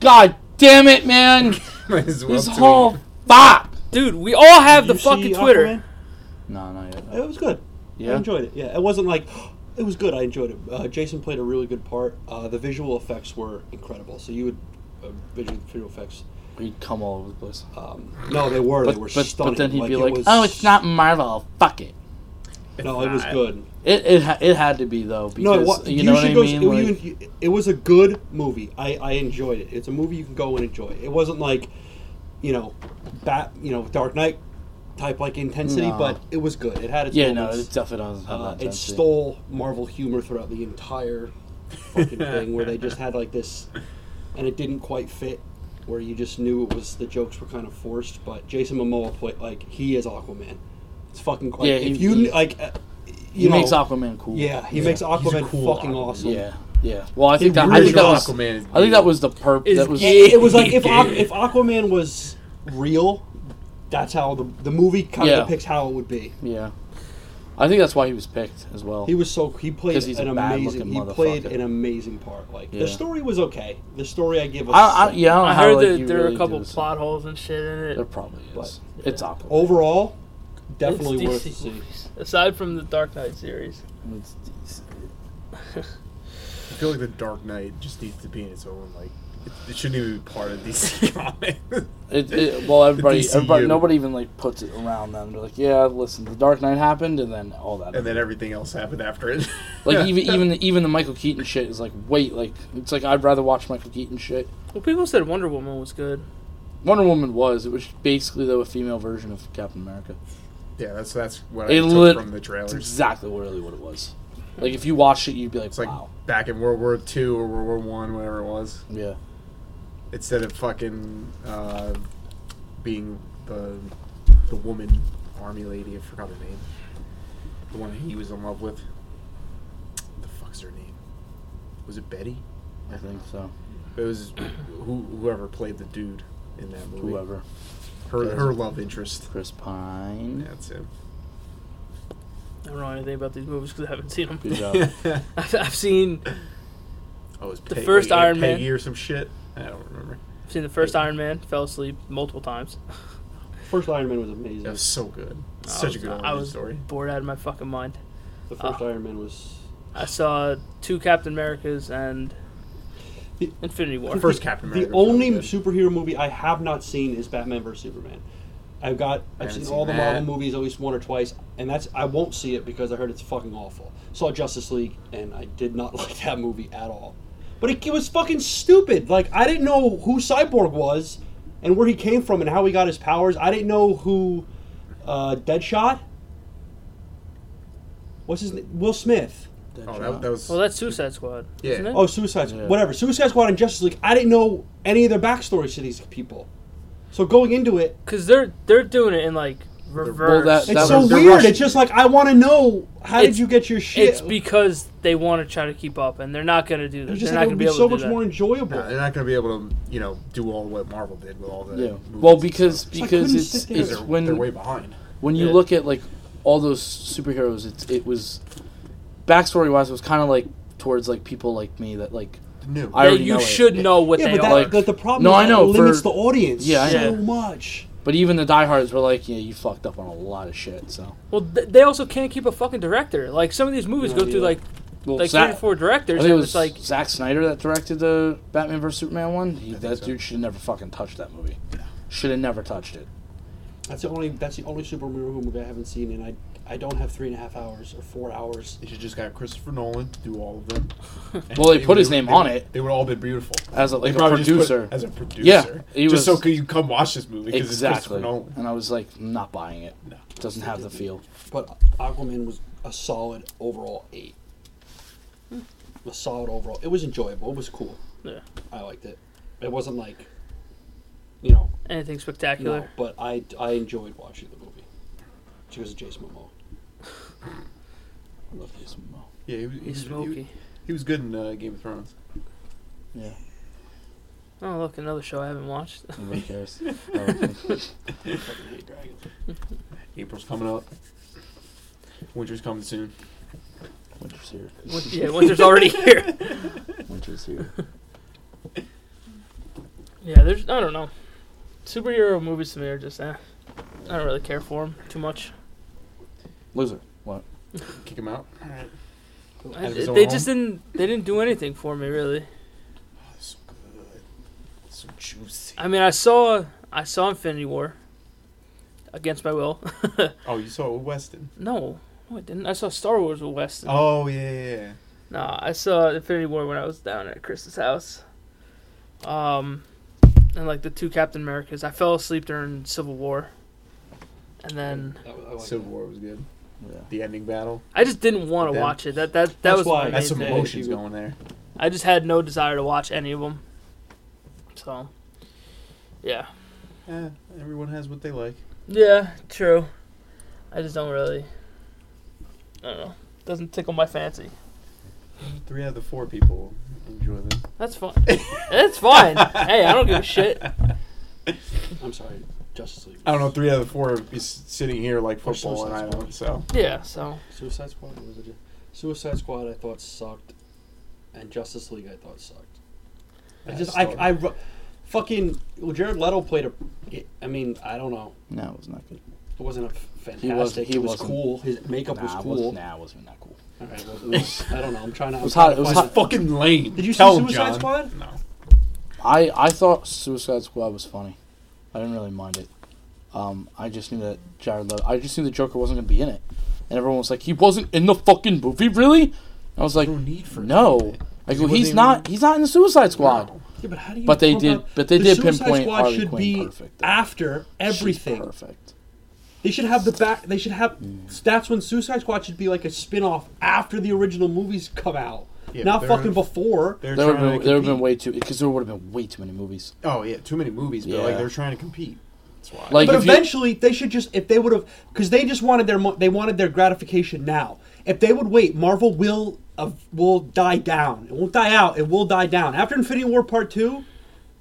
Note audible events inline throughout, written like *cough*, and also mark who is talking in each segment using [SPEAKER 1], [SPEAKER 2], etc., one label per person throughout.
[SPEAKER 1] God damn it, man! *laughs*
[SPEAKER 2] Might as well
[SPEAKER 1] This
[SPEAKER 2] tweet.
[SPEAKER 1] whole fop.
[SPEAKER 3] Dude, we all have the
[SPEAKER 4] You see
[SPEAKER 3] fucking Twitter.
[SPEAKER 1] No, not yet.
[SPEAKER 4] Aquaman? It was good. I
[SPEAKER 1] Yeah.
[SPEAKER 4] enjoyed it. Yeah, it wasn't like it was good. I enjoyed it. Uh, Jason played a really good part. Uh, the visual effects were incredible. So you would uh, visual, visual effects.
[SPEAKER 1] He'd come all over the place.
[SPEAKER 4] Um, no, they were.
[SPEAKER 1] But,
[SPEAKER 4] they were
[SPEAKER 1] but,
[SPEAKER 4] stunning.
[SPEAKER 1] but then he'd be
[SPEAKER 4] it
[SPEAKER 1] like,
[SPEAKER 4] was-
[SPEAKER 1] "Oh, it's not Marvel. Fuck it."
[SPEAKER 4] No, it was
[SPEAKER 2] not.
[SPEAKER 4] good.
[SPEAKER 1] It it, ha- it had to be though because
[SPEAKER 4] No, it wa-
[SPEAKER 1] you know what
[SPEAKER 4] should
[SPEAKER 1] I
[SPEAKER 4] go-
[SPEAKER 1] mean.
[SPEAKER 4] you-
[SPEAKER 1] like,
[SPEAKER 4] you- it was a good movie. I, I enjoyed it. It's a movie you can go and enjoy. It wasn't like, you know, bat, you know, Dark Knight type like intensity,
[SPEAKER 1] No.
[SPEAKER 4] but it was good. It had its
[SPEAKER 1] yeah, no,
[SPEAKER 4] moments.
[SPEAKER 1] it definitely doesn't have
[SPEAKER 4] Uh,
[SPEAKER 1] that.
[SPEAKER 4] it
[SPEAKER 1] intensity.
[SPEAKER 4] stole Marvel humor throughout the entire
[SPEAKER 2] *laughs*
[SPEAKER 4] fucking thing, where they just had like this, and it didn't quite fit. Where you just knew it was the jokes were kind of forced, but Jason Momoa played like he is Aquaman. It's fucking like,
[SPEAKER 1] Yeah,
[SPEAKER 4] if
[SPEAKER 1] he-
[SPEAKER 4] you
[SPEAKER 1] he-
[SPEAKER 4] like, uh,
[SPEAKER 1] He
[SPEAKER 4] you know,
[SPEAKER 1] makes Aquaman cool.
[SPEAKER 4] Yeah, he
[SPEAKER 2] Yeah,
[SPEAKER 4] makes
[SPEAKER 2] he's a
[SPEAKER 4] Aquaman
[SPEAKER 2] cool
[SPEAKER 4] fucking
[SPEAKER 2] Aquaman.
[SPEAKER 4] awesome.
[SPEAKER 1] Yeah, yeah. Well, I think that I
[SPEAKER 2] really
[SPEAKER 1] think that was
[SPEAKER 2] is. Aquaman is
[SPEAKER 1] I think that
[SPEAKER 2] evil.
[SPEAKER 1] was the perp.
[SPEAKER 3] Is
[SPEAKER 1] That was
[SPEAKER 3] gay.
[SPEAKER 4] It
[SPEAKER 1] *laughs*
[SPEAKER 4] was like if Aqu- if Aquaman was real, that's how the the movie kind
[SPEAKER 1] Yeah.
[SPEAKER 4] of depicts how it would be.
[SPEAKER 1] yeah. I think that's why he was picked as well.
[SPEAKER 4] He was so he played
[SPEAKER 1] Oh. 'Cause he's
[SPEAKER 4] an
[SPEAKER 1] a bad-looking
[SPEAKER 4] amazing he
[SPEAKER 1] motherfucker.
[SPEAKER 4] played an amazing part. Like
[SPEAKER 1] Yeah.
[SPEAKER 4] the story was okay. The story I give a
[SPEAKER 1] I, I,
[SPEAKER 4] seven.
[SPEAKER 1] yeah, I, don't know
[SPEAKER 3] I
[SPEAKER 1] how,
[SPEAKER 3] heard
[SPEAKER 1] like,
[SPEAKER 3] that
[SPEAKER 1] you
[SPEAKER 3] there
[SPEAKER 1] really
[SPEAKER 3] are a couple
[SPEAKER 1] do this.
[SPEAKER 3] plot holes and shit in it.
[SPEAKER 1] There probably is. It's Aquaman.
[SPEAKER 4] Overall,
[SPEAKER 3] It's
[SPEAKER 4] definitely
[SPEAKER 3] DC
[SPEAKER 4] worth to see.
[SPEAKER 3] movies. Aside from the Dark Knight series.
[SPEAKER 1] It's decent.
[SPEAKER 2] I feel like the Dark Knight just needs to be in its own like. It, it shouldn't even be part of DC *laughs* comics.
[SPEAKER 1] It, it, well, everybody,
[SPEAKER 2] DCU.
[SPEAKER 1] everybody, nobody even like puts it around them. They're like, yeah, listen, the Dark Knight happened, and then all that.
[SPEAKER 2] and then everything else happened after it.
[SPEAKER 1] *laughs* like even even the, even the Michael Keaton shit is like, wait, like it's like I'd rather watch Michael Keaton shit.
[SPEAKER 3] Well, people said Wonder Woman was good.
[SPEAKER 1] Wonder Woman was it was basically though a female version of Captain America.
[SPEAKER 2] yeah, that's that's what I
[SPEAKER 1] It
[SPEAKER 2] took
[SPEAKER 1] lit-
[SPEAKER 2] from the
[SPEAKER 1] That's
[SPEAKER 2] trailers.
[SPEAKER 1] exactly really what it was. Like if you watched it, you'd be like,
[SPEAKER 2] It's like
[SPEAKER 1] wow,
[SPEAKER 2] back in World War Two or World War One, whatever it was.
[SPEAKER 1] yeah,
[SPEAKER 2] Instead of fucking uh, being the the woman army lady, I forgot her name. The one he was in love with. What the fuck's her name? Was it Betty?
[SPEAKER 1] I think so.
[SPEAKER 2] It was who, whoever played the dude in that movie.
[SPEAKER 1] Whoever,
[SPEAKER 2] Her her love interest.
[SPEAKER 1] Chris Pine,
[SPEAKER 2] That's him.
[SPEAKER 3] I don't know anything about these movies because I haven't seen them.
[SPEAKER 1] good
[SPEAKER 2] *laughs*
[SPEAKER 1] job.
[SPEAKER 2] oh,
[SPEAKER 3] *laughs* I've, I've seen
[SPEAKER 2] it was
[SPEAKER 3] The
[SPEAKER 2] Peg-
[SPEAKER 3] first
[SPEAKER 2] like,
[SPEAKER 3] Iron Man.
[SPEAKER 2] Peggy or some shit. I don't remember.
[SPEAKER 3] I've seen the first Iron Man, fell asleep multiple times.
[SPEAKER 4] First Iron Man was amazing.
[SPEAKER 2] That was so good. *laughs*
[SPEAKER 3] I
[SPEAKER 2] Such
[SPEAKER 3] was-
[SPEAKER 2] a good
[SPEAKER 3] I
[SPEAKER 2] origin
[SPEAKER 3] was
[SPEAKER 2] story.
[SPEAKER 3] bored out of my fucking mind.
[SPEAKER 4] The first Iron Man was
[SPEAKER 3] I saw two Captain Americas and
[SPEAKER 4] The-
[SPEAKER 3] Infinity War.
[SPEAKER 2] The first Captain America.
[SPEAKER 4] the
[SPEAKER 2] was really
[SPEAKER 4] only
[SPEAKER 2] good.
[SPEAKER 4] superhero movie I have not seen is Batman vs Superman. I've got I've
[SPEAKER 2] Haven't
[SPEAKER 4] seen,
[SPEAKER 2] seen
[SPEAKER 4] all the
[SPEAKER 2] that.
[SPEAKER 4] Marvel movies at least one or twice, and that's I won't see it because I heard it's fucking awful. Saw Justice League and I did not *laughs* like that movie at all. But it, it was fucking stupid. Like I didn't know who Cyborg was, and where he came from, and how he got his powers. I didn't know who uh, Deadshot. What's his name? Will Smith.
[SPEAKER 2] Oh, that, that was.
[SPEAKER 3] Well, that's Suicide Squad,
[SPEAKER 2] Yeah.
[SPEAKER 3] isn't it?
[SPEAKER 4] Oh, Suicide Squad.
[SPEAKER 1] Yeah.
[SPEAKER 4] Whatever. Suicide Squad and Justice League. I didn't know any of their backstories to these people. So going into it,
[SPEAKER 3] because they're they're doing it in like reverse.
[SPEAKER 1] that-
[SPEAKER 4] it's
[SPEAKER 1] that
[SPEAKER 4] so
[SPEAKER 1] was-
[SPEAKER 2] they're
[SPEAKER 4] weird.
[SPEAKER 2] Russian.
[SPEAKER 4] It's just like I want to know how
[SPEAKER 3] It's-
[SPEAKER 4] did you get your shit?
[SPEAKER 3] it's because they want to try to keep up, and they're not going to do
[SPEAKER 4] It's
[SPEAKER 3] that.
[SPEAKER 4] just
[SPEAKER 3] They're
[SPEAKER 4] like it
[SPEAKER 3] not going to
[SPEAKER 4] would
[SPEAKER 3] be
[SPEAKER 4] be
[SPEAKER 3] able
[SPEAKER 4] so
[SPEAKER 3] to
[SPEAKER 4] much
[SPEAKER 3] do
[SPEAKER 4] more
[SPEAKER 3] that.
[SPEAKER 4] enjoyable.
[SPEAKER 2] no, they're not going to be able to, you know, do all what Marvel did with all the.
[SPEAKER 1] yeah.
[SPEAKER 2] movies
[SPEAKER 1] Well,
[SPEAKER 2] and
[SPEAKER 1] because
[SPEAKER 2] stuff.
[SPEAKER 1] because
[SPEAKER 4] couldn't
[SPEAKER 1] it's
[SPEAKER 4] sit there.
[SPEAKER 1] it's
[SPEAKER 2] they're,
[SPEAKER 1] when
[SPEAKER 2] they're way behind.
[SPEAKER 1] when you
[SPEAKER 3] Yeah.
[SPEAKER 1] look at like all those superheroes, it's it was backstory wise, it was kind of like towards like people like me that like
[SPEAKER 2] New.
[SPEAKER 1] I-
[SPEAKER 3] That
[SPEAKER 1] already know
[SPEAKER 3] you
[SPEAKER 1] it.
[SPEAKER 3] should know what
[SPEAKER 4] yeah,
[SPEAKER 3] they
[SPEAKER 4] but
[SPEAKER 3] are.
[SPEAKER 4] that,
[SPEAKER 1] like-
[SPEAKER 4] that the problem
[SPEAKER 1] No,
[SPEAKER 4] is
[SPEAKER 1] I
[SPEAKER 4] that
[SPEAKER 1] know,
[SPEAKER 4] it limits
[SPEAKER 1] for-
[SPEAKER 4] the audience
[SPEAKER 1] Yeah, I
[SPEAKER 4] so
[SPEAKER 3] know.
[SPEAKER 4] much.
[SPEAKER 1] But even the diehards were like, yeah, you fucked up on a lot of shit. So
[SPEAKER 3] well, th- they also can't keep a fucking director. Like some of these movies
[SPEAKER 4] No,
[SPEAKER 3] go through
[SPEAKER 4] yeah.
[SPEAKER 3] like
[SPEAKER 1] well,
[SPEAKER 3] like three
[SPEAKER 1] Zack,
[SPEAKER 3] or four
[SPEAKER 1] I
[SPEAKER 3] directors,
[SPEAKER 1] think it
[SPEAKER 3] and
[SPEAKER 1] was
[SPEAKER 3] it's like
[SPEAKER 1] Zack Snyder that directed the Batman vs Superman one. He,
[SPEAKER 2] I think
[SPEAKER 1] that
[SPEAKER 2] so.
[SPEAKER 1] dude should have never fucking touched that movie. Should have never touched it.
[SPEAKER 4] That's the only that's the only superhero movie I haven't seen, and I I don't have three and a half hours or four hours.
[SPEAKER 2] They should just got Christopher Nolan to do all
[SPEAKER 1] *laughs*
[SPEAKER 2] of them. And
[SPEAKER 1] Well, they put his
[SPEAKER 2] would-
[SPEAKER 1] name
[SPEAKER 2] they
[SPEAKER 1] on
[SPEAKER 2] would-
[SPEAKER 1] it.
[SPEAKER 2] They would all been beautiful.
[SPEAKER 1] As a-
[SPEAKER 2] They
[SPEAKER 1] like a
[SPEAKER 2] probably just put
[SPEAKER 1] producer.
[SPEAKER 2] it as a producer.
[SPEAKER 1] he was-
[SPEAKER 2] just so could you come watch this movie because it's Christopher
[SPEAKER 1] Exactly.
[SPEAKER 2] Nolan.
[SPEAKER 1] And I was like, not buying it.
[SPEAKER 2] No.
[SPEAKER 1] Doesn't have the feel.
[SPEAKER 4] But Aquaman was a solid overall eight. A solid overall. It was enjoyable. It was cool.
[SPEAKER 3] yeah,
[SPEAKER 4] I liked it. It wasn't like, you know,
[SPEAKER 3] anything
[SPEAKER 4] no,
[SPEAKER 3] spectacular.
[SPEAKER 4] but I, I enjoyed watching the movie. She was Jason Momoa.
[SPEAKER 1] I love Jason Momoa.
[SPEAKER 2] Yeah, he was, he,
[SPEAKER 3] He's
[SPEAKER 2] was,
[SPEAKER 3] smoky.
[SPEAKER 2] he, he was good in uh, Game of Thrones.
[SPEAKER 1] Yeah.
[SPEAKER 3] Oh look, another show I haven't watched. *laughs*
[SPEAKER 1] Nobody
[SPEAKER 2] *laughs*
[SPEAKER 1] cares. Oh,
[SPEAKER 4] I fucking hate dragons.
[SPEAKER 2] April's coming up. Winter's coming soon.
[SPEAKER 1] Winter's here. *laughs*
[SPEAKER 3] Win- yeah, Winter's already here.
[SPEAKER 1] Winter's here.
[SPEAKER 3] Yeah, there's. I don't know. Superhero movies to me are just. Eh. I don't really care for them too much.
[SPEAKER 1] Loser.
[SPEAKER 2] Kick him out.
[SPEAKER 3] I,
[SPEAKER 2] As his
[SPEAKER 3] they
[SPEAKER 2] own
[SPEAKER 3] just didn't. They didn't do anything for me really.
[SPEAKER 2] So good. So juicy.
[SPEAKER 3] I mean, I saw. I saw Infinity War. Against my will. *laughs*
[SPEAKER 2] Oh, you saw it with Weston.
[SPEAKER 3] no, no, I didn't. I saw Star Wars with
[SPEAKER 4] Mm-hmm.
[SPEAKER 3] Weston.
[SPEAKER 2] Oh yeah, yeah, yeah.
[SPEAKER 3] No, I saw Infinity War when I was down at Chris's house. Um, and like the two Captain Americas, I fell asleep during Civil War, and then
[SPEAKER 4] That was- I like
[SPEAKER 2] Civil
[SPEAKER 4] that.
[SPEAKER 2] War was good.
[SPEAKER 1] Yeah.
[SPEAKER 2] The ending battle.
[SPEAKER 3] I just didn't want to
[SPEAKER 2] Then-
[SPEAKER 3] watch it. That that that
[SPEAKER 4] That's
[SPEAKER 3] was
[SPEAKER 4] why-
[SPEAKER 3] my
[SPEAKER 2] That's some
[SPEAKER 3] main thing.
[SPEAKER 2] emotions
[SPEAKER 4] you-
[SPEAKER 2] going there.
[SPEAKER 3] I just had no desire to watch any of them. So, yeah,
[SPEAKER 2] Yeah, everyone has what they like.
[SPEAKER 3] yeah, true. I just don't really. I don't know. Doesn't tickle my fancy.
[SPEAKER 2] Three out of the four people enjoy them.
[SPEAKER 3] That's fine. That's fine. hey, I don't give a shit.
[SPEAKER 4] I'm sorry, Justice League.
[SPEAKER 2] I don't know. Three out of the four are be s- sitting here like
[SPEAKER 4] Or
[SPEAKER 2] football, and I
[SPEAKER 4] Suicide
[SPEAKER 2] don't. So
[SPEAKER 3] Yeah. So
[SPEAKER 4] Suicide Squad. What was it? Suicide Squad. I thought sucked, and Justice League. I thought sucked. I
[SPEAKER 2] Yeah,
[SPEAKER 4] just
[SPEAKER 2] I
[SPEAKER 4] I,
[SPEAKER 2] saw
[SPEAKER 4] I ru- fucking well, Jared Leto played a. I mean I don't know.
[SPEAKER 1] No, it was not good.
[SPEAKER 4] It wasn't a f- fantastic.
[SPEAKER 1] wasn't- he
[SPEAKER 4] it was
[SPEAKER 1] wasn't.
[SPEAKER 4] cool. His makeup was
[SPEAKER 1] it
[SPEAKER 4] cool.
[SPEAKER 1] nah, it wasn't that cool.
[SPEAKER 4] All right, well, it was- I don't know. I'm trying to.
[SPEAKER 1] It was
[SPEAKER 4] I'm
[SPEAKER 1] hot-
[SPEAKER 4] trying
[SPEAKER 1] it was
[SPEAKER 4] to
[SPEAKER 1] hot.
[SPEAKER 4] find
[SPEAKER 2] fucking lame.
[SPEAKER 4] Did you see
[SPEAKER 2] Tell
[SPEAKER 4] Suicide
[SPEAKER 2] John.
[SPEAKER 4] Squad?
[SPEAKER 2] No.
[SPEAKER 1] I I thought Suicide Squad was funny. I didn't really mind it. Um, I just knew that Jared Leto. I just knew the Joker wasn't gonna be in it, and everyone was like, "He wasn't in the fucking movie, really?" I was like,
[SPEAKER 2] No need for
[SPEAKER 1] "No." I
[SPEAKER 2] it. He
[SPEAKER 1] go,
[SPEAKER 2] wasn't
[SPEAKER 1] "He's
[SPEAKER 2] even-
[SPEAKER 1] not. He's not in the Suicide Squad."
[SPEAKER 2] No.
[SPEAKER 4] Yeah, but how do you?
[SPEAKER 1] But they
[SPEAKER 4] pump
[SPEAKER 1] did.
[SPEAKER 4] out-
[SPEAKER 1] But they
[SPEAKER 4] the
[SPEAKER 1] did
[SPEAKER 4] Suicide
[SPEAKER 1] pinpoint
[SPEAKER 4] Squad
[SPEAKER 1] Harley
[SPEAKER 4] should
[SPEAKER 1] Quinn
[SPEAKER 4] be
[SPEAKER 1] perfect. though.
[SPEAKER 4] after
[SPEAKER 1] She's
[SPEAKER 4] everything.
[SPEAKER 1] perfect. Mm.
[SPEAKER 4] They should have the back. They should have. That's when Suicide Squad should be like a spin off after the original movies come out.
[SPEAKER 2] Yeah,
[SPEAKER 4] Not
[SPEAKER 2] they're-
[SPEAKER 4] fucking before.
[SPEAKER 2] They're
[SPEAKER 1] There would
[SPEAKER 2] trying
[SPEAKER 1] have
[SPEAKER 2] to
[SPEAKER 1] been, there would've been
[SPEAKER 2] compete.
[SPEAKER 1] way too because there would have been way too many movies.
[SPEAKER 2] Oh yeah, too many movies, but like
[SPEAKER 1] Yeah.
[SPEAKER 2] they're trying to compete. That's why.
[SPEAKER 1] Like
[SPEAKER 4] but
[SPEAKER 1] if you-
[SPEAKER 4] eventually, they should just if they would have because they just wanted their mo- they wanted their gratification now. If they would wait, Marvel will uh, will die down. It won't die out. It will die down after Infinity War Part Two.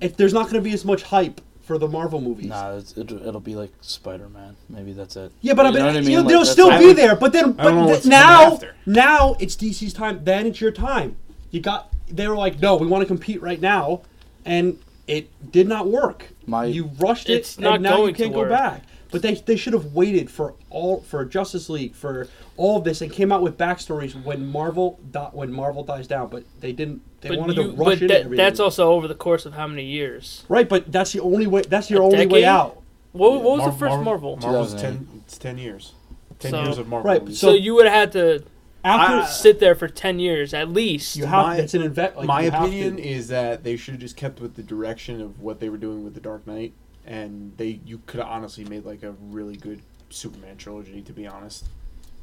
[SPEAKER 4] If there's not going to be as much hype for the Marvel movies.
[SPEAKER 1] Nah, it's, it, it'll be like Spider Man. Maybe that's it.
[SPEAKER 4] Yeah, but I
[SPEAKER 1] You
[SPEAKER 4] mean,
[SPEAKER 1] know what
[SPEAKER 4] you know,
[SPEAKER 1] Like,
[SPEAKER 4] they'll
[SPEAKER 1] that's
[SPEAKER 4] still
[SPEAKER 1] all-
[SPEAKER 4] be there. But then,
[SPEAKER 2] I don't know
[SPEAKER 4] but th-
[SPEAKER 2] what's coming
[SPEAKER 4] now,
[SPEAKER 2] after.
[SPEAKER 4] now it's DC's time. Then it's your time. You got. They were like, no, we want to compete right now, and it did not work.
[SPEAKER 1] My-
[SPEAKER 4] you rushed it,
[SPEAKER 3] It's not
[SPEAKER 4] and now
[SPEAKER 3] going
[SPEAKER 4] you can't
[SPEAKER 3] to
[SPEAKER 4] go
[SPEAKER 3] work.
[SPEAKER 4] back. But they, they should have waited for all for Justice League for all of this and came out with backstories when Marvel di- when Marvel dies down. But they didn't. They
[SPEAKER 3] but
[SPEAKER 4] wanted
[SPEAKER 3] you-
[SPEAKER 4] to
[SPEAKER 3] but
[SPEAKER 4] rush into
[SPEAKER 3] that-
[SPEAKER 4] everything.
[SPEAKER 3] that's also over the course of how many years?
[SPEAKER 4] right. But that's the only way. That's your
[SPEAKER 3] A
[SPEAKER 4] only way
[SPEAKER 3] decade?
[SPEAKER 4] out.
[SPEAKER 3] What, what was the
[SPEAKER 2] Mar-
[SPEAKER 3] first
[SPEAKER 2] Mar-
[SPEAKER 3] Marvel?
[SPEAKER 2] Marvel's
[SPEAKER 1] 2008.
[SPEAKER 2] ten. It's ten years. Ten
[SPEAKER 3] So-
[SPEAKER 2] years of Marvel.
[SPEAKER 4] Right,
[SPEAKER 2] movies.
[SPEAKER 3] So,
[SPEAKER 4] So-
[SPEAKER 3] you would have had to
[SPEAKER 4] After
[SPEAKER 2] I-
[SPEAKER 3] sit there for ten years at least.
[SPEAKER 4] you have
[SPEAKER 2] My-
[SPEAKER 4] it's an invest. Like,
[SPEAKER 2] my
[SPEAKER 4] you have to-
[SPEAKER 2] opinion is that they should have just kept with the direction of what they were doing with the Dark Knight, and they you could have honestly made like a really good Superman trilogy, to be honest.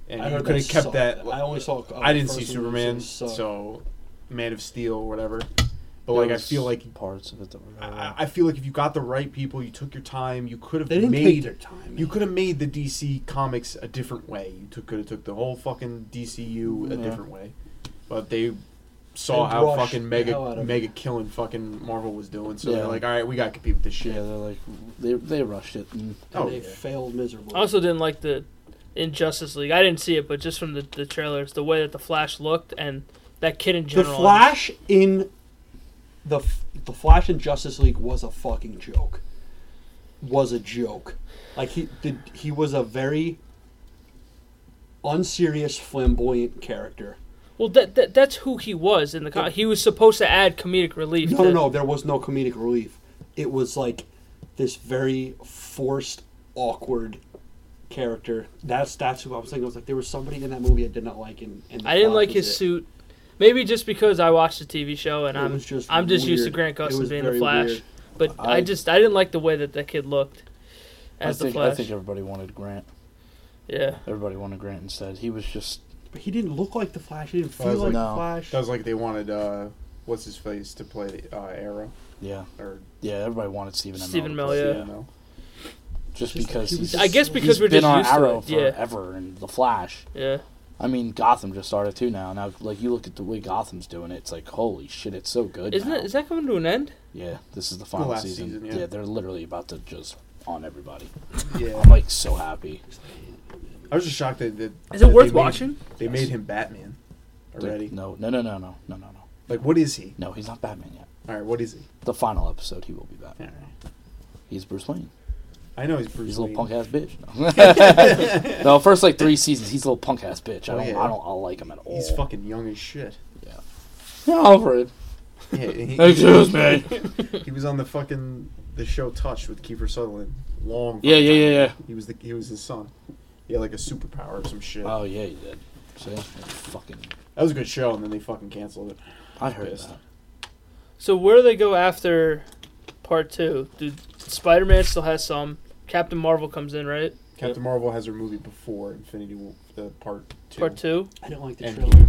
[SPEAKER 2] And you
[SPEAKER 4] heard
[SPEAKER 2] could
[SPEAKER 4] that
[SPEAKER 2] have kept
[SPEAKER 4] sucked.
[SPEAKER 2] that.
[SPEAKER 4] I only saw. uh,
[SPEAKER 2] I didn't
[SPEAKER 4] the
[SPEAKER 2] see
[SPEAKER 4] first one,
[SPEAKER 2] Superman,
[SPEAKER 4] it sucked.
[SPEAKER 2] so Man of Steel, or whatever. But
[SPEAKER 1] there
[SPEAKER 2] like, I
[SPEAKER 1] was
[SPEAKER 2] feel like
[SPEAKER 1] parts of it that were.
[SPEAKER 2] I, I feel like if you got the right people, you took your time. You could have
[SPEAKER 4] they didn't take
[SPEAKER 2] made
[SPEAKER 4] their time.
[SPEAKER 2] You could have made the DC comics a different way. You took, could have took the whole fucking DCU a
[SPEAKER 1] Yeah.
[SPEAKER 2] different way, but they saw
[SPEAKER 4] They
[SPEAKER 2] how
[SPEAKER 4] rushed
[SPEAKER 2] fucking
[SPEAKER 4] the hell out
[SPEAKER 2] mega
[SPEAKER 4] of
[SPEAKER 2] mega killing fucking Marvel was doing. So
[SPEAKER 1] Yeah.
[SPEAKER 2] they're like, all right, we got to compete with this
[SPEAKER 1] yeah,
[SPEAKER 2] shit.
[SPEAKER 1] they're like they they rushed it. And
[SPEAKER 4] and
[SPEAKER 2] Oh,
[SPEAKER 4] they
[SPEAKER 2] yeah.
[SPEAKER 4] failed miserably.
[SPEAKER 3] I also didn't like the Injustice League. I didn't see it, but just from the, the trailers, the way that the Flash looked and that kid in
[SPEAKER 4] the
[SPEAKER 3] general.
[SPEAKER 4] Flash in the F- the Flash in Justice League was a fucking joke. Was a joke. Like he did. He was a very unserious, flamboyant character.
[SPEAKER 3] Well, that, that that's who he was in the. Con- he was supposed to add comedic relief.
[SPEAKER 4] No,
[SPEAKER 3] to-
[SPEAKER 4] no, no. There was no comedic relief. It was like this very forced, awkward character. That's that's who I was thinking. I was like, there was somebody in that movie I did not like, and, and
[SPEAKER 3] I didn't
[SPEAKER 4] Flash
[SPEAKER 3] like
[SPEAKER 4] was
[SPEAKER 3] his
[SPEAKER 4] it.
[SPEAKER 3] suit. Maybe just because I watched the TV show and
[SPEAKER 4] It
[SPEAKER 3] I'm
[SPEAKER 4] was just
[SPEAKER 3] I'm just used to
[SPEAKER 4] weird.
[SPEAKER 3] Grant
[SPEAKER 4] It
[SPEAKER 3] Gustin
[SPEAKER 4] was
[SPEAKER 3] being the
[SPEAKER 4] very
[SPEAKER 3] Flash,
[SPEAKER 4] weird.
[SPEAKER 3] but I,
[SPEAKER 1] I-
[SPEAKER 3] just I didn't like the way that that kid looked
[SPEAKER 1] I
[SPEAKER 3] as the
[SPEAKER 1] think I
[SPEAKER 3] Flash.
[SPEAKER 1] think everybody wanted Grant.
[SPEAKER 3] yeah,
[SPEAKER 1] Everybody wanted Grant instead. He was just
[SPEAKER 4] But he didn't look like the Flash. He didn't
[SPEAKER 2] I
[SPEAKER 4] feel
[SPEAKER 2] was
[SPEAKER 4] like
[SPEAKER 2] like,
[SPEAKER 1] No.
[SPEAKER 4] the Flash.
[SPEAKER 2] That was like they wanted uh, what's his face to play the, uh, Arrow
[SPEAKER 1] yeah
[SPEAKER 2] or
[SPEAKER 1] yeah. Everybody wanted Stephen.
[SPEAKER 3] Stephen
[SPEAKER 1] Amell. to
[SPEAKER 3] Amell,
[SPEAKER 1] play
[SPEAKER 3] Oh, yeah.
[SPEAKER 1] him,
[SPEAKER 2] know.
[SPEAKER 1] Just
[SPEAKER 4] Just-
[SPEAKER 1] because
[SPEAKER 4] he
[SPEAKER 1] he's
[SPEAKER 4] was just
[SPEAKER 3] I guess
[SPEAKER 4] so-
[SPEAKER 3] because
[SPEAKER 1] he's
[SPEAKER 3] we're
[SPEAKER 1] been
[SPEAKER 3] just
[SPEAKER 1] on
[SPEAKER 3] used
[SPEAKER 1] Arrow
[SPEAKER 3] to it. Yeah,
[SPEAKER 1] forever and the Flash.
[SPEAKER 3] yeah.
[SPEAKER 1] I mean, Gotham just started too now. Now, like you look at the way Gotham's doing it, it's like holy shit, it's so good.
[SPEAKER 3] Isn't
[SPEAKER 1] now.
[SPEAKER 3] it, is that coming to an end?
[SPEAKER 1] Yeah, this is the final
[SPEAKER 2] last
[SPEAKER 1] season.
[SPEAKER 2] season,
[SPEAKER 1] yeah.
[SPEAKER 2] yeah.
[SPEAKER 1] they're literally about to just on everybody.
[SPEAKER 2] Yeah,
[SPEAKER 1] I'm like so happy.
[SPEAKER 2] I was just shocked that. that
[SPEAKER 3] Is
[SPEAKER 2] that
[SPEAKER 3] it
[SPEAKER 2] they
[SPEAKER 3] worth
[SPEAKER 2] made-
[SPEAKER 3] watching?
[SPEAKER 2] They made him Batman
[SPEAKER 1] They're-
[SPEAKER 2] already.
[SPEAKER 1] No, no, no, no, no, no, no, no.
[SPEAKER 2] Like, what is he?
[SPEAKER 1] No, he's not Batman yet.
[SPEAKER 2] All right, what is he?
[SPEAKER 1] The final episode, he will be back.
[SPEAKER 2] All right.
[SPEAKER 1] He's Bruce Wayne.
[SPEAKER 2] I know he's Bruce
[SPEAKER 1] He's a
[SPEAKER 2] Wayne.
[SPEAKER 1] little punk ass
[SPEAKER 4] *laughs*
[SPEAKER 1] bitch. No. *laughs* No, first like three seasons, he's a little punk ass bitch. I
[SPEAKER 2] Oh,
[SPEAKER 1] don't,
[SPEAKER 2] yeah.
[SPEAKER 1] I don't, I don't like him at all.
[SPEAKER 2] He's fucking young as shit.
[SPEAKER 1] Yeah, *laughs* Alfred.
[SPEAKER 2] Yeah, he,
[SPEAKER 1] Excuse me.
[SPEAKER 2] he was on the fucking the show Touch with Kiefer Sutherland. Long.
[SPEAKER 1] *laughs* Yeah,
[SPEAKER 2] fucking
[SPEAKER 1] yeah, yeah,
[SPEAKER 2] time.
[SPEAKER 1] yeah.
[SPEAKER 2] He was the he was his son. He had like a superpower or some shit.
[SPEAKER 1] Oh yeah, you did. See, That's fucking.
[SPEAKER 2] that was a good show, and then they fucking canceled it.
[SPEAKER 1] I heard
[SPEAKER 2] Pissed.
[SPEAKER 1] that.
[SPEAKER 3] So where do they go after part two? Dude, Spider Man still has some. Captain Marvel comes in, right?
[SPEAKER 2] Captain Marvel has her movie before Infinity War, the part two.
[SPEAKER 3] Part two.
[SPEAKER 4] I didn't like the
[SPEAKER 1] And-
[SPEAKER 4] trailer.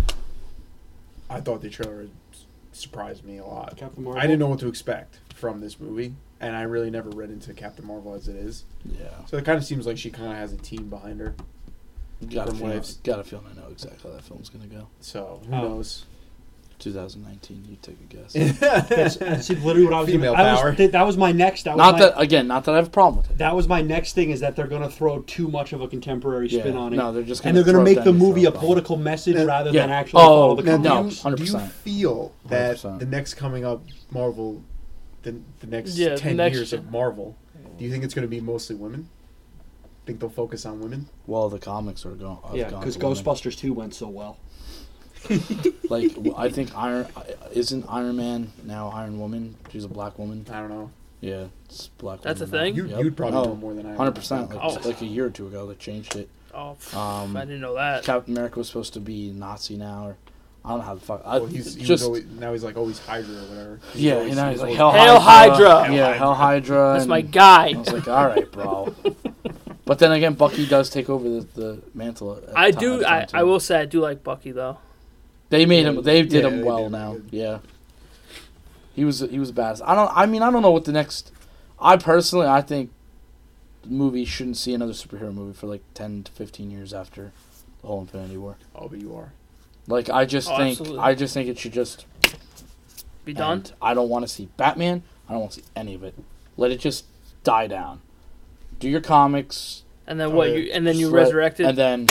[SPEAKER 2] I thought the trailer s- surprised me a lot.
[SPEAKER 4] Captain Marvel.
[SPEAKER 2] I didn't know *laughs* what to expect from this movie, and I really never read into Captain Marvel as it is.
[SPEAKER 1] Yeah,
[SPEAKER 2] So it kind of seems like she kind of has a team behind her.
[SPEAKER 1] got a
[SPEAKER 2] From what
[SPEAKER 1] feeling.
[SPEAKER 2] I've-
[SPEAKER 1] Got a feeling I know exactly how that film's gonna go.
[SPEAKER 2] So who
[SPEAKER 4] Oh.
[SPEAKER 2] knows?
[SPEAKER 1] 2019. You take a guess.
[SPEAKER 4] *laughs* That's,
[SPEAKER 2] *laughs*
[SPEAKER 4] that's literally what I was.
[SPEAKER 2] Female
[SPEAKER 4] gonna, I
[SPEAKER 2] power.
[SPEAKER 4] was, th- that was my next.
[SPEAKER 1] *laughs*
[SPEAKER 4] That
[SPEAKER 1] not
[SPEAKER 4] was my,
[SPEAKER 1] that again. Not that I have a problem with it.
[SPEAKER 4] That was my next thing is that they're going to throw too much of a contemporary spin
[SPEAKER 1] Yeah,
[SPEAKER 4] on it.
[SPEAKER 1] No, they're just.
[SPEAKER 4] and they're going
[SPEAKER 1] throw
[SPEAKER 4] to
[SPEAKER 1] it
[SPEAKER 4] make
[SPEAKER 1] down
[SPEAKER 4] the
[SPEAKER 1] your
[SPEAKER 4] movie
[SPEAKER 1] throat,
[SPEAKER 4] a
[SPEAKER 1] bro.
[SPEAKER 4] political message
[SPEAKER 2] Yeah.
[SPEAKER 4] rather
[SPEAKER 1] Yeah.
[SPEAKER 4] than actually
[SPEAKER 1] Oh,
[SPEAKER 4] follow the
[SPEAKER 1] no,
[SPEAKER 2] do
[SPEAKER 4] comic.
[SPEAKER 1] no.
[SPEAKER 2] you- Do you
[SPEAKER 1] 100%.
[SPEAKER 2] feel that
[SPEAKER 1] 100%.
[SPEAKER 2] the next coming up Marvel, the, the next
[SPEAKER 3] Yeah, the
[SPEAKER 2] 10
[SPEAKER 3] next
[SPEAKER 2] years
[SPEAKER 3] gen-
[SPEAKER 2] of Marvel, do you think it's going to be mostly women? Think they'll focus on women?
[SPEAKER 1] Well, the comics are going.
[SPEAKER 4] Yeah, because Ghostbusters 2 went so well.
[SPEAKER 1] Like w- I think Iron isn't Iron Man now Iron Woman. She's a black woman.
[SPEAKER 2] I don't know.
[SPEAKER 1] Yeah, it's black.
[SPEAKER 3] That's a
[SPEAKER 1] woman now.
[SPEAKER 3] thing?
[SPEAKER 2] You,
[SPEAKER 1] Yep.
[SPEAKER 2] You'd probably
[SPEAKER 1] No,
[SPEAKER 2] know more than I. would.
[SPEAKER 1] 100%. Like,
[SPEAKER 3] Oh.
[SPEAKER 1] like a year or two ago, they changed it.
[SPEAKER 3] Oh, pff,
[SPEAKER 1] Um,
[SPEAKER 3] I didn't know that.
[SPEAKER 1] Captain America was supposed to be Nazi now, or I don't know how the fuck. I,
[SPEAKER 2] Well, he's, he was
[SPEAKER 1] just
[SPEAKER 2] always, now he's like always Hydra or whatever. He's
[SPEAKER 1] yeah,
[SPEAKER 2] always-
[SPEAKER 1] and I was
[SPEAKER 2] he's
[SPEAKER 1] like
[SPEAKER 2] always-
[SPEAKER 1] Hell,
[SPEAKER 3] Hail
[SPEAKER 1] Hydra.
[SPEAKER 3] Hydra!
[SPEAKER 1] Yeah, Hell Hydra.
[SPEAKER 3] That's
[SPEAKER 1] and
[SPEAKER 3] my guy.
[SPEAKER 1] I was like, all right,
[SPEAKER 3] *laughs*
[SPEAKER 1] bro. but then again, Bucky does take over the, the mantle. at
[SPEAKER 3] I
[SPEAKER 1] ti- at
[SPEAKER 3] do. I,
[SPEAKER 1] times,
[SPEAKER 3] I
[SPEAKER 1] too.
[SPEAKER 3] will say I do like Bucky though.
[SPEAKER 1] They made him. They did
[SPEAKER 2] Yeah,
[SPEAKER 1] him
[SPEAKER 2] they
[SPEAKER 1] well
[SPEAKER 2] did him
[SPEAKER 1] now.
[SPEAKER 2] good.
[SPEAKER 1] Yeah. He was he was a badass. I don't. I mean, I don't know what the next. I personally, I think, movies shouldn't see another superhero movie for like ten to fifteen years after the whole Infinity War.
[SPEAKER 2] Oh, but you are.
[SPEAKER 1] Like, I just
[SPEAKER 3] Oh,
[SPEAKER 1] think,
[SPEAKER 3] absolutely.
[SPEAKER 1] I just think it should just
[SPEAKER 3] Be done.
[SPEAKER 1] end. I don't want to see Batman. I don't want to see any of it. Let it just die down. Do your comics.
[SPEAKER 3] And then what?
[SPEAKER 2] Oh, yeah.
[SPEAKER 3] You and then you
[SPEAKER 1] just let-
[SPEAKER 3] resurrected.
[SPEAKER 1] and then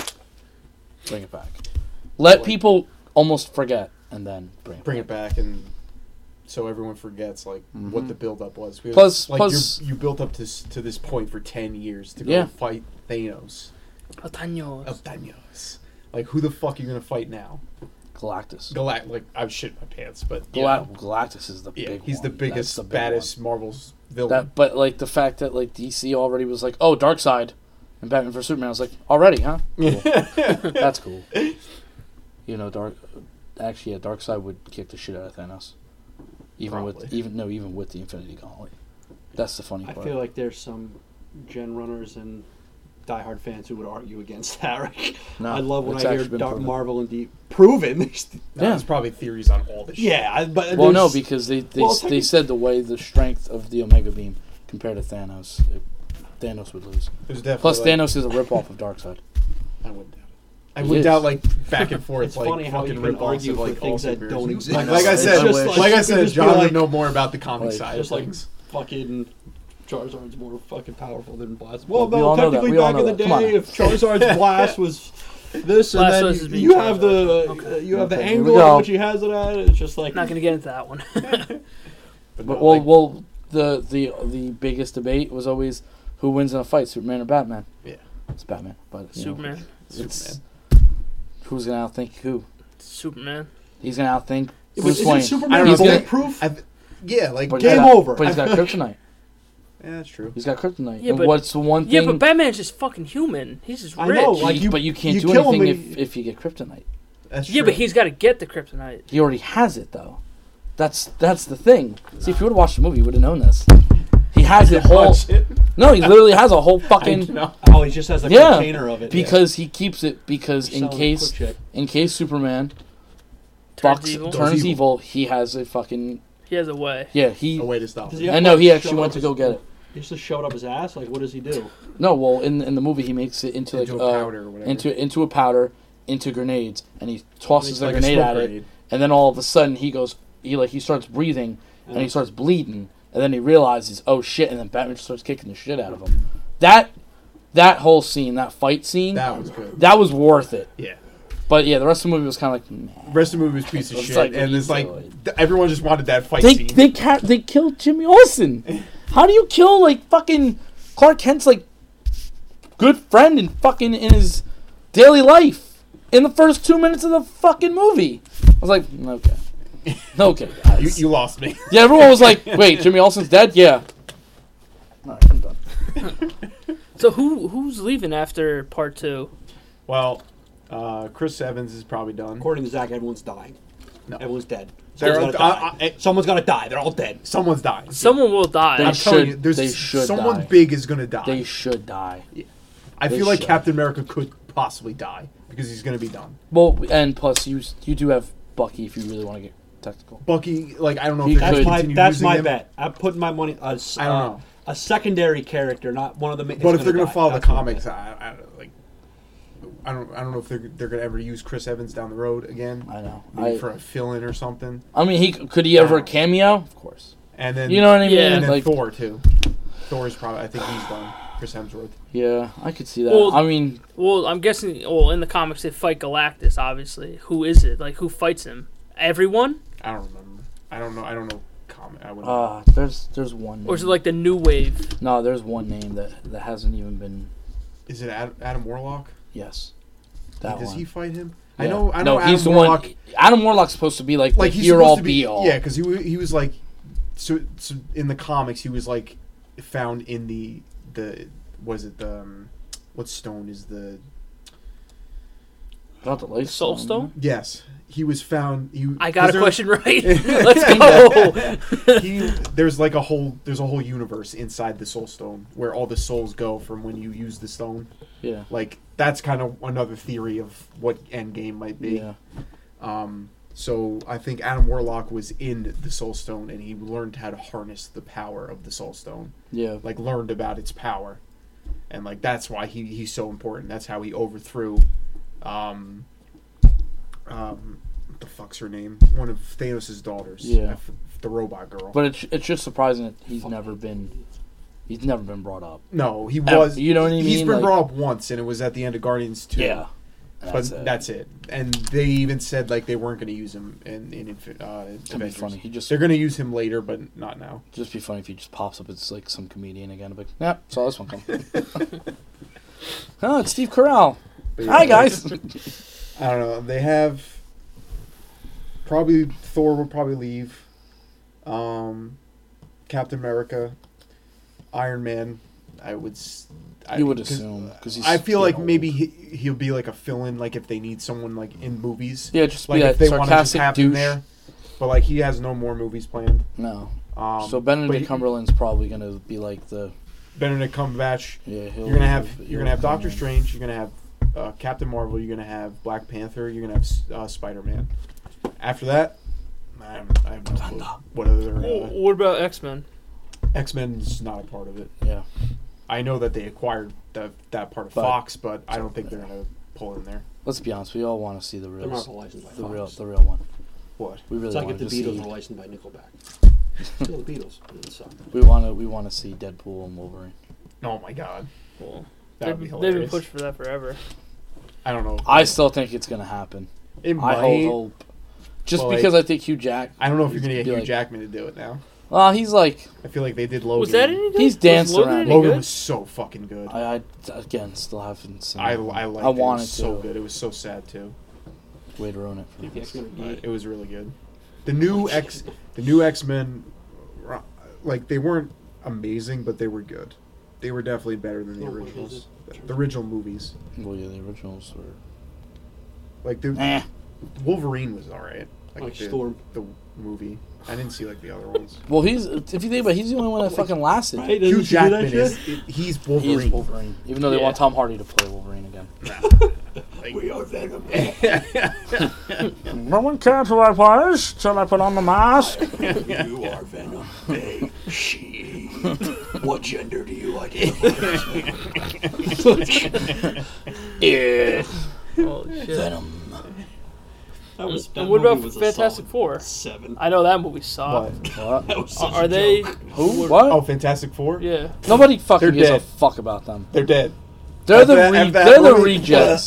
[SPEAKER 1] bring it back. Let people almost forget, and then bring it.
[SPEAKER 2] Bring
[SPEAKER 1] back.
[SPEAKER 2] it back and. So everyone forgets like
[SPEAKER 1] Mhm.
[SPEAKER 2] what the buildup was. Because,
[SPEAKER 1] Plus-
[SPEAKER 2] like
[SPEAKER 1] plus-
[SPEAKER 2] you you built up to s- to this point for ten years to go
[SPEAKER 1] Yeah.
[SPEAKER 2] fight Thanos.
[SPEAKER 3] Oh, Otaño.
[SPEAKER 2] El Daños. Like, who the fuck are you gonna fight now?
[SPEAKER 1] Galactus.
[SPEAKER 2] Galact, like, I was shitting my pants, but
[SPEAKER 1] Gala- Galactus is the
[SPEAKER 2] yeah, yeah,
[SPEAKER 1] big.
[SPEAKER 2] he's
[SPEAKER 1] one.
[SPEAKER 2] the
[SPEAKER 1] That's
[SPEAKER 2] biggest,
[SPEAKER 1] the big
[SPEAKER 2] baddest Marvel's villain.
[SPEAKER 1] one. That, but like the fact that like DC already was like, oh, Dark Side, and Batman vs Superman. I was like, already,
[SPEAKER 4] *laughs*
[SPEAKER 1] huh? Cool.
[SPEAKER 2] *laughs*
[SPEAKER 1] That's cool. You know, Dark. Actually, yeah, Dark Side would kick the shit out of Thanos. Even with
[SPEAKER 2] Probably.
[SPEAKER 1] even no, even with the Infinity Gauntlet. That's the funny
[SPEAKER 4] I
[SPEAKER 1] part.
[SPEAKER 4] feel like there's some gen runners and diehard fans who would argue against *laughs* that. Right?
[SPEAKER 1] No,
[SPEAKER 4] I love when
[SPEAKER 1] it's
[SPEAKER 4] I hear
[SPEAKER 1] actually been
[SPEAKER 4] Dark
[SPEAKER 1] proven.
[SPEAKER 4] Marvel and Deep proven. *laughs*
[SPEAKER 2] No, there's
[SPEAKER 1] yeah.
[SPEAKER 2] probably theories on all this. shit.
[SPEAKER 4] yeah, I- but
[SPEAKER 1] Well,
[SPEAKER 4] there's-
[SPEAKER 1] no, because they they,
[SPEAKER 4] Well,
[SPEAKER 1] s- they
[SPEAKER 4] technic-
[SPEAKER 1] said the way the strength of the Omega Beam compared to Thanos, it, Thanos would lose.
[SPEAKER 2] there's definitely.
[SPEAKER 1] Plus,
[SPEAKER 2] like,
[SPEAKER 1] Thanos is a ripoff of Darkseid.
[SPEAKER 2] I wouldn't doubt it. I
[SPEAKER 1] He
[SPEAKER 2] would
[SPEAKER 1] is.
[SPEAKER 2] doubt like back and forth.
[SPEAKER 4] It's
[SPEAKER 2] like,
[SPEAKER 4] funny how
[SPEAKER 2] fucking
[SPEAKER 4] you can
[SPEAKER 2] rip-offs
[SPEAKER 4] argue
[SPEAKER 2] of,
[SPEAKER 4] for
[SPEAKER 2] like, all
[SPEAKER 4] things that
[SPEAKER 2] superheroes.
[SPEAKER 4] don't exist.
[SPEAKER 2] Like, like I
[SPEAKER 1] It's
[SPEAKER 2] said,
[SPEAKER 1] just
[SPEAKER 2] like,
[SPEAKER 1] like-
[SPEAKER 2] I
[SPEAKER 4] you could
[SPEAKER 2] said,
[SPEAKER 4] just be
[SPEAKER 2] John
[SPEAKER 4] like-
[SPEAKER 2] would know more about the comic
[SPEAKER 1] Like,
[SPEAKER 2] side.
[SPEAKER 4] just
[SPEAKER 2] of
[SPEAKER 4] like
[SPEAKER 2] things.
[SPEAKER 4] fucking Charizard's more fucking powerful than Blast. Well,
[SPEAKER 1] Well, we
[SPEAKER 4] no,
[SPEAKER 1] all know that.
[SPEAKER 4] technically
[SPEAKER 1] We all
[SPEAKER 4] back
[SPEAKER 1] know
[SPEAKER 4] in the
[SPEAKER 1] that. Come on.
[SPEAKER 4] day,
[SPEAKER 1] *laughs*
[SPEAKER 4] if Charizard's Blast was this, and
[SPEAKER 3] Blast
[SPEAKER 4] then
[SPEAKER 3] was
[SPEAKER 4] you,
[SPEAKER 3] being
[SPEAKER 4] you have the
[SPEAKER 3] Charizard.
[SPEAKER 4] uh, you have the
[SPEAKER 1] Okay, here we
[SPEAKER 4] angle
[SPEAKER 1] go.
[SPEAKER 4] at which he has it at. It's just like
[SPEAKER 3] Not gonna get into that one.
[SPEAKER 1] But
[SPEAKER 2] no,
[SPEAKER 1] well,
[SPEAKER 2] like,
[SPEAKER 1] well, the the the biggest debate was always who wins in a fight, Superman or Batman.
[SPEAKER 2] Yeah.
[SPEAKER 1] it's Batman. But you know,
[SPEAKER 3] Superman.
[SPEAKER 1] it's who's gonna outthink who?
[SPEAKER 3] Superman.
[SPEAKER 1] He's gonna outthink
[SPEAKER 4] It
[SPEAKER 1] Bruce
[SPEAKER 4] was-
[SPEAKER 1] Wayne.
[SPEAKER 4] isn't Superman
[SPEAKER 2] I don't know,
[SPEAKER 4] bulletproof?
[SPEAKER 2] I've- yeah, like
[SPEAKER 1] But
[SPEAKER 2] game
[SPEAKER 1] he's
[SPEAKER 4] Game
[SPEAKER 1] got-
[SPEAKER 4] over.
[SPEAKER 1] But he's got kryptonite.
[SPEAKER 2] Yeah, that's true.
[SPEAKER 1] He's got kryptonite.
[SPEAKER 3] Yeah,
[SPEAKER 1] and
[SPEAKER 3] but-
[SPEAKER 1] what's the one thing?
[SPEAKER 3] Yeah, but Batman's just fucking human. He's just
[SPEAKER 4] I
[SPEAKER 3] rich.
[SPEAKER 4] know,
[SPEAKER 1] you-
[SPEAKER 4] like, you-
[SPEAKER 1] but you can't
[SPEAKER 4] you
[SPEAKER 1] do
[SPEAKER 4] kill him
[SPEAKER 1] anything
[SPEAKER 4] and
[SPEAKER 1] if,
[SPEAKER 4] you-
[SPEAKER 1] if you get kryptonite.
[SPEAKER 2] That's
[SPEAKER 3] yeah,
[SPEAKER 2] true.
[SPEAKER 3] but he's got to get the kryptonite.
[SPEAKER 1] He already has it though. That's that's the thing. See, if you would have watched the movie, you would have known this. He has the whole.
[SPEAKER 2] Watch it. *laughs*
[SPEAKER 1] No, he literally has a whole
[SPEAKER 4] *laughs*
[SPEAKER 1] fucking.
[SPEAKER 2] No.
[SPEAKER 4] oh, he just has a
[SPEAKER 1] Yeah,
[SPEAKER 4] container of it
[SPEAKER 1] because he keeps it because
[SPEAKER 4] Just
[SPEAKER 1] in
[SPEAKER 4] selling a
[SPEAKER 1] case
[SPEAKER 4] quick check.
[SPEAKER 1] in case Superman
[SPEAKER 3] Turns
[SPEAKER 1] bucks
[SPEAKER 3] evil.
[SPEAKER 1] turns
[SPEAKER 2] Does
[SPEAKER 1] evil.
[SPEAKER 2] evil.
[SPEAKER 1] he has a fucking
[SPEAKER 3] He has a way.
[SPEAKER 1] yeah he
[SPEAKER 2] A way to stop.
[SPEAKER 4] Does
[SPEAKER 2] it.
[SPEAKER 4] he have-
[SPEAKER 1] I know he actually
[SPEAKER 4] Shove
[SPEAKER 1] went
[SPEAKER 4] up
[SPEAKER 1] to
[SPEAKER 4] his-
[SPEAKER 1] go get it.
[SPEAKER 4] He just shoved up his ass. Like, what does he do?
[SPEAKER 1] No, well in in the movie he makes it into,
[SPEAKER 2] Into
[SPEAKER 1] like
[SPEAKER 2] a
[SPEAKER 1] uh,
[SPEAKER 2] powder or whatever.
[SPEAKER 1] into into a powder into grenades and he tosses
[SPEAKER 2] It's like
[SPEAKER 1] a grenade
[SPEAKER 2] smoke
[SPEAKER 1] at
[SPEAKER 2] grenade.
[SPEAKER 1] it and then all of a sudden he goes he like he starts breathing and he starts bleeding and then he realizes oh shit and then Batman just starts kicking the shit out of him. That that whole scene that fight scene
[SPEAKER 2] That was good.
[SPEAKER 1] that was worth it.
[SPEAKER 2] Yeah.
[SPEAKER 1] But yeah, the rest of the movie was kind of like. meh.
[SPEAKER 2] The rest of the movie was a piece of
[SPEAKER 1] It's
[SPEAKER 2] shit,
[SPEAKER 1] like-
[SPEAKER 2] and it's like th- everyone just wanted that fight
[SPEAKER 1] They
[SPEAKER 2] scene.
[SPEAKER 1] they ca- they killed Jimmy Olsen.
[SPEAKER 2] *laughs*
[SPEAKER 1] How do you kill like fucking Clark Kent's like good friend and fucking in his daily life in the first two minutes of the fucking movie? I was like, okay,
[SPEAKER 2] *laughs*
[SPEAKER 1] okay, guys.
[SPEAKER 2] you, you lost me. *laughs*
[SPEAKER 1] yeah, everyone was like, wait, Jimmy Olsen's dead? Yeah. All right, I'm done.
[SPEAKER 3] So who who's leaving after part two?
[SPEAKER 2] well, uh, Chris Evans is probably done.
[SPEAKER 4] According to Zach, everyone's dying.
[SPEAKER 2] No.
[SPEAKER 4] Everyone's dead.
[SPEAKER 2] They're-
[SPEAKER 4] Someone's gotta,
[SPEAKER 2] I-
[SPEAKER 4] die. Someone's gotta die. They're all dead.
[SPEAKER 2] Someone's dying.
[SPEAKER 3] Someone will die.
[SPEAKER 2] I'm
[SPEAKER 1] They
[SPEAKER 2] telling
[SPEAKER 1] should-
[SPEAKER 2] you, there's
[SPEAKER 1] they should
[SPEAKER 2] someone
[SPEAKER 1] die.
[SPEAKER 2] big is gonna die.
[SPEAKER 1] They should die.
[SPEAKER 2] I
[SPEAKER 1] they
[SPEAKER 2] feel like
[SPEAKER 1] should.
[SPEAKER 2] Captain America could possibly die because he's gonna be done.
[SPEAKER 1] Well, and plus you you do have Bucky if you really want to get technical.
[SPEAKER 2] Bucky, like I don't know.
[SPEAKER 1] He
[SPEAKER 2] if they're
[SPEAKER 1] could.
[SPEAKER 2] gonna
[SPEAKER 4] That's my
[SPEAKER 2] continue
[SPEAKER 4] that's
[SPEAKER 2] using
[SPEAKER 4] my
[SPEAKER 2] him,
[SPEAKER 4] bet. I'm putting my money. on s-
[SPEAKER 2] I don't
[SPEAKER 4] uh,
[SPEAKER 2] know.
[SPEAKER 4] A secondary character, not one of the. ma- is
[SPEAKER 2] But if they're gonna
[SPEAKER 4] die.
[SPEAKER 2] follow the
[SPEAKER 4] That's what I'm
[SPEAKER 2] comics,
[SPEAKER 4] betting.
[SPEAKER 2] I, I don't- like. I don't. I don't know if they're they're gonna ever use Chris Evans down the road again.
[SPEAKER 1] I know.
[SPEAKER 2] Maybe
[SPEAKER 1] I-
[SPEAKER 2] for a fill-in or something,
[SPEAKER 1] I mean, he could he ever cameo? Of course.
[SPEAKER 2] and then
[SPEAKER 1] You know what I mean?
[SPEAKER 3] Yeah.
[SPEAKER 2] and then
[SPEAKER 1] like,
[SPEAKER 2] Thor too. Thor is probably. I think he's done. Chris Hemsworth.
[SPEAKER 1] yeah, I could see that.
[SPEAKER 3] Well,
[SPEAKER 1] I mean,
[SPEAKER 3] Well, I'm guessing. Well, in the comics, they fight Galactus. Obviously, who is it? Like who fights him? Everyone,
[SPEAKER 2] I don't remember. I don't know. I don't know. Comic. I would. not
[SPEAKER 1] Uh, there's there's one. Name.
[SPEAKER 3] or is it like the New Wave?
[SPEAKER 1] no? There's one name that that hasn't even been
[SPEAKER 2] is it Adam, Adam Warlock?
[SPEAKER 1] yes. That
[SPEAKER 2] Does
[SPEAKER 1] one.
[SPEAKER 2] he fight him? I
[SPEAKER 1] Yeah.
[SPEAKER 2] know. I know.
[SPEAKER 1] no,
[SPEAKER 2] Adam
[SPEAKER 1] he's the
[SPEAKER 2] Warlock,
[SPEAKER 1] one. Adam Warlock's supposed to be like,
[SPEAKER 2] Like
[SPEAKER 1] the
[SPEAKER 2] he's
[SPEAKER 1] here
[SPEAKER 2] supposed
[SPEAKER 1] all
[SPEAKER 2] to
[SPEAKER 1] be,
[SPEAKER 2] be.
[SPEAKER 1] all.
[SPEAKER 2] Yeah, because he wa- he was like, so, so in the comics he was like found in the the was it the um, what stone is the
[SPEAKER 1] Not the life
[SPEAKER 3] Soul Stone?
[SPEAKER 2] yes he was found he
[SPEAKER 3] I got
[SPEAKER 2] 'cause
[SPEAKER 3] a
[SPEAKER 2] there- *laughs*
[SPEAKER 3] question *laughs* right. Let's go.
[SPEAKER 2] he there's like a whole there's a whole universe inside the soul stone where all the souls go from when you use the stone
[SPEAKER 1] *laughs* Yeah.
[SPEAKER 2] like that's kind of another theory of what endgame might be
[SPEAKER 1] Yeah.
[SPEAKER 2] um so i think adam warlock was in the soul stone and he learned how to harness the power of the soul stone
[SPEAKER 1] Yeah.
[SPEAKER 2] like learned about its power and like that's why he he's so important that's how he overthrew um um what the fuck's her name one of thanos' daughters
[SPEAKER 1] Yeah.
[SPEAKER 2] I f- the robot girl
[SPEAKER 1] But it's it's just surprising that he's never been he's never been brought up.
[SPEAKER 2] No, he
[SPEAKER 1] Ever.
[SPEAKER 2] was.
[SPEAKER 1] You know what I
[SPEAKER 2] He's
[SPEAKER 1] mean?
[SPEAKER 2] been
[SPEAKER 1] Like-
[SPEAKER 2] brought up once, and it was at the end of Guardians Two.
[SPEAKER 1] Yeah.
[SPEAKER 2] but
[SPEAKER 1] That's
[SPEAKER 2] that's
[SPEAKER 1] it.
[SPEAKER 2] it. And they even said like they weren't going to use him in in Infi- uh, Avengers.
[SPEAKER 1] funny. He just-
[SPEAKER 2] They're going to use him later, but not now.
[SPEAKER 1] Just be funny if he just pops up as like some comedian again. I'm like, yeah, saw this one come.
[SPEAKER 2] *laughs*
[SPEAKER 1] *laughs* oh, it's Steve Carell.
[SPEAKER 2] But yeah,
[SPEAKER 1] Hi
[SPEAKER 2] *laughs*
[SPEAKER 1] guys.
[SPEAKER 2] I don't know. They have probably Thor will probably leave. Um, Captain America, Iron Man. I would. s- I,
[SPEAKER 1] you would
[SPEAKER 2] 'cause
[SPEAKER 1] assume because he's.
[SPEAKER 2] I feel like
[SPEAKER 1] getting
[SPEAKER 2] maybe
[SPEAKER 1] old.
[SPEAKER 2] he, he'll be like a fill-in, like if they need someone like in movies.
[SPEAKER 1] Yeah, just be
[SPEAKER 2] like
[SPEAKER 1] that
[SPEAKER 2] if they want to just
[SPEAKER 1] sarcastic
[SPEAKER 2] have
[SPEAKER 1] douche.
[SPEAKER 2] him there. But like he has no more movies planned.
[SPEAKER 1] No.
[SPEAKER 2] Um,
[SPEAKER 1] So
[SPEAKER 2] but
[SPEAKER 1] Benedict
[SPEAKER 2] he-
[SPEAKER 1] Cumberland's probably gonna be like the
[SPEAKER 2] Benedict Cumberbatch.
[SPEAKER 1] yeah. He'll,
[SPEAKER 2] You're gonna have
[SPEAKER 1] he'll-
[SPEAKER 2] you're gonna have
[SPEAKER 1] he'll-
[SPEAKER 2] Doctor Strange. You're gonna have uh, Captain Marvel. You're gonna have Black Panther. You're gonna have S- uh, Spider Man. After that, I have, I have no clue what other uh,
[SPEAKER 3] what about X Men?
[SPEAKER 2] X Men's not a part of it.
[SPEAKER 1] Yeah.
[SPEAKER 2] I know that they acquired that that part of
[SPEAKER 1] But-
[SPEAKER 2] Fox, but I don't think they're gonna pull in there.
[SPEAKER 1] Let's be honest. We all want to see the
[SPEAKER 4] They're
[SPEAKER 1] real,
[SPEAKER 4] not licensed by
[SPEAKER 1] the
[SPEAKER 4] Fox.
[SPEAKER 1] real, the real one.
[SPEAKER 2] What?
[SPEAKER 1] We really
[SPEAKER 4] It's like
[SPEAKER 1] want
[SPEAKER 4] if the
[SPEAKER 1] to
[SPEAKER 4] Beatles were
[SPEAKER 1] see.
[SPEAKER 4] licensed by Nickelback.
[SPEAKER 1] *laughs*
[SPEAKER 4] Still the Beatles. uh, It would suck.
[SPEAKER 1] We want to. We want to see Deadpool and Wolverine.
[SPEAKER 2] Oh my God,
[SPEAKER 3] Well,
[SPEAKER 2] that
[SPEAKER 3] they've,
[SPEAKER 2] would be
[SPEAKER 3] they've been
[SPEAKER 2] hilarious.
[SPEAKER 3] pushed for that forever.
[SPEAKER 2] I don't know.
[SPEAKER 1] I still think it's gonna happen.
[SPEAKER 2] it
[SPEAKER 1] I hold
[SPEAKER 2] might.
[SPEAKER 1] hope. Just
[SPEAKER 2] Well,
[SPEAKER 1] because
[SPEAKER 2] like-
[SPEAKER 1] I think Hugh Jack.
[SPEAKER 2] I don't know if you're gonna get
[SPEAKER 1] Be
[SPEAKER 2] Hugh
[SPEAKER 1] like-
[SPEAKER 2] Jackman to do it now.
[SPEAKER 1] Well, he's like
[SPEAKER 2] I feel like they did Logan.
[SPEAKER 3] Was that any good?
[SPEAKER 1] He's
[SPEAKER 3] Was
[SPEAKER 1] danced
[SPEAKER 3] Logan
[SPEAKER 1] around.
[SPEAKER 3] any
[SPEAKER 2] Logan
[SPEAKER 3] good?
[SPEAKER 2] was so fucking good. I
[SPEAKER 1] I, I again still haven't seen.
[SPEAKER 2] I,
[SPEAKER 1] it.
[SPEAKER 2] liked
[SPEAKER 1] I
[SPEAKER 2] it.
[SPEAKER 1] wanted
[SPEAKER 2] it was so
[SPEAKER 1] to.
[SPEAKER 2] good. It was so sad too.
[SPEAKER 1] Way to ruin it.
[SPEAKER 4] If
[SPEAKER 1] For
[SPEAKER 4] the
[SPEAKER 1] us.
[SPEAKER 4] X-Men are
[SPEAKER 2] but
[SPEAKER 4] gay,
[SPEAKER 2] it was really good. The new X, the new X Men, like they weren't amazing, but they were good. They were definitely better than the
[SPEAKER 4] Oh, what
[SPEAKER 2] originals,
[SPEAKER 4] is it?
[SPEAKER 2] the original movies.
[SPEAKER 1] Well, yeah, the originals were.
[SPEAKER 2] Like the
[SPEAKER 1] Eh.
[SPEAKER 2] Wolverine was all right. Like,
[SPEAKER 4] Like
[SPEAKER 2] the,
[SPEAKER 4] Oh, Storm.
[SPEAKER 2] the movie. I didn't see like the other ones.
[SPEAKER 1] Well, he's if you think about, it, he's the only one that fucking lasted.
[SPEAKER 4] Right? Doesn't
[SPEAKER 2] Hugh
[SPEAKER 4] she do that
[SPEAKER 2] Jackman
[SPEAKER 4] shit?
[SPEAKER 2] is he's
[SPEAKER 1] He
[SPEAKER 2] Wolverine.
[SPEAKER 1] is Wolverine, even though they
[SPEAKER 3] Yeah.
[SPEAKER 1] want Tom Hardy to play Wolverine
[SPEAKER 2] *laughs*
[SPEAKER 1] again. *laughs*
[SPEAKER 4] We are Venom.
[SPEAKER 1] No one cared who I was till I put on the mask.
[SPEAKER 4] *laughs* You are Venom. They, she. What gender do you identify?
[SPEAKER 1] Yeah.
[SPEAKER 3] Holy shit.
[SPEAKER 1] Venom.
[SPEAKER 4] That was.
[SPEAKER 3] And what about Fantastic Four?
[SPEAKER 4] Seven.
[SPEAKER 3] I know that movie sucked.
[SPEAKER 2] What?
[SPEAKER 1] What?
[SPEAKER 4] That was
[SPEAKER 3] Are,
[SPEAKER 4] such
[SPEAKER 3] are
[SPEAKER 4] a
[SPEAKER 3] they?
[SPEAKER 4] joke.
[SPEAKER 1] Who? What?
[SPEAKER 2] Oh, Fantastic Four.
[SPEAKER 3] Yeah.
[SPEAKER 1] Nobody fucking
[SPEAKER 2] They're
[SPEAKER 1] gives a
[SPEAKER 2] dead.
[SPEAKER 1] fuck about them.
[SPEAKER 2] They're dead.
[SPEAKER 1] They're the
[SPEAKER 2] That-
[SPEAKER 1] re-
[SPEAKER 2] that
[SPEAKER 1] they're the
[SPEAKER 2] *laughs* movie-
[SPEAKER 1] rejects.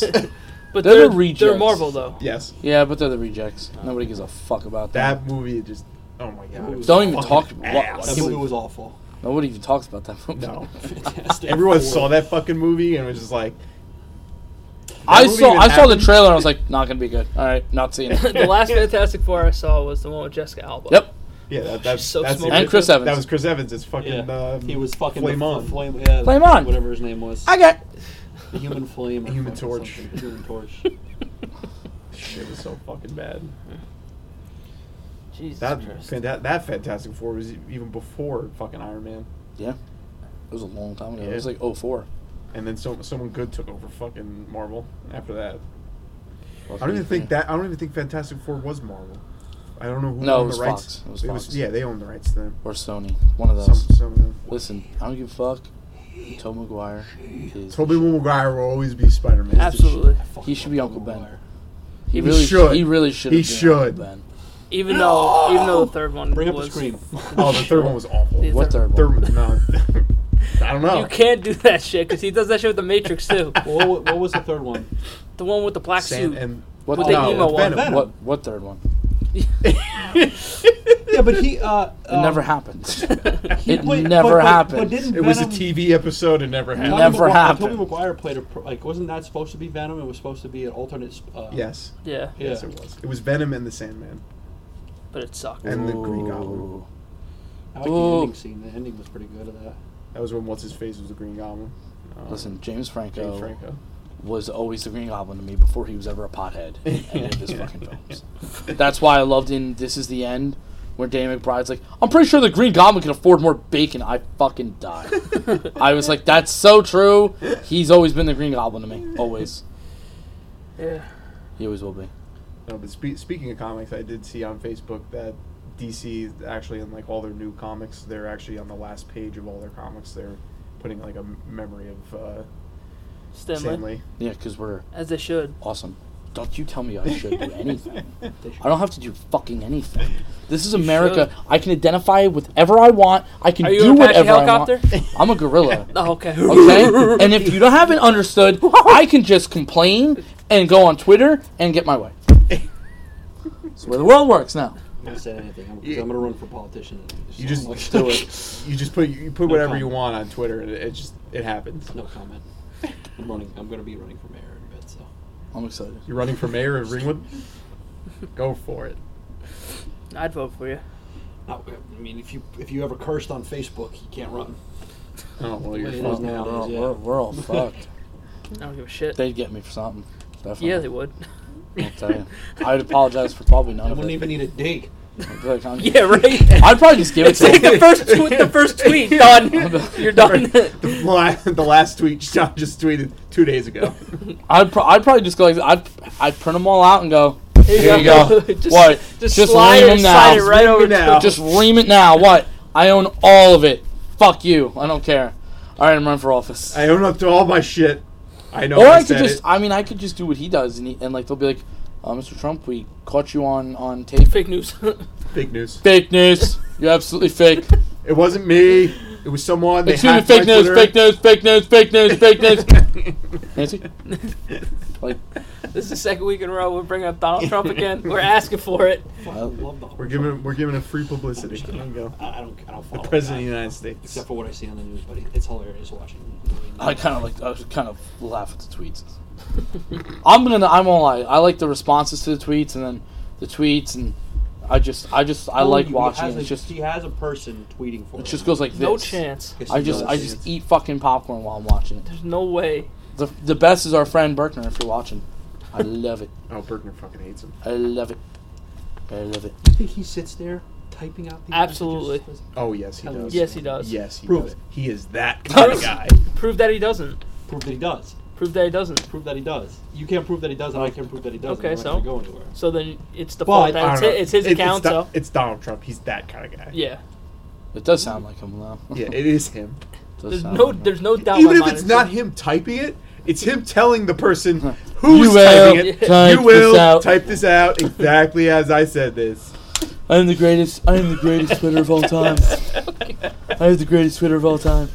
[SPEAKER 1] They're
[SPEAKER 3] But they're,
[SPEAKER 1] the
[SPEAKER 3] they're
[SPEAKER 1] rejects.
[SPEAKER 3] Marvel though. *laughs*
[SPEAKER 2] Yes.
[SPEAKER 1] Yeah, but they're the rejects. Nobody gives a fuck about that.
[SPEAKER 2] That movie just. Oh my god. it was
[SPEAKER 1] Don't even
[SPEAKER 2] fucking
[SPEAKER 1] talk. Wa-
[SPEAKER 2] ass.
[SPEAKER 4] That movie was awful.
[SPEAKER 1] Nobody even talks about that movie. *laughs*
[SPEAKER 2] No.
[SPEAKER 4] *laughs* Fantastic.
[SPEAKER 2] Everyone
[SPEAKER 4] Four.
[SPEAKER 2] saw that fucking movie and was just like,
[SPEAKER 1] I
[SPEAKER 2] movie
[SPEAKER 1] saw
[SPEAKER 2] even
[SPEAKER 1] I saw the
[SPEAKER 2] happened?
[SPEAKER 1] trailer and I was like, not gonna be good. All right, not seeing
[SPEAKER 2] *laughs*
[SPEAKER 1] it.
[SPEAKER 4] *laughs*
[SPEAKER 3] the last Fantastic Four I saw was the one with Jessica Alba.
[SPEAKER 1] Yep.
[SPEAKER 2] yeah, that, that's
[SPEAKER 3] so
[SPEAKER 2] that's the
[SPEAKER 3] smoking.
[SPEAKER 1] And Chris
[SPEAKER 2] original-
[SPEAKER 1] Evans.
[SPEAKER 2] That was Chris Evans. It's fucking.
[SPEAKER 4] Yeah.
[SPEAKER 2] Um,
[SPEAKER 4] he was fucking
[SPEAKER 2] flame
[SPEAKER 4] the,
[SPEAKER 2] on.
[SPEAKER 4] The flame, yeah,
[SPEAKER 1] Flame on.
[SPEAKER 4] Whatever his name was.
[SPEAKER 1] I got.
[SPEAKER 4] the human flame. or
[SPEAKER 2] Human
[SPEAKER 4] fucking
[SPEAKER 2] torch.
[SPEAKER 4] something. The Human torch.
[SPEAKER 1] *laughs*
[SPEAKER 2] Shit was so fucking bad.
[SPEAKER 3] Jesus
[SPEAKER 2] That
[SPEAKER 3] Christ.
[SPEAKER 2] fanta- that Fantastic Four was e- even before fucking Iron Man,
[SPEAKER 1] Yeah. It was a long time ago. It
[SPEAKER 2] Yeah.
[SPEAKER 1] was like 04.
[SPEAKER 2] and then so, someone good took over fucking Marvel after that. I don't even think that. I don't even think Fantastic Four was Marvel. I don't know who
[SPEAKER 1] No, it
[SPEAKER 2] owned
[SPEAKER 1] was
[SPEAKER 2] the rights.
[SPEAKER 1] Fox. It was Fox.
[SPEAKER 2] yeah, they owned the rights to them.
[SPEAKER 1] Or Sony. One of
[SPEAKER 2] Some,
[SPEAKER 1] those.
[SPEAKER 2] some of them.
[SPEAKER 1] Listen, I don't give a fuck. Tobey Maguire. Is
[SPEAKER 2] Tobey Maguire will always be Spider Man.
[SPEAKER 3] Absolutely.
[SPEAKER 1] He should be Uncle Ben. He,
[SPEAKER 2] He
[SPEAKER 1] really
[SPEAKER 2] should.
[SPEAKER 1] He really should.
[SPEAKER 2] He
[SPEAKER 1] have been Uncle
[SPEAKER 2] should.
[SPEAKER 1] Ben.
[SPEAKER 3] Even though even though the third one
[SPEAKER 4] Bring up
[SPEAKER 3] was
[SPEAKER 4] the
[SPEAKER 3] *laughs*
[SPEAKER 4] scream.
[SPEAKER 2] Oh, the third one was awful.
[SPEAKER 3] The
[SPEAKER 1] What third?
[SPEAKER 2] Third
[SPEAKER 1] one?
[SPEAKER 2] one, no. *laughs* I don't
[SPEAKER 1] Oh.
[SPEAKER 2] know.
[SPEAKER 3] You can't do that shit because he does that shit with the Matrix too.
[SPEAKER 1] *laughs*
[SPEAKER 4] What, wa- what was the third one?
[SPEAKER 3] The one with the black
[SPEAKER 2] Sand
[SPEAKER 3] suit.
[SPEAKER 2] and
[SPEAKER 1] What
[SPEAKER 3] With
[SPEAKER 1] third
[SPEAKER 3] the
[SPEAKER 1] one?
[SPEAKER 3] emo one.
[SPEAKER 4] Venom.
[SPEAKER 1] What what third one?
[SPEAKER 4] Yeah, but he. Uh,
[SPEAKER 1] It
[SPEAKER 2] Um,
[SPEAKER 1] never
[SPEAKER 4] happened.
[SPEAKER 1] happened.
[SPEAKER 2] *laughs*
[SPEAKER 1] It never happened.
[SPEAKER 4] But didn't
[SPEAKER 2] it was a
[SPEAKER 4] Venom-
[SPEAKER 2] TV episode and never happened.
[SPEAKER 4] Tobey
[SPEAKER 1] Never
[SPEAKER 4] Maguire-
[SPEAKER 1] happened.
[SPEAKER 4] Tobey Maguire played a pro- like. Wasn't that supposed to be Venom? It was supposed to be an alternate. sp- Uh,
[SPEAKER 2] Yes.
[SPEAKER 3] Yeah,
[SPEAKER 4] Yeah.
[SPEAKER 2] Yes, it was. It was Venom and the Sandman
[SPEAKER 3] but it sucked.
[SPEAKER 2] and the Green Goblin.
[SPEAKER 1] Ooh.
[SPEAKER 4] I like the
[SPEAKER 1] Ooh.
[SPEAKER 4] ending scene. The ending was pretty good of that.
[SPEAKER 2] That was when what's his face was the Green Goblin. Um,
[SPEAKER 1] Listen, James Franco,
[SPEAKER 2] James Franco.
[SPEAKER 1] was always the Green Goblin to me before he was ever a pothead in any
[SPEAKER 2] *laughs*
[SPEAKER 1] of his
[SPEAKER 2] Yeah.
[SPEAKER 1] fucking films. That's why I loved in This Is the End, where Danny McBride's like, I'm pretty sure the Green Goblin can afford more bacon. I fucking die. I was like, that's so true. He's always been the Green Goblin to me. Always.
[SPEAKER 3] Yeah.
[SPEAKER 1] He always will be.
[SPEAKER 2] No, but spe- speaking of comics, I did see on Facebook that DC is actually in like all their new comics, they're actually on the last page of all their comics. They're putting like a m- memory of uh,
[SPEAKER 3] Stanley.
[SPEAKER 2] Stanley.
[SPEAKER 1] Yeah, because we're
[SPEAKER 3] As they should.
[SPEAKER 1] awesome. Don't you tell me I should
[SPEAKER 3] *laughs*
[SPEAKER 1] do anything.
[SPEAKER 4] They should-
[SPEAKER 1] I don't have to do fucking anything. This is America. I can identify with whatever I want. I can
[SPEAKER 3] Are you
[SPEAKER 1] do
[SPEAKER 3] an Apache
[SPEAKER 1] whatever
[SPEAKER 3] helicopter?
[SPEAKER 1] I want. I'm a
[SPEAKER 3] *laughs*
[SPEAKER 1] gorilla.
[SPEAKER 3] Oh, okay.
[SPEAKER 1] *laughs* Okay?
[SPEAKER 3] *laughs*
[SPEAKER 1] and if you don't haven't understood, I can just complain and go on Twitter and get my way. That's the way the world works now.
[SPEAKER 4] I'm not saying anything. I'm, 'cause
[SPEAKER 2] Yeah.
[SPEAKER 4] I'm gonna run for politician.
[SPEAKER 2] You just *laughs*
[SPEAKER 4] like,
[SPEAKER 2] do it. You just put you put
[SPEAKER 4] No
[SPEAKER 2] whatever you
[SPEAKER 4] comment.
[SPEAKER 2] want on Twitter, and it, it just it happens.
[SPEAKER 4] No comment. I'm running. I'm gonna be running for mayor in a bit. So
[SPEAKER 1] I'm excited.
[SPEAKER 2] You're running for mayor of
[SPEAKER 4] *laughs*
[SPEAKER 2] Ringwood. Go for it.
[SPEAKER 3] I'd vote for you.
[SPEAKER 4] Not- I mean, if you if you ever cursed on Facebook, you can't run.
[SPEAKER 2] Oh well, you're
[SPEAKER 4] Wait,
[SPEAKER 1] We're,
[SPEAKER 4] Well,
[SPEAKER 1] *laughs*
[SPEAKER 2] fucking.
[SPEAKER 1] we're,
[SPEAKER 4] no. nowadays, yeah.
[SPEAKER 1] we're- we're all fucked.
[SPEAKER 3] I don't give a shit.
[SPEAKER 1] They'd get me for something. Definitely.
[SPEAKER 3] yeah, they would. *laughs*
[SPEAKER 1] I'll tell you. I'd apologize for probably
[SPEAKER 4] I
[SPEAKER 1] none of
[SPEAKER 4] wouldn't
[SPEAKER 1] it.
[SPEAKER 4] even need a dig.
[SPEAKER 1] I'd be like, I'm-
[SPEAKER 3] *laughs* yeah, right.
[SPEAKER 1] I'd probably just give it
[SPEAKER 3] It's
[SPEAKER 1] to
[SPEAKER 3] like
[SPEAKER 1] them.
[SPEAKER 3] the first tw- the first *laughs* tweet done. You're done.
[SPEAKER 2] The, la- the last tweet John just tweeted two days ago.
[SPEAKER 1] I'd, pro- I'd probably just go like I'd I'd print them all out and go. Here you go.
[SPEAKER 3] just,
[SPEAKER 1] What?
[SPEAKER 3] Just,
[SPEAKER 1] Just
[SPEAKER 3] slide
[SPEAKER 1] leave
[SPEAKER 3] it,
[SPEAKER 1] 'em
[SPEAKER 3] slide it
[SPEAKER 1] now.
[SPEAKER 3] right over.
[SPEAKER 2] now.
[SPEAKER 1] Just ream it now. What? I own all of it. Fuck you. I don't care. All right, I'm running for office.
[SPEAKER 2] I own up to all my shit. I know.
[SPEAKER 1] or
[SPEAKER 2] I,
[SPEAKER 1] I could
[SPEAKER 2] said
[SPEAKER 1] just
[SPEAKER 2] it.
[SPEAKER 1] I mean I could just do what he does and, he, and like they'll be like, uh, Mr. Trump, we caught you on on tape.
[SPEAKER 3] *laughs* Fake news.
[SPEAKER 2] fake news.
[SPEAKER 1] Fake news. You're absolutely fake.
[SPEAKER 2] It wasn't me. It was someone. *laughs* They
[SPEAKER 1] Excuse me.
[SPEAKER 2] hacked
[SPEAKER 1] Fake
[SPEAKER 2] my
[SPEAKER 1] news.
[SPEAKER 2] Twitter.
[SPEAKER 1] Fake news. Fake news. Fake news. Fake news.
[SPEAKER 2] *laughs*
[SPEAKER 1] Nancy, like
[SPEAKER 3] this is the second week in a row we bring up Donald Trump again. We're asking for it.
[SPEAKER 4] I love the.
[SPEAKER 2] We're giving we're giving a free publicity. There you go.
[SPEAKER 4] I I don't. I don't follow that
[SPEAKER 2] President of
[SPEAKER 4] guy,
[SPEAKER 2] the United States.
[SPEAKER 4] Except for what I see on the news, buddy. It's hilarious watching.
[SPEAKER 1] I kind of like I was kind of laugh at the tweets. I'm gonna I won't lie. I like the responses to the tweets and then the tweets and I just I just I
[SPEAKER 4] Oh,
[SPEAKER 1] like
[SPEAKER 4] he
[SPEAKER 1] watching.
[SPEAKER 4] has
[SPEAKER 1] it.
[SPEAKER 4] a-
[SPEAKER 1] It's just
[SPEAKER 4] he has a person tweeting for.
[SPEAKER 1] it
[SPEAKER 4] him.
[SPEAKER 1] just goes like this.
[SPEAKER 3] No chance.
[SPEAKER 4] Yes,
[SPEAKER 1] I
[SPEAKER 4] he
[SPEAKER 1] just
[SPEAKER 4] does.
[SPEAKER 1] I just eat fucking popcorn while I'm watching it.
[SPEAKER 3] There's no way.
[SPEAKER 1] The the best is our friend Berkner if you're watching. I love it.
[SPEAKER 2] Oh, Bergner fucking hates him.
[SPEAKER 1] I love it. I love it.
[SPEAKER 4] Do you think he sits there typing out the
[SPEAKER 3] Absolutely.
[SPEAKER 4] messages?
[SPEAKER 2] Oh yes, he
[SPEAKER 4] Hell
[SPEAKER 2] does.
[SPEAKER 3] Yes, he does.
[SPEAKER 2] Yes, he
[SPEAKER 4] Prove
[SPEAKER 2] does.
[SPEAKER 4] it.
[SPEAKER 2] He is that kind of guy.
[SPEAKER 3] Prove that he doesn't.
[SPEAKER 4] Prove that he does.
[SPEAKER 3] Prove that he doesn't.
[SPEAKER 4] Prove that he does. You can't prove that he does, and I can't prove that he doesn't.
[SPEAKER 3] Okay,
[SPEAKER 4] We're not
[SPEAKER 3] so?
[SPEAKER 4] gonna go anywhere.
[SPEAKER 3] So then it's the
[SPEAKER 4] But,
[SPEAKER 3] fault.
[SPEAKER 2] I
[SPEAKER 3] It's,
[SPEAKER 2] don't know.
[SPEAKER 3] his- it's his
[SPEAKER 2] It-
[SPEAKER 3] account,
[SPEAKER 2] It's,
[SPEAKER 3] so
[SPEAKER 2] Do- it's Donald Trump. He's that kind of guy.
[SPEAKER 3] yeah.
[SPEAKER 1] It does sound like him though.
[SPEAKER 2] Yeah,
[SPEAKER 1] *laughs*
[SPEAKER 2] it is him.
[SPEAKER 1] It does
[SPEAKER 3] There's
[SPEAKER 1] sound
[SPEAKER 3] no,
[SPEAKER 1] like him.
[SPEAKER 3] there's no doubt. in
[SPEAKER 2] Even
[SPEAKER 3] my
[SPEAKER 2] if it's
[SPEAKER 3] mind
[SPEAKER 2] not
[SPEAKER 3] him.
[SPEAKER 2] him typing it, it's him telling the person who
[SPEAKER 1] *laughs* You
[SPEAKER 2] is typing
[SPEAKER 1] will
[SPEAKER 2] it.
[SPEAKER 1] type
[SPEAKER 2] you will
[SPEAKER 1] this out."
[SPEAKER 2] type this out exactly as I said this.
[SPEAKER 1] I am the greatest. I am the greatest Twitter of all
[SPEAKER 3] *laughs*
[SPEAKER 1] time. I have the greatest Twitter of all time.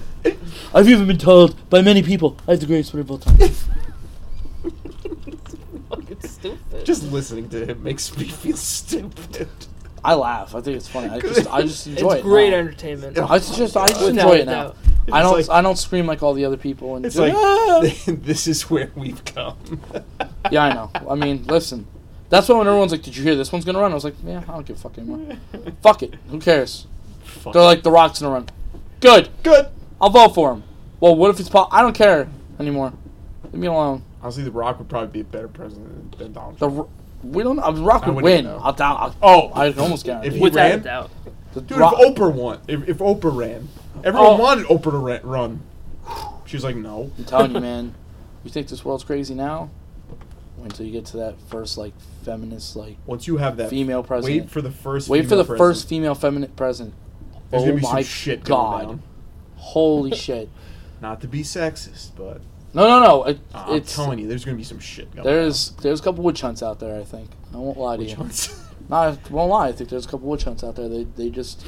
[SPEAKER 1] I've even been told by many people I have the greatest Twitter of all time.
[SPEAKER 2] Just listening to him makes me feel stupid.
[SPEAKER 1] I laugh. I think it's funny. I just I just enjoy
[SPEAKER 3] it's
[SPEAKER 1] it.
[SPEAKER 3] great
[SPEAKER 1] now.
[SPEAKER 3] entertainment.
[SPEAKER 2] Yeah.
[SPEAKER 1] I just I just
[SPEAKER 3] Without
[SPEAKER 1] enjoy
[SPEAKER 3] a
[SPEAKER 1] it now.
[SPEAKER 3] doubt.
[SPEAKER 1] I don't
[SPEAKER 2] It's like-
[SPEAKER 1] I don't scream like all the other people and
[SPEAKER 2] It's
[SPEAKER 1] do,
[SPEAKER 2] like *laughs*
[SPEAKER 1] "Ah!"
[SPEAKER 2] this is where we've come. *laughs*
[SPEAKER 1] yeah I know. I mean listen, that's why when everyone's like, "Did you hear this one's gonna run?" I was like, "Yeah, I don't give a fuck anymore. fuck it. Who cares?"
[SPEAKER 2] Fuck.
[SPEAKER 1] They're like, "The Rock's gonna run." Good.
[SPEAKER 2] good.
[SPEAKER 1] I'll vote for him. Well, what if it's Paul? I don't care anymore. Leave me alone.
[SPEAKER 2] Honestly, The Rock would probably be a better president than Donald
[SPEAKER 1] The
[SPEAKER 2] Trump.
[SPEAKER 1] R- we don't. Uh, the Rock
[SPEAKER 2] I
[SPEAKER 1] would win.
[SPEAKER 2] wouldn't know.
[SPEAKER 1] I'll doubt. I'll,
[SPEAKER 2] Oh,
[SPEAKER 1] I can almost guarantee.
[SPEAKER 2] If
[SPEAKER 1] it.
[SPEAKER 2] he
[SPEAKER 3] Without
[SPEAKER 2] ran?
[SPEAKER 3] a doubt.
[SPEAKER 1] The
[SPEAKER 2] Dude,
[SPEAKER 1] Rock-
[SPEAKER 2] if Oprah won, if, if Oprah ran, everyone
[SPEAKER 1] Oh.
[SPEAKER 2] wanted Oprah to ra- run. She was like, no.
[SPEAKER 1] I'm telling you,
[SPEAKER 2] *laughs*
[SPEAKER 1] man. You think this world's crazy now? Wait until you get to that first like feminist like.
[SPEAKER 2] Once you have that,
[SPEAKER 1] Female president.
[SPEAKER 2] Wait for the first.
[SPEAKER 1] Wait for
[SPEAKER 2] female
[SPEAKER 1] the
[SPEAKER 2] president.
[SPEAKER 1] first female feminine president.
[SPEAKER 2] There's
[SPEAKER 1] oh
[SPEAKER 2] gonna be some
[SPEAKER 1] my
[SPEAKER 2] shit
[SPEAKER 1] god!
[SPEAKER 2] going down. *laughs*
[SPEAKER 1] Holy shit!
[SPEAKER 2] Not to be sexist, but
[SPEAKER 1] No, no, no. It,
[SPEAKER 2] uh, I'm
[SPEAKER 1] it's
[SPEAKER 2] telling you, there's gonna be some shit
[SPEAKER 1] *laughs*
[SPEAKER 2] going.
[SPEAKER 1] there's there's a couple witch hunts out there. I think I won't lie to
[SPEAKER 2] down.
[SPEAKER 1] you.
[SPEAKER 2] *laughs* Which
[SPEAKER 1] No, I won't lie. I think there's a couple witch hunts out there. They they just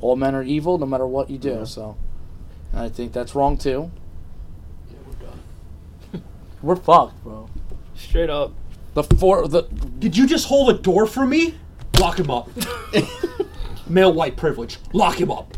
[SPEAKER 1] all men are evil, no matter what you do.
[SPEAKER 2] Yeah.
[SPEAKER 1] So, and I think that's wrong too.
[SPEAKER 4] Yeah, we're done.
[SPEAKER 1] We're fucked, bro.
[SPEAKER 3] Straight up.
[SPEAKER 1] The four the
[SPEAKER 4] Did you just hold a door for me? Lock him
[SPEAKER 3] *laughs*
[SPEAKER 4] up. Male white privilege. Lock him up.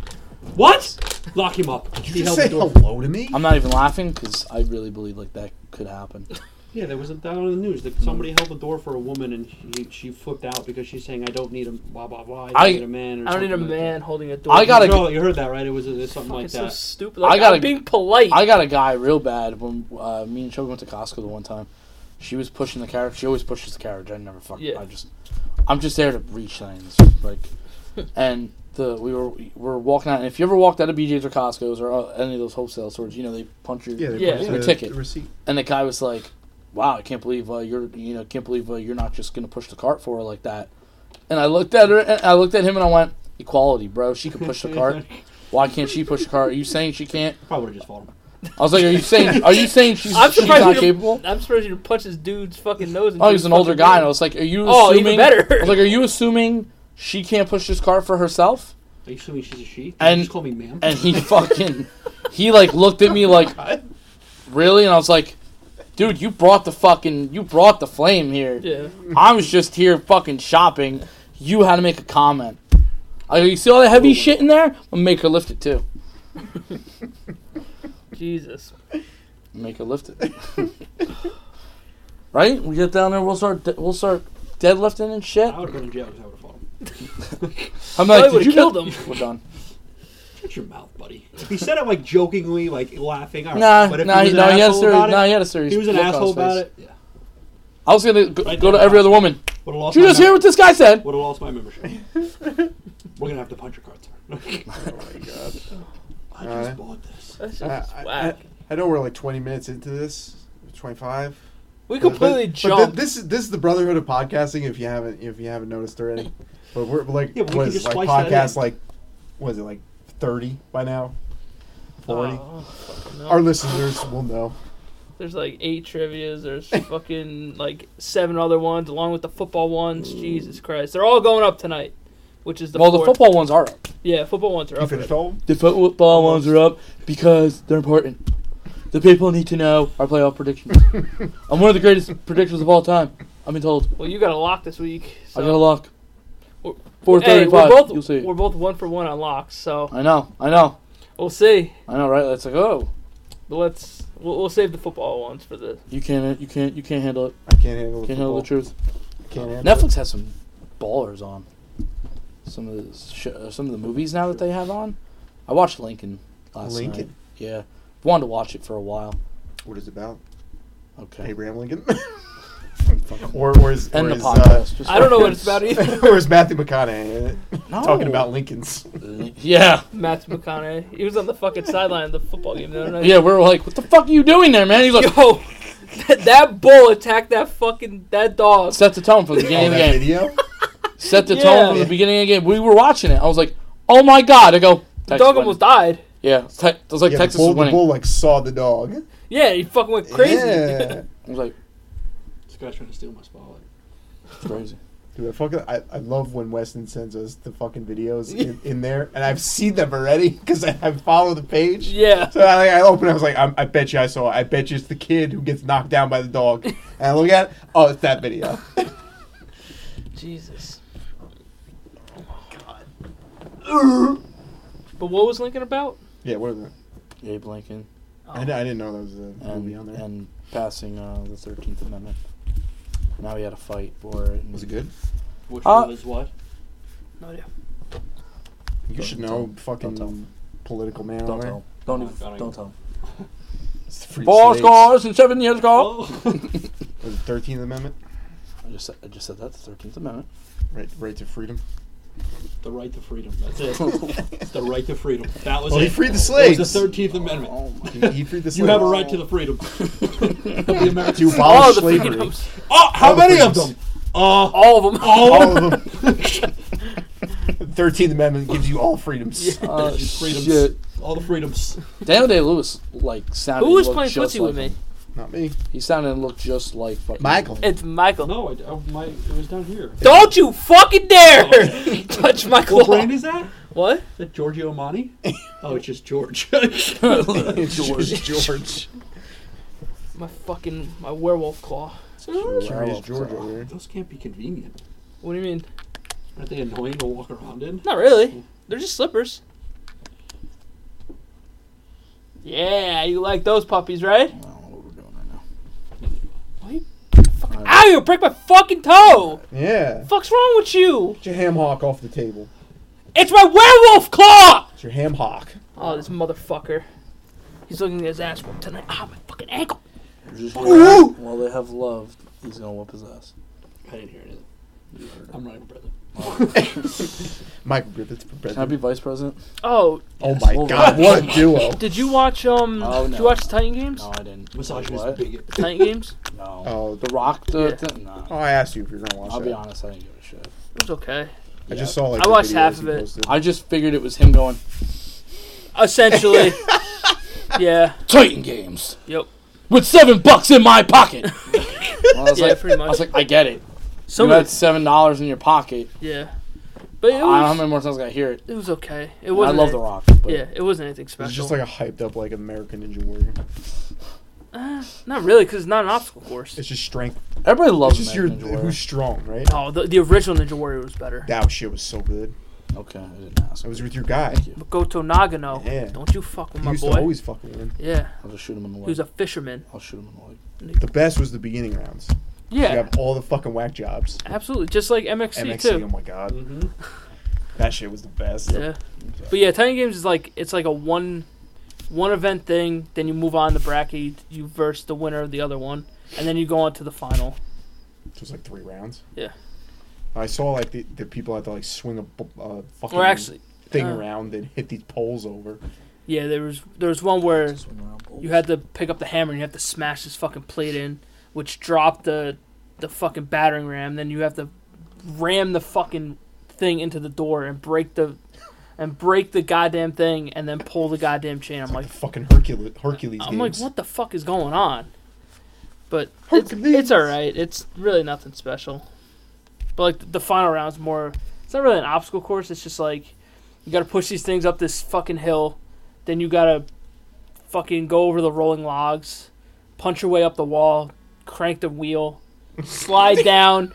[SPEAKER 4] What? Lock him up. Did
[SPEAKER 2] you just say
[SPEAKER 4] door.
[SPEAKER 2] hello to me?
[SPEAKER 1] I'm not even laughing because I really believe like that could happen.
[SPEAKER 4] Yeah, there was a down in the news that somebody held the door for a woman and she, she flipped out because she's saying, "I don't need a blah blah blah. I don't
[SPEAKER 1] I-
[SPEAKER 4] need a man." Or
[SPEAKER 3] I don't need a
[SPEAKER 4] something like
[SPEAKER 3] man
[SPEAKER 4] that."
[SPEAKER 3] holding a door.
[SPEAKER 1] I gotta-
[SPEAKER 4] No, you heard that right? It was uh, something like
[SPEAKER 3] It's so
[SPEAKER 4] that.
[SPEAKER 3] stupid. Like, I
[SPEAKER 1] I gotta-
[SPEAKER 3] am being polite.
[SPEAKER 1] I got a guy real bad when uh, me and Chug went to Costco the one time. She was pushing the carriage. She always pushes the carriage. I never fucking.
[SPEAKER 3] Yeah.
[SPEAKER 1] I just, I'm just there to reach things. Like, and the we were we were walking out. And if you ever walked out of BJ's or Costco's or uh, any of those wholesale stores, you know they punch your.
[SPEAKER 2] yeah, they
[SPEAKER 3] Yeah.
[SPEAKER 2] punched
[SPEAKER 1] Your
[SPEAKER 2] the,
[SPEAKER 1] ticket.
[SPEAKER 2] the receipt.
[SPEAKER 1] And the guy was like, "Wow, I can't believe uh, you're you know can't believe uh, you're not just gonna push the cart for her like that." And I looked at her. And I looked at him and I went, "Equality, bro. She can push the cart. Why can't she push the cart? Are you saying she can't?"
[SPEAKER 4] Probably would have just fought him.
[SPEAKER 1] I was like, "Are you saying? Are you saying she's,
[SPEAKER 3] I'm
[SPEAKER 1] she's
[SPEAKER 3] surprised,
[SPEAKER 1] not
[SPEAKER 3] you didn't-
[SPEAKER 1] capable?"
[SPEAKER 3] I'm surprised you didn't punch this dude's fucking nose.
[SPEAKER 1] Oh,
[SPEAKER 3] into
[SPEAKER 1] he's
[SPEAKER 3] his
[SPEAKER 1] an older
[SPEAKER 3] fucking
[SPEAKER 1] guy, and I
[SPEAKER 3] brain.
[SPEAKER 1] was like, "Are you
[SPEAKER 3] Oh,
[SPEAKER 1] assuming?"
[SPEAKER 3] even better.
[SPEAKER 1] I was like, "Are you assuming she can't push this car for herself?"
[SPEAKER 4] Are you assuming she's a she? Can
[SPEAKER 1] And-
[SPEAKER 4] you just call me ma'am.
[SPEAKER 1] And
[SPEAKER 3] *laughs*
[SPEAKER 1] he fucking, he like looked at me like, "Really?" And I was like, "Dude, you brought the fucking, you brought the flame here.
[SPEAKER 3] Yeah.
[SPEAKER 1] I was just here fucking shopping. You had to make a comment. I go, you see all that heavy shit in there? I'm gonna make her lift it too.
[SPEAKER 3] Jesus.
[SPEAKER 1] Make her lift
[SPEAKER 3] *laughs*
[SPEAKER 1] it. right? We get down there. We'll start. We'll start deadlifting and shit.
[SPEAKER 4] I would have been in jail because I would have fought him.
[SPEAKER 1] I'm
[SPEAKER 3] Probably
[SPEAKER 1] like,
[SPEAKER 3] would've
[SPEAKER 1] did you
[SPEAKER 3] killed
[SPEAKER 1] know- *laughs*
[SPEAKER 3] him.
[SPEAKER 1] We're done.
[SPEAKER 4] Shut your mouth, buddy. He said it like jokingly, like laughing. All right.
[SPEAKER 1] Nah,
[SPEAKER 4] but if
[SPEAKER 1] nah,
[SPEAKER 4] he was
[SPEAKER 1] he-
[SPEAKER 4] an
[SPEAKER 1] no, he had a
[SPEAKER 4] asshole
[SPEAKER 1] serious,
[SPEAKER 4] about it,
[SPEAKER 1] nah, he had a serious.
[SPEAKER 4] he was an
[SPEAKER 1] look on
[SPEAKER 4] asshole
[SPEAKER 1] his
[SPEAKER 4] about
[SPEAKER 1] face.
[SPEAKER 4] it. Yeah.
[SPEAKER 1] I was gonna go,
[SPEAKER 4] Right
[SPEAKER 1] go to
[SPEAKER 4] there.
[SPEAKER 1] every other woman.
[SPEAKER 4] Would have lost.
[SPEAKER 1] Did you
[SPEAKER 4] my
[SPEAKER 1] just hear
[SPEAKER 4] mem-
[SPEAKER 1] what this guy said?
[SPEAKER 4] Would have lost my membership. We're gonna have to punch your cards. *laughs*
[SPEAKER 2] Oh my god.
[SPEAKER 4] I
[SPEAKER 2] Alright.
[SPEAKER 4] just bought this.
[SPEAKER 3] That's just
[SPEAKER 2] I, I-
[SPEAKER 3] whack.
[SPEAKER 2] I know we're like 20 minutes into this, 25.
[SPEAKER 3] we completely
[SPEAKER 2] but, but
[SPEAKER 3] jumped.
[SPEAKER 2] thi- this is this is the brotherhood of podcasting. If you haven't if you haven't noticed already, but we're like
[SPEAKER 4] Yeah, but we
[SPEAKER 2] what
[SPEAKER 4] can
[SPEAKER 2] is it,
[SPEAKER 4] just
[SPEAKER 2] like
[SPEAKER 4] splice that
[SPEAKER 2] podcast
[SPEAKER 4] in.
[SPEAKER 2] like was it like 30 by now, 40.
[SPEAKER 3] Oh, fucking hell.
[SPEAKER 2] Our listeners will know.
[SPEAKER 3] There's like eight trivias. There's *laughs* fucking like seven other ones, along with the football ones. Jesus Christ, they're all going up tonight, which is the
[SPEAKER 1] well, the
[SPEAKER 3] fourth.
[SPEAKER 1] football ones are up.
[SPEAKER 3] Yeah, football ones are
[SPEAKER 2] You
[SPEAKER 3] up.
[SPEAKER 2] finished
[SPEAKER 3] already.
[SPEAKER 2] all of them?
[SPEAKER 1] The football ones are up because they're important. The people need to know our playoff *laughs* predictions. I'm one of the greatest predictors of all time. I've been told.
[SPEAKER 3] Well, you got a lock this week. So.
[SPEAKER 1] I got a lock.
[SPEAKER 3] We're-
[SPEAKER 1] Four
[SPEAKER 3] Hey, we're
[SPEAKER 1] thirty-five.
[SPEAKER 3] both
[SPEAKER 1] You'll see.
[SPEAKER 3] we're both one for one on locks, so
[SPEAKER 1] I know. I know.
[SPEAKER 3] we'll see.
[SPEAKER 1] I know. Right? It's like, oh,
[SPEAKER 3] But let's we'll, we'll save the football ones for the.
[SPEAKER 1] you can't. You can't. You can't handle it.
[SPEAKER 2] I can't handle the
[SPEAKER 1] Can't handle the
[SPEAKER 2] football.
[SPEAKER 1] truth.
[SPEAKER 2] Can't handle
[SPEAKER 1] Netflix has some ballers on. Some of the sh- uh, some of the movies now that they have on. I watched Lincoln last
[SPEAKER 2] Lincoln?
[SPEAKER 1] night. Yeah, wanted to watch it for a while.
[SPEAKER 2] it. What is it about?
[SPEAKER 1] Okay.
[SPEAKER 2] Abraham Lincoln. *laughs* or or is,
[SPEAKER 1] End
[SPEAKER 2] or
[SPEAKER 1] the
[SPEAKER 2] is,
[SPEAKER 1] podcast. Just
[SPEAKER 3] I don't know what it's about either.
[SPEAKER 1] *laughs*
[SPEAKER 2] Uh, *laughs* or is Matthew McConaughey in it?
[SPEAKER 1] No.
[SPEAKER 2] talking about Lincolns?
[SPEAKER 1] Lin- Uh, Yeah,
[SPEAKER 3] Matthew McConaughey. He was on the fucking sideline of the football game the other night.
[SPEAKER 1] yeah. We were like, "What the fuck are you doing there, man?" He's like,
[SPEAKER 3] *laughs* Yo, that, that bull attacked that fucking that
[SPEAKER 1] *laughs*
[SPEAKER 3] dog.
[SPEAKER 1] "Set the tone from the
[SPEAKER 2] Oh,
[SPEAKER 1] beginning of the
[SPEAKER 2] that
[SPEAKER 1] game.
[SPEAKER 2] video.
[SPEAKER 1] Set the
[SPEAKER 3] Yeah.
[SPEAKER 1] tone from the beginning of the game." We were watching it. I was like, "Oh my god!" I go,
[SPEAKER 3] The
[SPEAKER 1] "Texas
[SPEAKER 3] dog
[SPEAKER 1] winning."
[SPEAKER 3] almost died.
[SPEAKER 1] Yeah, te- I was like,
[SPEAKER 2] Yeah,
[SPEAKER 1] "Texas
[SPEAKER 2] the bull,
[SPEAKER 1] is winning."
[SPEAKER 2] The bull like saw the dog.
[SPEAKER 3] Yeah, he fucking went crazy.
[SPEAKER 1] *laughs*
[SPEAKER 2] Yeah.
[SPEAKER 1] I was like,
[SPEAKER 4] This guy's trying to steal my spotlight.
[SPEAKER 1] "It's crazy."
[SPEAKER 2] Dude, I, fucking, I, I love when Weston sends us the fucking
[SPEAKER 1] *laughs*
[SPEAKER 2] videos in, in there, and I've seen them already because I, I follow the page.
[SPEAKER 3] *laughs* Yeah.
[SPEAKER 2] So I, like, I open it, I was like, I'm, I bet you I saw it. I bet you it's the kid who gets knocked down by
[SPEAKER 1] *laughs*
[SPEAKER 2] the dog. And I look at it, oh, it's that video.
[SPEAKER 3] Jesus. But what was Lincoln about?
[SPEAKER 2] yeah, what is it?
[SPEAKER 1] Abe Lincoln
[SPEAKER 2] I, di- I didn't know that was a
[SPEAKER 1] Oh. and
[SPEAKER 2] movie on there.
[SPEAKER 1] and passing uh, the Thirteenth Amendment. Now he had a fight for it. and-
[SPEAKER 2] was it good?
[SPEAKER 4] Which
[SPEAKER 1] Uh,
[SPEAKER 4] one is what?
[SPEAKER 3] No idea.
[SPEAKER 2] You should
[SPEAKER 1] Don't
[SPEAKER 2] know,
[SPEAKER 1] tell.
[SPEAKER 2] fucking
[SPEAKER 1] Don't tell.
[SPEAKER 2] political man.
[SPEAKER 1] Don't
[SPEAKER 2] over
[SPEAKER 1] tell.
[SPEAKER 2] there.
[SPEAKER 1] him. Don't
[SPEAKER 4] Oh,
[SPEAKER 1] even.
[SPEAKER 4] I don't
[SPEAKER 1] Don't
[SPEAKER 4] even-
[SPEAKER 1] tell. him.
[SPEAKER 2] It's the free
[SPEAKER 1] Four
[SPEAKER 2] slaves.
[SPEAKER 1] scores and seven years ago.
[SPEAKER 4] Oh.
[SPEAKER 2] Was it 13th Amendment?
[SPEAKER 1] I just said, I just said that the Thirteenth Amendment.
[SPEAKER 2] Right, right to freedom.
[SPEAKER 4] *laughs* the right to freedom. That's
[SPEAKER 1] *laughs*
[SPEAKER 4] it. It's the right to freedom. That was
[SPEAKER 1] Oh,
[SPEAKER 2] Well, Oh,
[SPEAKER 4] it.
[SPEAKER 2] he freed the Oh,
[SPEAKER 4] It was
[SPEAKER 2] slaves.
[SPEAKER 4] oh, the Thirteenth Amendment.
[SPEAKER 2] He, he freed the slaves.
[SPEAKER 4] *laughs* you have a right to the freedom. Of the American- *laughs*
[SPEAKER 2] To
[SPEAKER 3] All
[SPEAKER 2] abolish
[SPEAKER 3] the
[SPEAKER 2] slavery.
[SPEAKER 3] freedoms.
[SPEAKER 4] oh, how
[SPEAKER 2] all the
[SPEAKER 4] many of
[SPEAKER 2] freedoms.
[SPEAKER 4] them? Uh,
[SPEAKER 3] All of them.
[SPEAKER 4] all.
[SPEAKER 2] All of them. *laughs*
[SPEAKER 4] *laughs*
[SPEAKER 2] The 13th Amendment gives you all freedoms.
[SPEAKER 1] Uh,
[SPEAKER 4] Just freedoms.
[SPEAKER 1] shit.
[SPEAKER 4] All the freedoms.
[SPEAKER 1] Daniel Day Lewis like sounded.
[SPEAKER 3] Who was
[SPEAKER 1] and
[SPEAKER 3] playing
[SPEAKER 1] looked just
[SPEAKER 3] footsie
[SPEAKER 1] like
[SPEAKER 3] with me?
[SPEAKER 1] him.
[SPEAKER 2] Not me.
[SPEAKER 1] He sounded and looked just like fucking
[SPEAKER 2] Michael.
[SPEAKER 3] It's Michael.
[SPEAKER 4] No, I, I- my, it was down here.
[SPEAKER 3] Don't you fucking dare
[SPEAKER 1] Oh.
[SPEAKER 3] *laughs* touch my claw.
[SPEAKER 4] What brand is that?
[SPEAKER 3] What?
[SPEAKER 4] Is that Giorgio Armani? Oh, it's just George. *laughs*
[SPEAKER 2] It's just George.
[SPEAKER 3] My fucking my werewolf claw. Mm-hmm.
[SPEAKER 2] Curious George over there.
[SPEAKER 4] Those can't be convenient.
[SPEAKER 3] What do you mean?
[SPEAKER 4] Aren't they annoying to walk around in?
[SPEAKER 3] Not really. They're just slippers. Yeah, you like those puppies, right?
[SPEAKER 1] I don't know what we're doing right now.
[SPEAKER 3] Ow, you break my fucking toe!
[SPEAKER 2] Yeah.
[SPEAKER 3] fuck's wrong with you?
[SPEAKER 2] Get your ham hock off the table.
[SPEAKER 3] It's my werewolf claw!
[SPEAKER 2] It's your ham hock.
[SPEAKER 3] Oh, this motherfucker. He's looking at his ass whoop tonight. Ah, my fucking ankle.
[SPEAKER 1] Just while, while they have love, he's gonna whoop his ass.
[SPEAKER 4] I didn't hear anything. I'm not even brother.
[SPEAKER 2] Michael Griffiths for
[SPEAKER 1] Can I be
[SPEAKER 2] president.
[SPEAKER 1] vice president?
[SPEAKER 3] Oh,
[SPEAKER 2] Oh my
[SPEAKER 1] Wolverine.
[SPEAKER 2] god, what a
[SPEAKER 3] *laughs*
[SPEAKER 2] duo.
[SPEAKER 3] did you watch um?
[SPEAKER 1] Oh,
[SPEAKER 3] Did
[SPEAKER 1] no.
[SPEAKER 3] you watch the Titan games?
[SPEAKER 1] No, I didn't.
[SPEAKER 4] Misogynist
[SPEAKER 1] What?
[SPEAKER 4] bigot.
[SPEAKER 3] Titan games?
[SPEAKER 1] No.
[SPEAKER 2] Oh,
[SPEAKER 1] The Rock. The,
[SPEAKER 3] Yeah.
[SPEAKER 1] the- nah.
[SPEAKER 2] Oh, I asked you if you're gonna watch
[SPEAKER 1] I'll
[SPEAKER 2] that.
[SPEAKER 1] be honest. I didn't give a shit.
[SPEAKER 3] It was okay.
[SPEAKER 2] I just saw like
[SPEAKER 3] I
[SPEAKER 2] the
[SPEAKER 3] watched half
[SPEAKER 2] videos
[SPEAKER 3] of
[SPEAKER 2] he
[SPEAKER 3] it.
[SPEAKER 2] posted.
[SPEAKER 1] I just figured it was him going
[SPEAKER 3] Essentially. yeah.
[SPEAKER 1] Titan games
[SPEAKER 3] Yep.
[SPEAKER 1] with seven bucks in my
[SPEAKER 3] *laughs*
[SPEAKER 1] pocket. And I was
[SPEAKER 3] Yeah,
[SPEAKER 1] like,
[SPEAKER 3] pretty much.
[SPEAKER 1] I was like, I get it.
[SPEAKER 3] Some
[SPEAKER 1] you
[SPEAKER 3] of
[SPEAKER 1] had
[SPEAKER 3] it's-
[SPEAKER 1] seven dollars in your pocket.
[SPEAKER 3] yeah. But
[SPEAKER 1] I
[SPEAKER 3] it
[SPEAKER 1] don't know how
[SPEAKER 2] Um,
[SPEAKER 3] was,
[SPEAKER 1] many more times I gotta hear it.
[SPEAKER 3] it was okay. It
[SPEAKER 1] I
[SPEAKER 3] wasn't.
[SPEAKER 1] love The
[SPEAKER 3] any-
[SPEAKER 1] Rock. But
[SPEAKER 3] Yeah, it wasn't anything special.
[SPEAKER 2] It's just like a hyped up like American Ninja Warrior.
[SPEAKER 3] Not really, because it's not an obstacle course.
[SPEAKER 2] It's just strength.
[SPEAKER 1] Everybody
[SPEAKER 2] It's
[SPEAKER 1] loves
[SPEAKER 2] just your
[SPEAKER 1] American Ninja Warrior.
[SPEAKER 2] who's strong, right?
[SPEAKER 3] Oh, the, the original Ninja Warrior was better.
[SPEAKER 2] That shit was so good.
[SPEAKER 1] Okay, I didn't ask.
[SPEAKER 2] I was with your guy.
[SPEAKER 1] Thank you.
[SPEAKER 3] Makoto Nagano.
[SPEAKER 2] Yeah.
[SPEAKER 3] Don't you fuck with
[SPEAKER 2] He
[SPEAKER 3] my
[SPEAKER 2] used
[SPEAKER 3] boy.
[SPEAKER 2] to always fucking win.
[SPEAKER 3] yeah.
[SPEAKER 1] I'll just shoot him in the
[SPEAKER 3] He
[SPEAKER 1] leg.
[SPEAKER 3] was a fisherman.
[SPEAKER 1] I'll shoot him in the leg.
[SPEAKER 2] The best was the beginning rounds.
[SPEAKER 3] Yeah.
[SPEAKER 2] You have all the fucking whack jobs.
[SPEAKER 3] Absolutely. Just like MXC,
[SPEAKER 2] MXC, oh
[SPEAKER 3] too.
[SPEAKER 2] my god.
[SPEAKER 4] Mm-hmm.
[SPEAKER 2] That shit was the best.
[SPEAKER 3] Yeah. But yeah, Titan Games is like it's like a one one event thing, then you move on to bracket, you, you verse the winner of the other one, and then you go on to the final.
[SPEAKER 2] It was like three rounds.
[SPEAKER 3] Yeah.
[SPEAKER 2] I saw like the, the people had to like swing a bu- uh, fucking
[SPEAKER 3] Or actually
[SPEAKER 2] thing
[SPEAKER 3] uh,
[SPEAKER 2] around and hit these poles over.
[SPEAKER 3] yeah, there was there was one where
[SPEAKER 1] Just swing around.
[SPEAKER 3] you had to pick up the hammer and you have to smash this fucking plate in, which dropped the the fucking battering ram. Then you have to ram the fucking thing into the door and break the and break the goddamn thing and then pull the goddamn chain. I'm
[SPEAKER 2] It's like,
[SPEAKER 3] like,
[SPEAKER 2] the fucking Hercules. Hercules
[SPEAKER 3] I'm like,
[SPEAKER 2] games.
[SPEAKER 3] what the fuck is going on? But it's,
[SPEAKER 2] Hercules.
[SPEAKER 3] it's all right. It's really nothing special. But like the final round's more. It's not really an obstacle course. It's just like you got to push these things up this fucking hill, then you got to fucking go over the rolling logs, punch your way up the wall, crank the wheel,
[SPEAKER 2] *laughs*
[SPEAKER 3] slide down,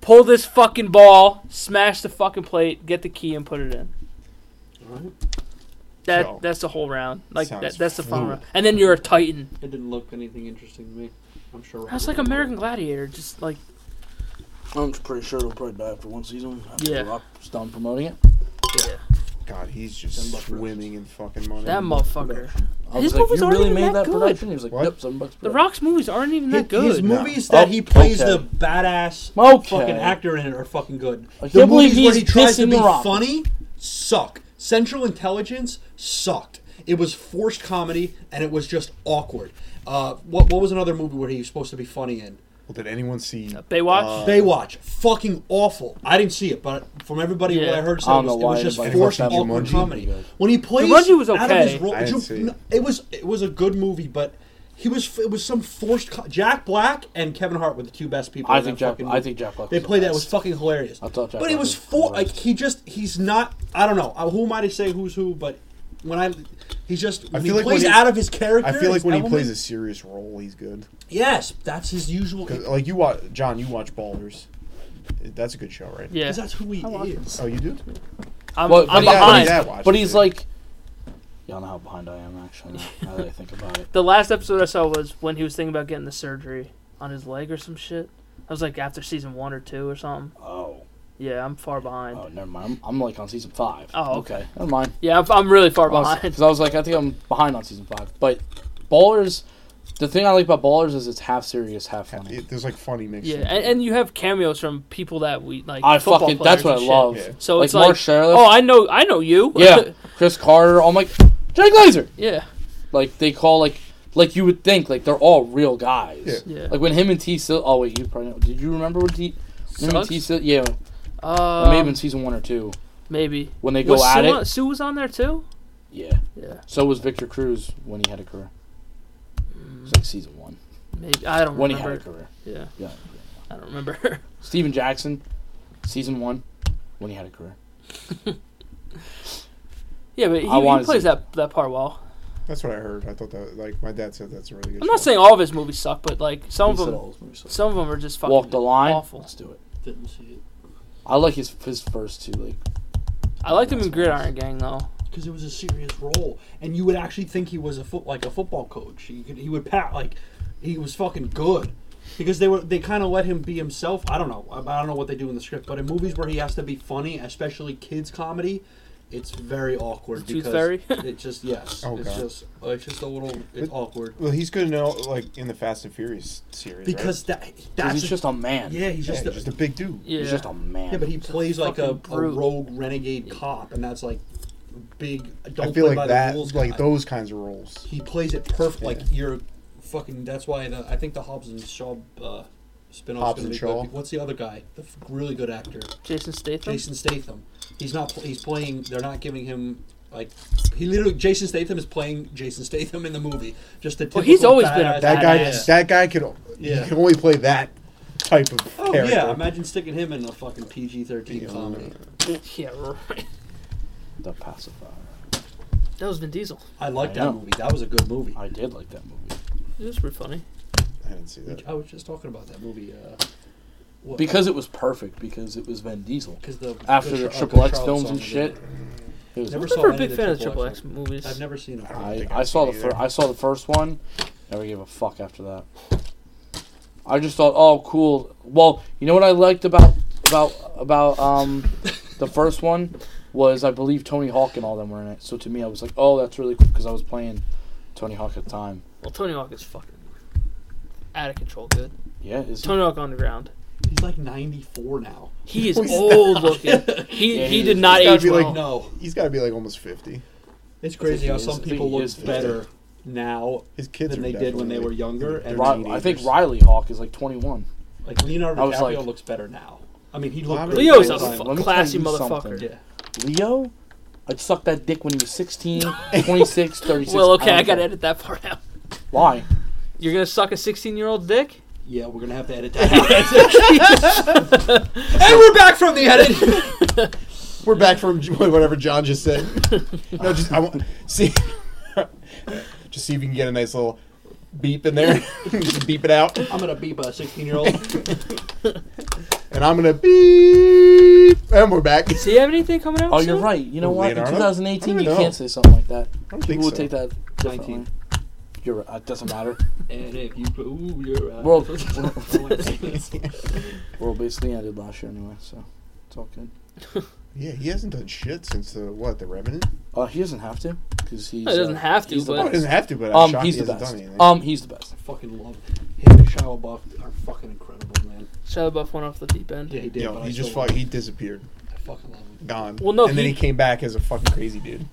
[SPEAKER 3] pull this fucking ball, smash the fucking plate, get the key, and put it in.
[SPEAKER 4] All right.
[SPEAKER 3] That
[SPEAKER 2] Yo.
[SPEAKER 3] that's the whole round. Like
[SPEAKER 2] Sounds
[SPEAKER 3] that, that's the final
[SPEAKER 2] fluid.
[SPEAKER 3] round. And then you're a titan.
[SPEAKER 4] It didn't look anything interesting to me. I'm sure.
[SPEAKER 3] That's like
[SPEAKER 4] Robert-
[SPEAKER 3] American Gladiator, just like
[SPEAKER 1] I'm pretty sure it'll probably die after one season. After
[SPEAKER 3] Yeah.
[SPEAKER 1] The Rock's done promoting it.
[SPEAKER 2] God, he's just
[SPEAKER 4] Them buck
[SPEAKER 2] swimming in fucking money.
[SPEAKER 3] that motherfucker.
[SPEAKER 1] I was
[SPEAKER 3] His
[SPEAKER 1] like,
[SPEAKER 3] movies
[SPEAKER 1] you
[SPEAKER 3] aren't
[SPEAKER 1] really
[SPEAKER 3] even
[SPEAKER 1] made
[SPEAKER 3] that
[SPEAKER 1] that
[SPEAKER 3] good.
[SPEAKER 1] production? He was like,
[SPEAKER 2] What?
[SPEAKER 1] yep, seven bucks.
[SPEAKER 3] The Rock's movies aren't even that good.
[SPEAKER 4] His
[SPEAKER 2] No.
[SPEAKER 4] movies that
[SPEAKER 1] Oh,
[SPEAKER 4] he plays
[SPEAKER 1] okay.
[SPEAKER 4] the badass
[SPEAKER 1] Okay.
[SPEAKER 4] fucking actor in are fucking good.
[SPEAKER 1] I
[SPEAKER 4] The
[SPEAKER 1] can't believe
[SPEAKER 4] movies where
[SPEAKER 1] he's
[SPEAKER 4] he tries to
[SPEAKER 1] dissing
[SPEAKER 4] be
[SPEAKER 1] The Rock.
[SPEAKER 4] funny suck. Central Intelligence sucked. It was forced comedy and it was just awkward. Uh, what what was another movie where he was supposed to be funny in?
[SPEAKER 2] Well, did anyone see
[SPEAKER 3] Baywatch?
[SPEAKER 2] uh,
[SPEAKER 4] Baywatch, fucking awful. I didn't see it, but from everybody
[SPEAKER 3] Yeah.
[SPEAKER 4] what I heard,
[SPEAKER 1] I
[SPEAKER 4] said
[SPEAKER 1] don't
[SPEAKER 4] it was,
[SPEAKER 1] know
[SPEAKER 4] it was
[SPEAKER 1] why
[SPEAKER 4] just
[SPEAKER 1] anybody
[SPEAKER 4] forced
[SPEAKER 1] watched
[SPEAKER 4] awkward
[SPEAKER 2] Jumanji.
[SPEAKER 4] comedy. When he plays
[SPEAKER 3] Jumanji was
[SPEAKER 4] out of his
[SPEAKER 3] okay.
[SPEAKER 4] role,
[SPEAKER 2] I didn't
[SPEAKER 4] Ju-
[SPEAKER 2] see it.
[SPEAKER 4] no, it was it was a good movie, but He was it was some forced co- Jack Black and Kevin Hart were the two best people.
[SPEAKER 1] I
[SPEAKER 4] in
[SPEAKER 1] think
[SPEAKER 4] that
[SPEAKER 1] Jack.
[SPEAKER 4] fucking
[SPEAKER 1] I
[SPEAKER 4] movie.
[SPEAKER 1] think Jack Black.
[SPEAKER 4] they
[SPEAKER 1] the
[SPEAKER 4] played that it was
[SPEAKER 1] best.
[SPEAKER 4] fucking hilarious.
[SPEAKER 1] I thought Jack
[SPEAKER 4] but
[SPEAKER 1] Black
[SPEAKER 4] it was
[SPEAKER 1] was
[SPEAKER 4] for
[SPEAKER 1] the best.
[SPEAKER 4] like he just he's not. I don't know. Uh, Who am I to say who's who? But when I he just when he
[SPEAKER 2] feel like when
[SPEAKER 4] plays
[SPEAKER 2] he-
[SPEAKER 4] out of his character.
[SPEAKER 2] I feel like
[SPEAKER 4] his
[SPEAKER 2] when he
[SPEAKER 4] element-
[SPEAKER 2] plays a serious role, he's good.
[SPEAKER 4] yes, that's his usual.
[SPEAKER 2] 'Cause, like you watch John, you watch Baldur's. That's a good show, right?
[SPEAKER 3] Yeah,
[SPEAKER 4] Because that's who he
[SPEAKER 3] I watch
[SPEAKER 4] is.
[SPEAKER 2] Oh, you do.
[SPEAKER 3] I'm,
[SPEAKER 1] Well, but
[SPEAKER 3] I'm
[SPEAKER 1] yeah,
[SPEAKER 3] behind.
[SPEAKER 2] yeah. I watched
[SPEAKER 1] But
[SPEAKER 2] it,
[SPEAKER 1] he's
[SPEAKER 2] yeah.
[SPEAKER 1] like, y'all know how behind I am actually. Now, now
[SPEAKER 3] *laughs*
[SPEAKER 1] that I think about it,
[SPEAKER 3] The last episode I saw was when he was thinking about getting the surgery on his leg or some shit. I was like after season one or two or something.
[SPEAKER 1] oh,
[SPEAKER 3] Yeah, I'm far behind.
[SPEAKER 1] oh, never mind. I'm, I'm like on season five.
[SPEAKER 3] Oh,
[SPEAKER 1] never mind.
[SPEAKER 3] Yeah, I'm, I'm really far behind.
[SPEAKER 1] Because I was like, I think I'm behind on season five. But Ballers, the thing I like about Ballers is it's half serious, half funny.
[SPEAKER 2] It, there's like funny mix.
[SPEAKER 3] *laughs* Yeah, and, and you have cameos from people that we like.
[SPEAKER 1] I
[SPEAKER 3] football
[SPEAKER 1] fucking
[SPEAKER 3] players
[SPEAKER 1] that's what I
[SPEAKER 3] and shit.
[SPEAKER 1] love.
[SPEAKER 2] Yeah.
[SPEAKER 3] So
[SPEAKER 1] like
[SPEAKER 3] it's like,
[SPEAKER 1] Mark Sheriff.
[SPEAKER 3] oh, I know, I know you.
[SPEAKER 1] yeah, Chris Carter. I'm like Jay Glazer.
[SPEAKER 3] *laughs* yeah,
[SPEAKER 1] Like they call like like you would think like they're all real guys.
[SPEAKER 2] Yeah.
[SPEAKER 3] yeah.
[SPEAKER 1] Like when him and T. Sil- oh wait, you probably know. did you remember when T? Him and
[SPEAKER 3] Suggs?
[SPEAKER 1] T. Sil- yeah, or
[SPEAKER 3] Um,
[SPEAKER 1] maybe in season one or two
[SPEAKER 3] Uh, maybe.
[SPEAKER 1] when they go
[SPEAKER 3] was
[SPEAKER 1] at
[SPEAKER 3] Sue,
[SPEAKER 1] it.
[SPEAKER 3] on- Sue was on there too.
[SPEAKER 1] Yeah.
[SPEAKER 3] Yeah,
[SPEAKER 1] So was Victor Cruz when he had a career. It was like season one
[SPEAKER 3] maybe. I don't
[SPEAKER 1] when he had a
[SPEAKER 3] remember.
[SPEAKER 1] career.
[SPEAKER 3] Yeah,
[SPEAKER 1] Yeah.
[SPEAKER 3] I don't remember. *laughs*
[SPEAKER 1] Steven Jackson, season one, when he had a career.
[SPEAKER 3] yeah, but he,
[SPEAKER 1] I wanna
[SPEAKER 3] he plays
[SPEAKER 1] see-
[SPEAKER 3] that that part well.
[SPEAKER 2] That's what I heard. I thought that like my dad said that's a really good.
[SPEAKER 3] I'm not
[SPEAKER 2] show.
[SPEAKER 3] saying all of his movies suck, but like some of
[SPEAKER 1] He said
[SPEAKER 3] them,
[SPEAKER 1] all those movies suck.
[SPEAKER 3] some of them are just fucking
[SPEAKER 1] Walk the line.
[SPEAKER 3] awful.
[SPEAKER 1] Let's do it.
[SPEAKER 4] Didn't see it
[SPEAKER 1] I like his his first two. Like
[SPEAKER 3] I liked him in
[SPEAKER 1] That's
[SPEAKER 3] Gridiron Gang though.
[SPEAKER 4] because it was a serious role, and you would actually think he was a foot like a football coach. He could he would pat like he was fucking good because they were they kind of let him be himself. I don't know. I, I don't know what they do in the script, but in movies where he has to be funny, especially kids comedy. It's very awkward
[SPEAKER 3] Tooth
[SPEAKER 4] because
[SPEAKER 3] Fairy?
[SPEAKER 4] it just yes,
[SPEAKER 2] Oh,
[SPEAKER 4] it's
[SPEAKER 2] God.
[SPEAKER 4] just it's just a little it's
[SPEAKER 2] But-
[SPEAKER 4] awkward
[SPEAKER 2] Well, he's good now, like in the Fast and Furious series.
[SPEAKER 4] because that
[SPEAKER 1] 'cause
[SPEAKER 4] that's
[SPEAKER 1] he's just a man.
[SPEAKER 4] yeah he's
[SPEAKER 2] right?
[SPEAKER 4] just
[SPEAKER 2] yeah,
[SPEAKER 4] a,
[SPEAKER 2] he's just a big dude.
[SPEAKER 3] Yeah,
[SPEAKER 1] He's just a man.
[SPEAKER 4] Yeah, but he plays like a,
[SPEAKER 3] fucking
[SPEAKER 4] a
[SPEAKER 3] brute.
[SPEAKER 4] rogue renegade cop, and that's like big. Don't
[SPEAKER 2] I feel like
[SPEAKER 4] play by
[SPEAKER 2] that,
[SPEAKER 4] the rules
[SPEAKER 2] like
[SPEAKER 4] guy.
[SPEAKER 2] those kinds of roles.
[SPEAKER 4] He plays it perfect. Like you're fucking. That's why the, I think the Hobbs and Shaw uh, spin
[SPEAKER 2] Hobbs
[SPEAKER 4] off.
[SPEAKER 2] and Shaw.
[SPEAKER 4] What's the other guy? The f- really good actor,
[SPEAKER 3] Jason Statham.
[SPEAKER 4] Jason Statham. He's not. pl- He's playing. They're not giving him like. He literally Jason Statham is playing Jason Statham in the movie. Just a.
[SPEAKER 3] Well, he's
[SPEAKER 4] typical
[SPEAKER 3] always been a
[SPEAKER 4] badass-
[SPEAKER 2] That guy,
[SPEAKER 3] Badass.
[SPEAKER 2] that guy could,
[SPEAKER 4] Yeah.
[SPEAKER 2] he could only play that type of
[SPEAKER 4] Oh
[SPEAKER 2] character.
[SPEAKER 4] yeah! Imagine sticking him in a fucking PG thirteen
[SPEAKER 2] Yeah.
[SPEAKER 4] comedy.
[SPEAKER 3] yeah, right.
[SPEAKER 1] the pacifier.
[SPEAKER 3] That was Vin Diesel.
[SPEAKER 4] I
[SPEAKER 1] I
[SPEAKER 4] like
[SPEAKER 1] know.
[SPEAKER 4] that movie. That was a good movie.
[SPEAKER 1] I did like that movie
[SPEAKER 3] It was pretty funny.
[SPEAKER 2] I didn't see that.
[SPEAKER 4] I was just talking about that movie. Uh, what-
[SPEAKER 1] because it was perfect because it was Vin Diesel.
[SPEAKER 4] 'cause the
[SPEAKER 1] after
[SPEAKER 4] good
[SPEAKER 1] the
[SPEAKER 4] Char-
[SPEAKER 1] Triple
[SPEAKER 4] Good
[SPEAKER 1] X
[SPEAKER 4] Charlotte
[SPEAKER 1] films
[SPEAKER 4] song
[SPEAKER 1] and
[SPEAKER 4] was in
[SPEAKER 1] shit.
[SPEAKER 4] it.
[SPEAKER 1] It was.
[SPEAKER 3] I
[SPEAKER 4] Never
[SPEAKER 3] was
[SPEAKER 4] saw
[SPEAKER 3] never a
[SPEAKER 4] any
[SPEAKER 3] big fan of the Triple X,
[SPEAKER 4] movies.
[SPEAKER 3] movies.
[SPEAKER 4] I've never seen them.
[SPEAKER 1] I,
[SPEAKER 2] think
[SPEAKER 1] I
[SPEAKER 2] I've
[SPEAKER 1] saw the
[SPEAKER 2] seen it
[SPEAKER 1] first.
[SPEAKER 2] either.
[SPEAKER 1] I saw the first one. Never gave a fuck after that. I just thought, oh, cool. Well, you know what I liked about about about um the first one was I believe Tony Hawk and all them were in it. So to me, I was like, oh, that's really cool because I was playing Tony Hawk at the time.
[SPEAKER 3] Well, Tony Hawk is fucking out of control. Good.
[SPEAKER 1] Yeah, is he?
[SPEAKER 3] Tony Hawk Underground.
[SPEAKER 4] He's like 94 now.
[SPEAKER 3] He is
[SPEAKER 2] He's
[SPEAKER 3] old looking. He
[SPEAKER 1] Yeah,
[SPEAKER 3] he
[SPEAKER 1] he
[SPEAKER 3] did
[SPEAKER 1] is.
[SPEAKER 3] not
[SPEAKER 2] He's gotta
[SPEAKER 3] age
[SPEAKER 2] be like-
[SPEAKER 3] well.
[SPEAKER 4] No,
[SPEAKER 2] He's got to be like almost fifty.
[SPEAKER 4] it's crazy
[SPEAKER 1] he
[SPEAKER 4] how
[SPEAKER 1] is- I
[SPEAKER 4] some
[SPEAKER 1] think
[SPEAKER 4] people
[SPEAKER 1] he
[SPEAKER 4] look
[SPEAKER 1] is
[SPEAKER 4] better now
[SPEAKER 2] His kids
[SPEAKER 4] than
[SPEAKER 2] are
[SPEAKER 4] they did when they were
[SPEAKER 2] definitely-
[SPEAKER 4] younger. And
[SPEAKER 2] Right.
[SPEAKER 1] Ri- I think Riley Hawk is like 21.
[SPEAKER 4] like Leonardo
[SPEAKER 1] I was
[SPEAKER 4] DiCaprio
[SPEAKER 1] like-
[SPEAKER 4] looks better now. I mean, he looked
[SPEAKER 2] Robert
[SPEAKER 4] great
[SPEAKER 3] Leo's
[SPEAKER 4] all
[SPEAKER 3] a
[SPEAKER 4] the time.
[SPEAKER 3] fu-
[SPEAKER 1] Let me
[SPEAKER 3] classy
[SPEAKER 1] tell you something.
[SPEAKER 3] motherfucker.
[SPEAKER 4] Yeah.
[SPEAKER 1] Leo, I'd suck that dick when he was
[SPEAKER 3] *laughs*
[SPEAKER 1] 16, 26, 36.
[SPEAKER 3] Well, okay,
[SPEAKER 1] don't
[SPEAKER 3] I gotta
[SPEAKER 1] know.
[SPEAKER 3] edit that part out.
[SPEAKER 1] Why?
[SPEAKER 3] You're gonna suck a 16 year old dick? *laughs*
[SPEAKER 4] yeah, we're gonna have to edit that. and we're back from the edit.
[SPEAKER 2] *laughs* We're back from *laughs* j- whatever John just said. *laughs* no, just I want see, *laughs* just see if you can get a nice little beep in there, *laughs* Just beep it out,
[SPEAKER 4] *laughs* I'm gonna beep a 16 year old.
[SPEAKER 2] and I'm gonna beep, and we're back. I
[SPEAKER 3] Do you have anything coming out?
[SPEAKER 1] Oh,
[SPEAKER 3] soon?
[SPEAKER 1] you're right. You know what? In
[SPEAKER 2] Leonardo?
[SPEAKER 1] 2018,
[SPEAKER 2] I
[SPEAKER 1] you
[SPEAKER 2] don't know.
[SPEAKER 1] can't say something like that.
[SPEAKER 2] don't think
[SPEAKER 1] People would
[SPEAKER 2] so.
[SPEAKER 1] take that differently.
[SPEAKER 4] 19.
[SPEAKER 1] You're right. It doesn't
[SPEAKER 2] *laughs*
[SPEAKER 1] matter.
[SPEAKER 4] And if you, ooh, you're uh,
[SPEAKER 1] World-
[SPEAKER 4] Wait,
[SPEAKER 1] World basically ended last year anyway, so it's all good.
[SPEAKER 2] Yeah, he hasn't done shit since the what the Revenant.
[SPEAKER 1] Uh, he doesn't have to because he's.
[SPEAKER 3] He doesn't
[SPEAKER 1] uh,
[SPEAKER 3] have to,
[SPEAKER 1] he's the
[SPEAKER 2] Oh, he
[SPEAKER 1] best.
[SPEAKER 3] but
[SPEAKER 2] doesn't have to, but I'm
[SPEAKER 1] Um,
[SPEAKER 2] shocked
[SPEAKER 1] he's
[SPEAKER 2] he
[SPEAKER 1] the
[SPEAKER 2] hasn't
[SPEAKER 1] best.
[SPEAKER 2] done anything.
[SPEAKER 1] Um, he's the best.
[SPEAKER 4] *laughs* fucking love him and Shia LaBeouf are fucking incredible, man.
[SPEAKER 3] Shia LaBeouf went off the deep end.
[SPEAKER 4] Yeah, he did.
[SPEAKER 2] you know,
[SPEAKER 4] but I
[SPEAKER 2] he just
[SPEAKER 4] still-
[SPEAKER 2] fuck, he disappeared,
[SPEAKER 4] I fucking love him.
[SPEAKER 2] gone.
[SPEAKER 3] Well, no,
[SPEAKER 2] and then
[SPEAKER 3] he-
[SPEAKER 2] he came back as a fucking crazy dude.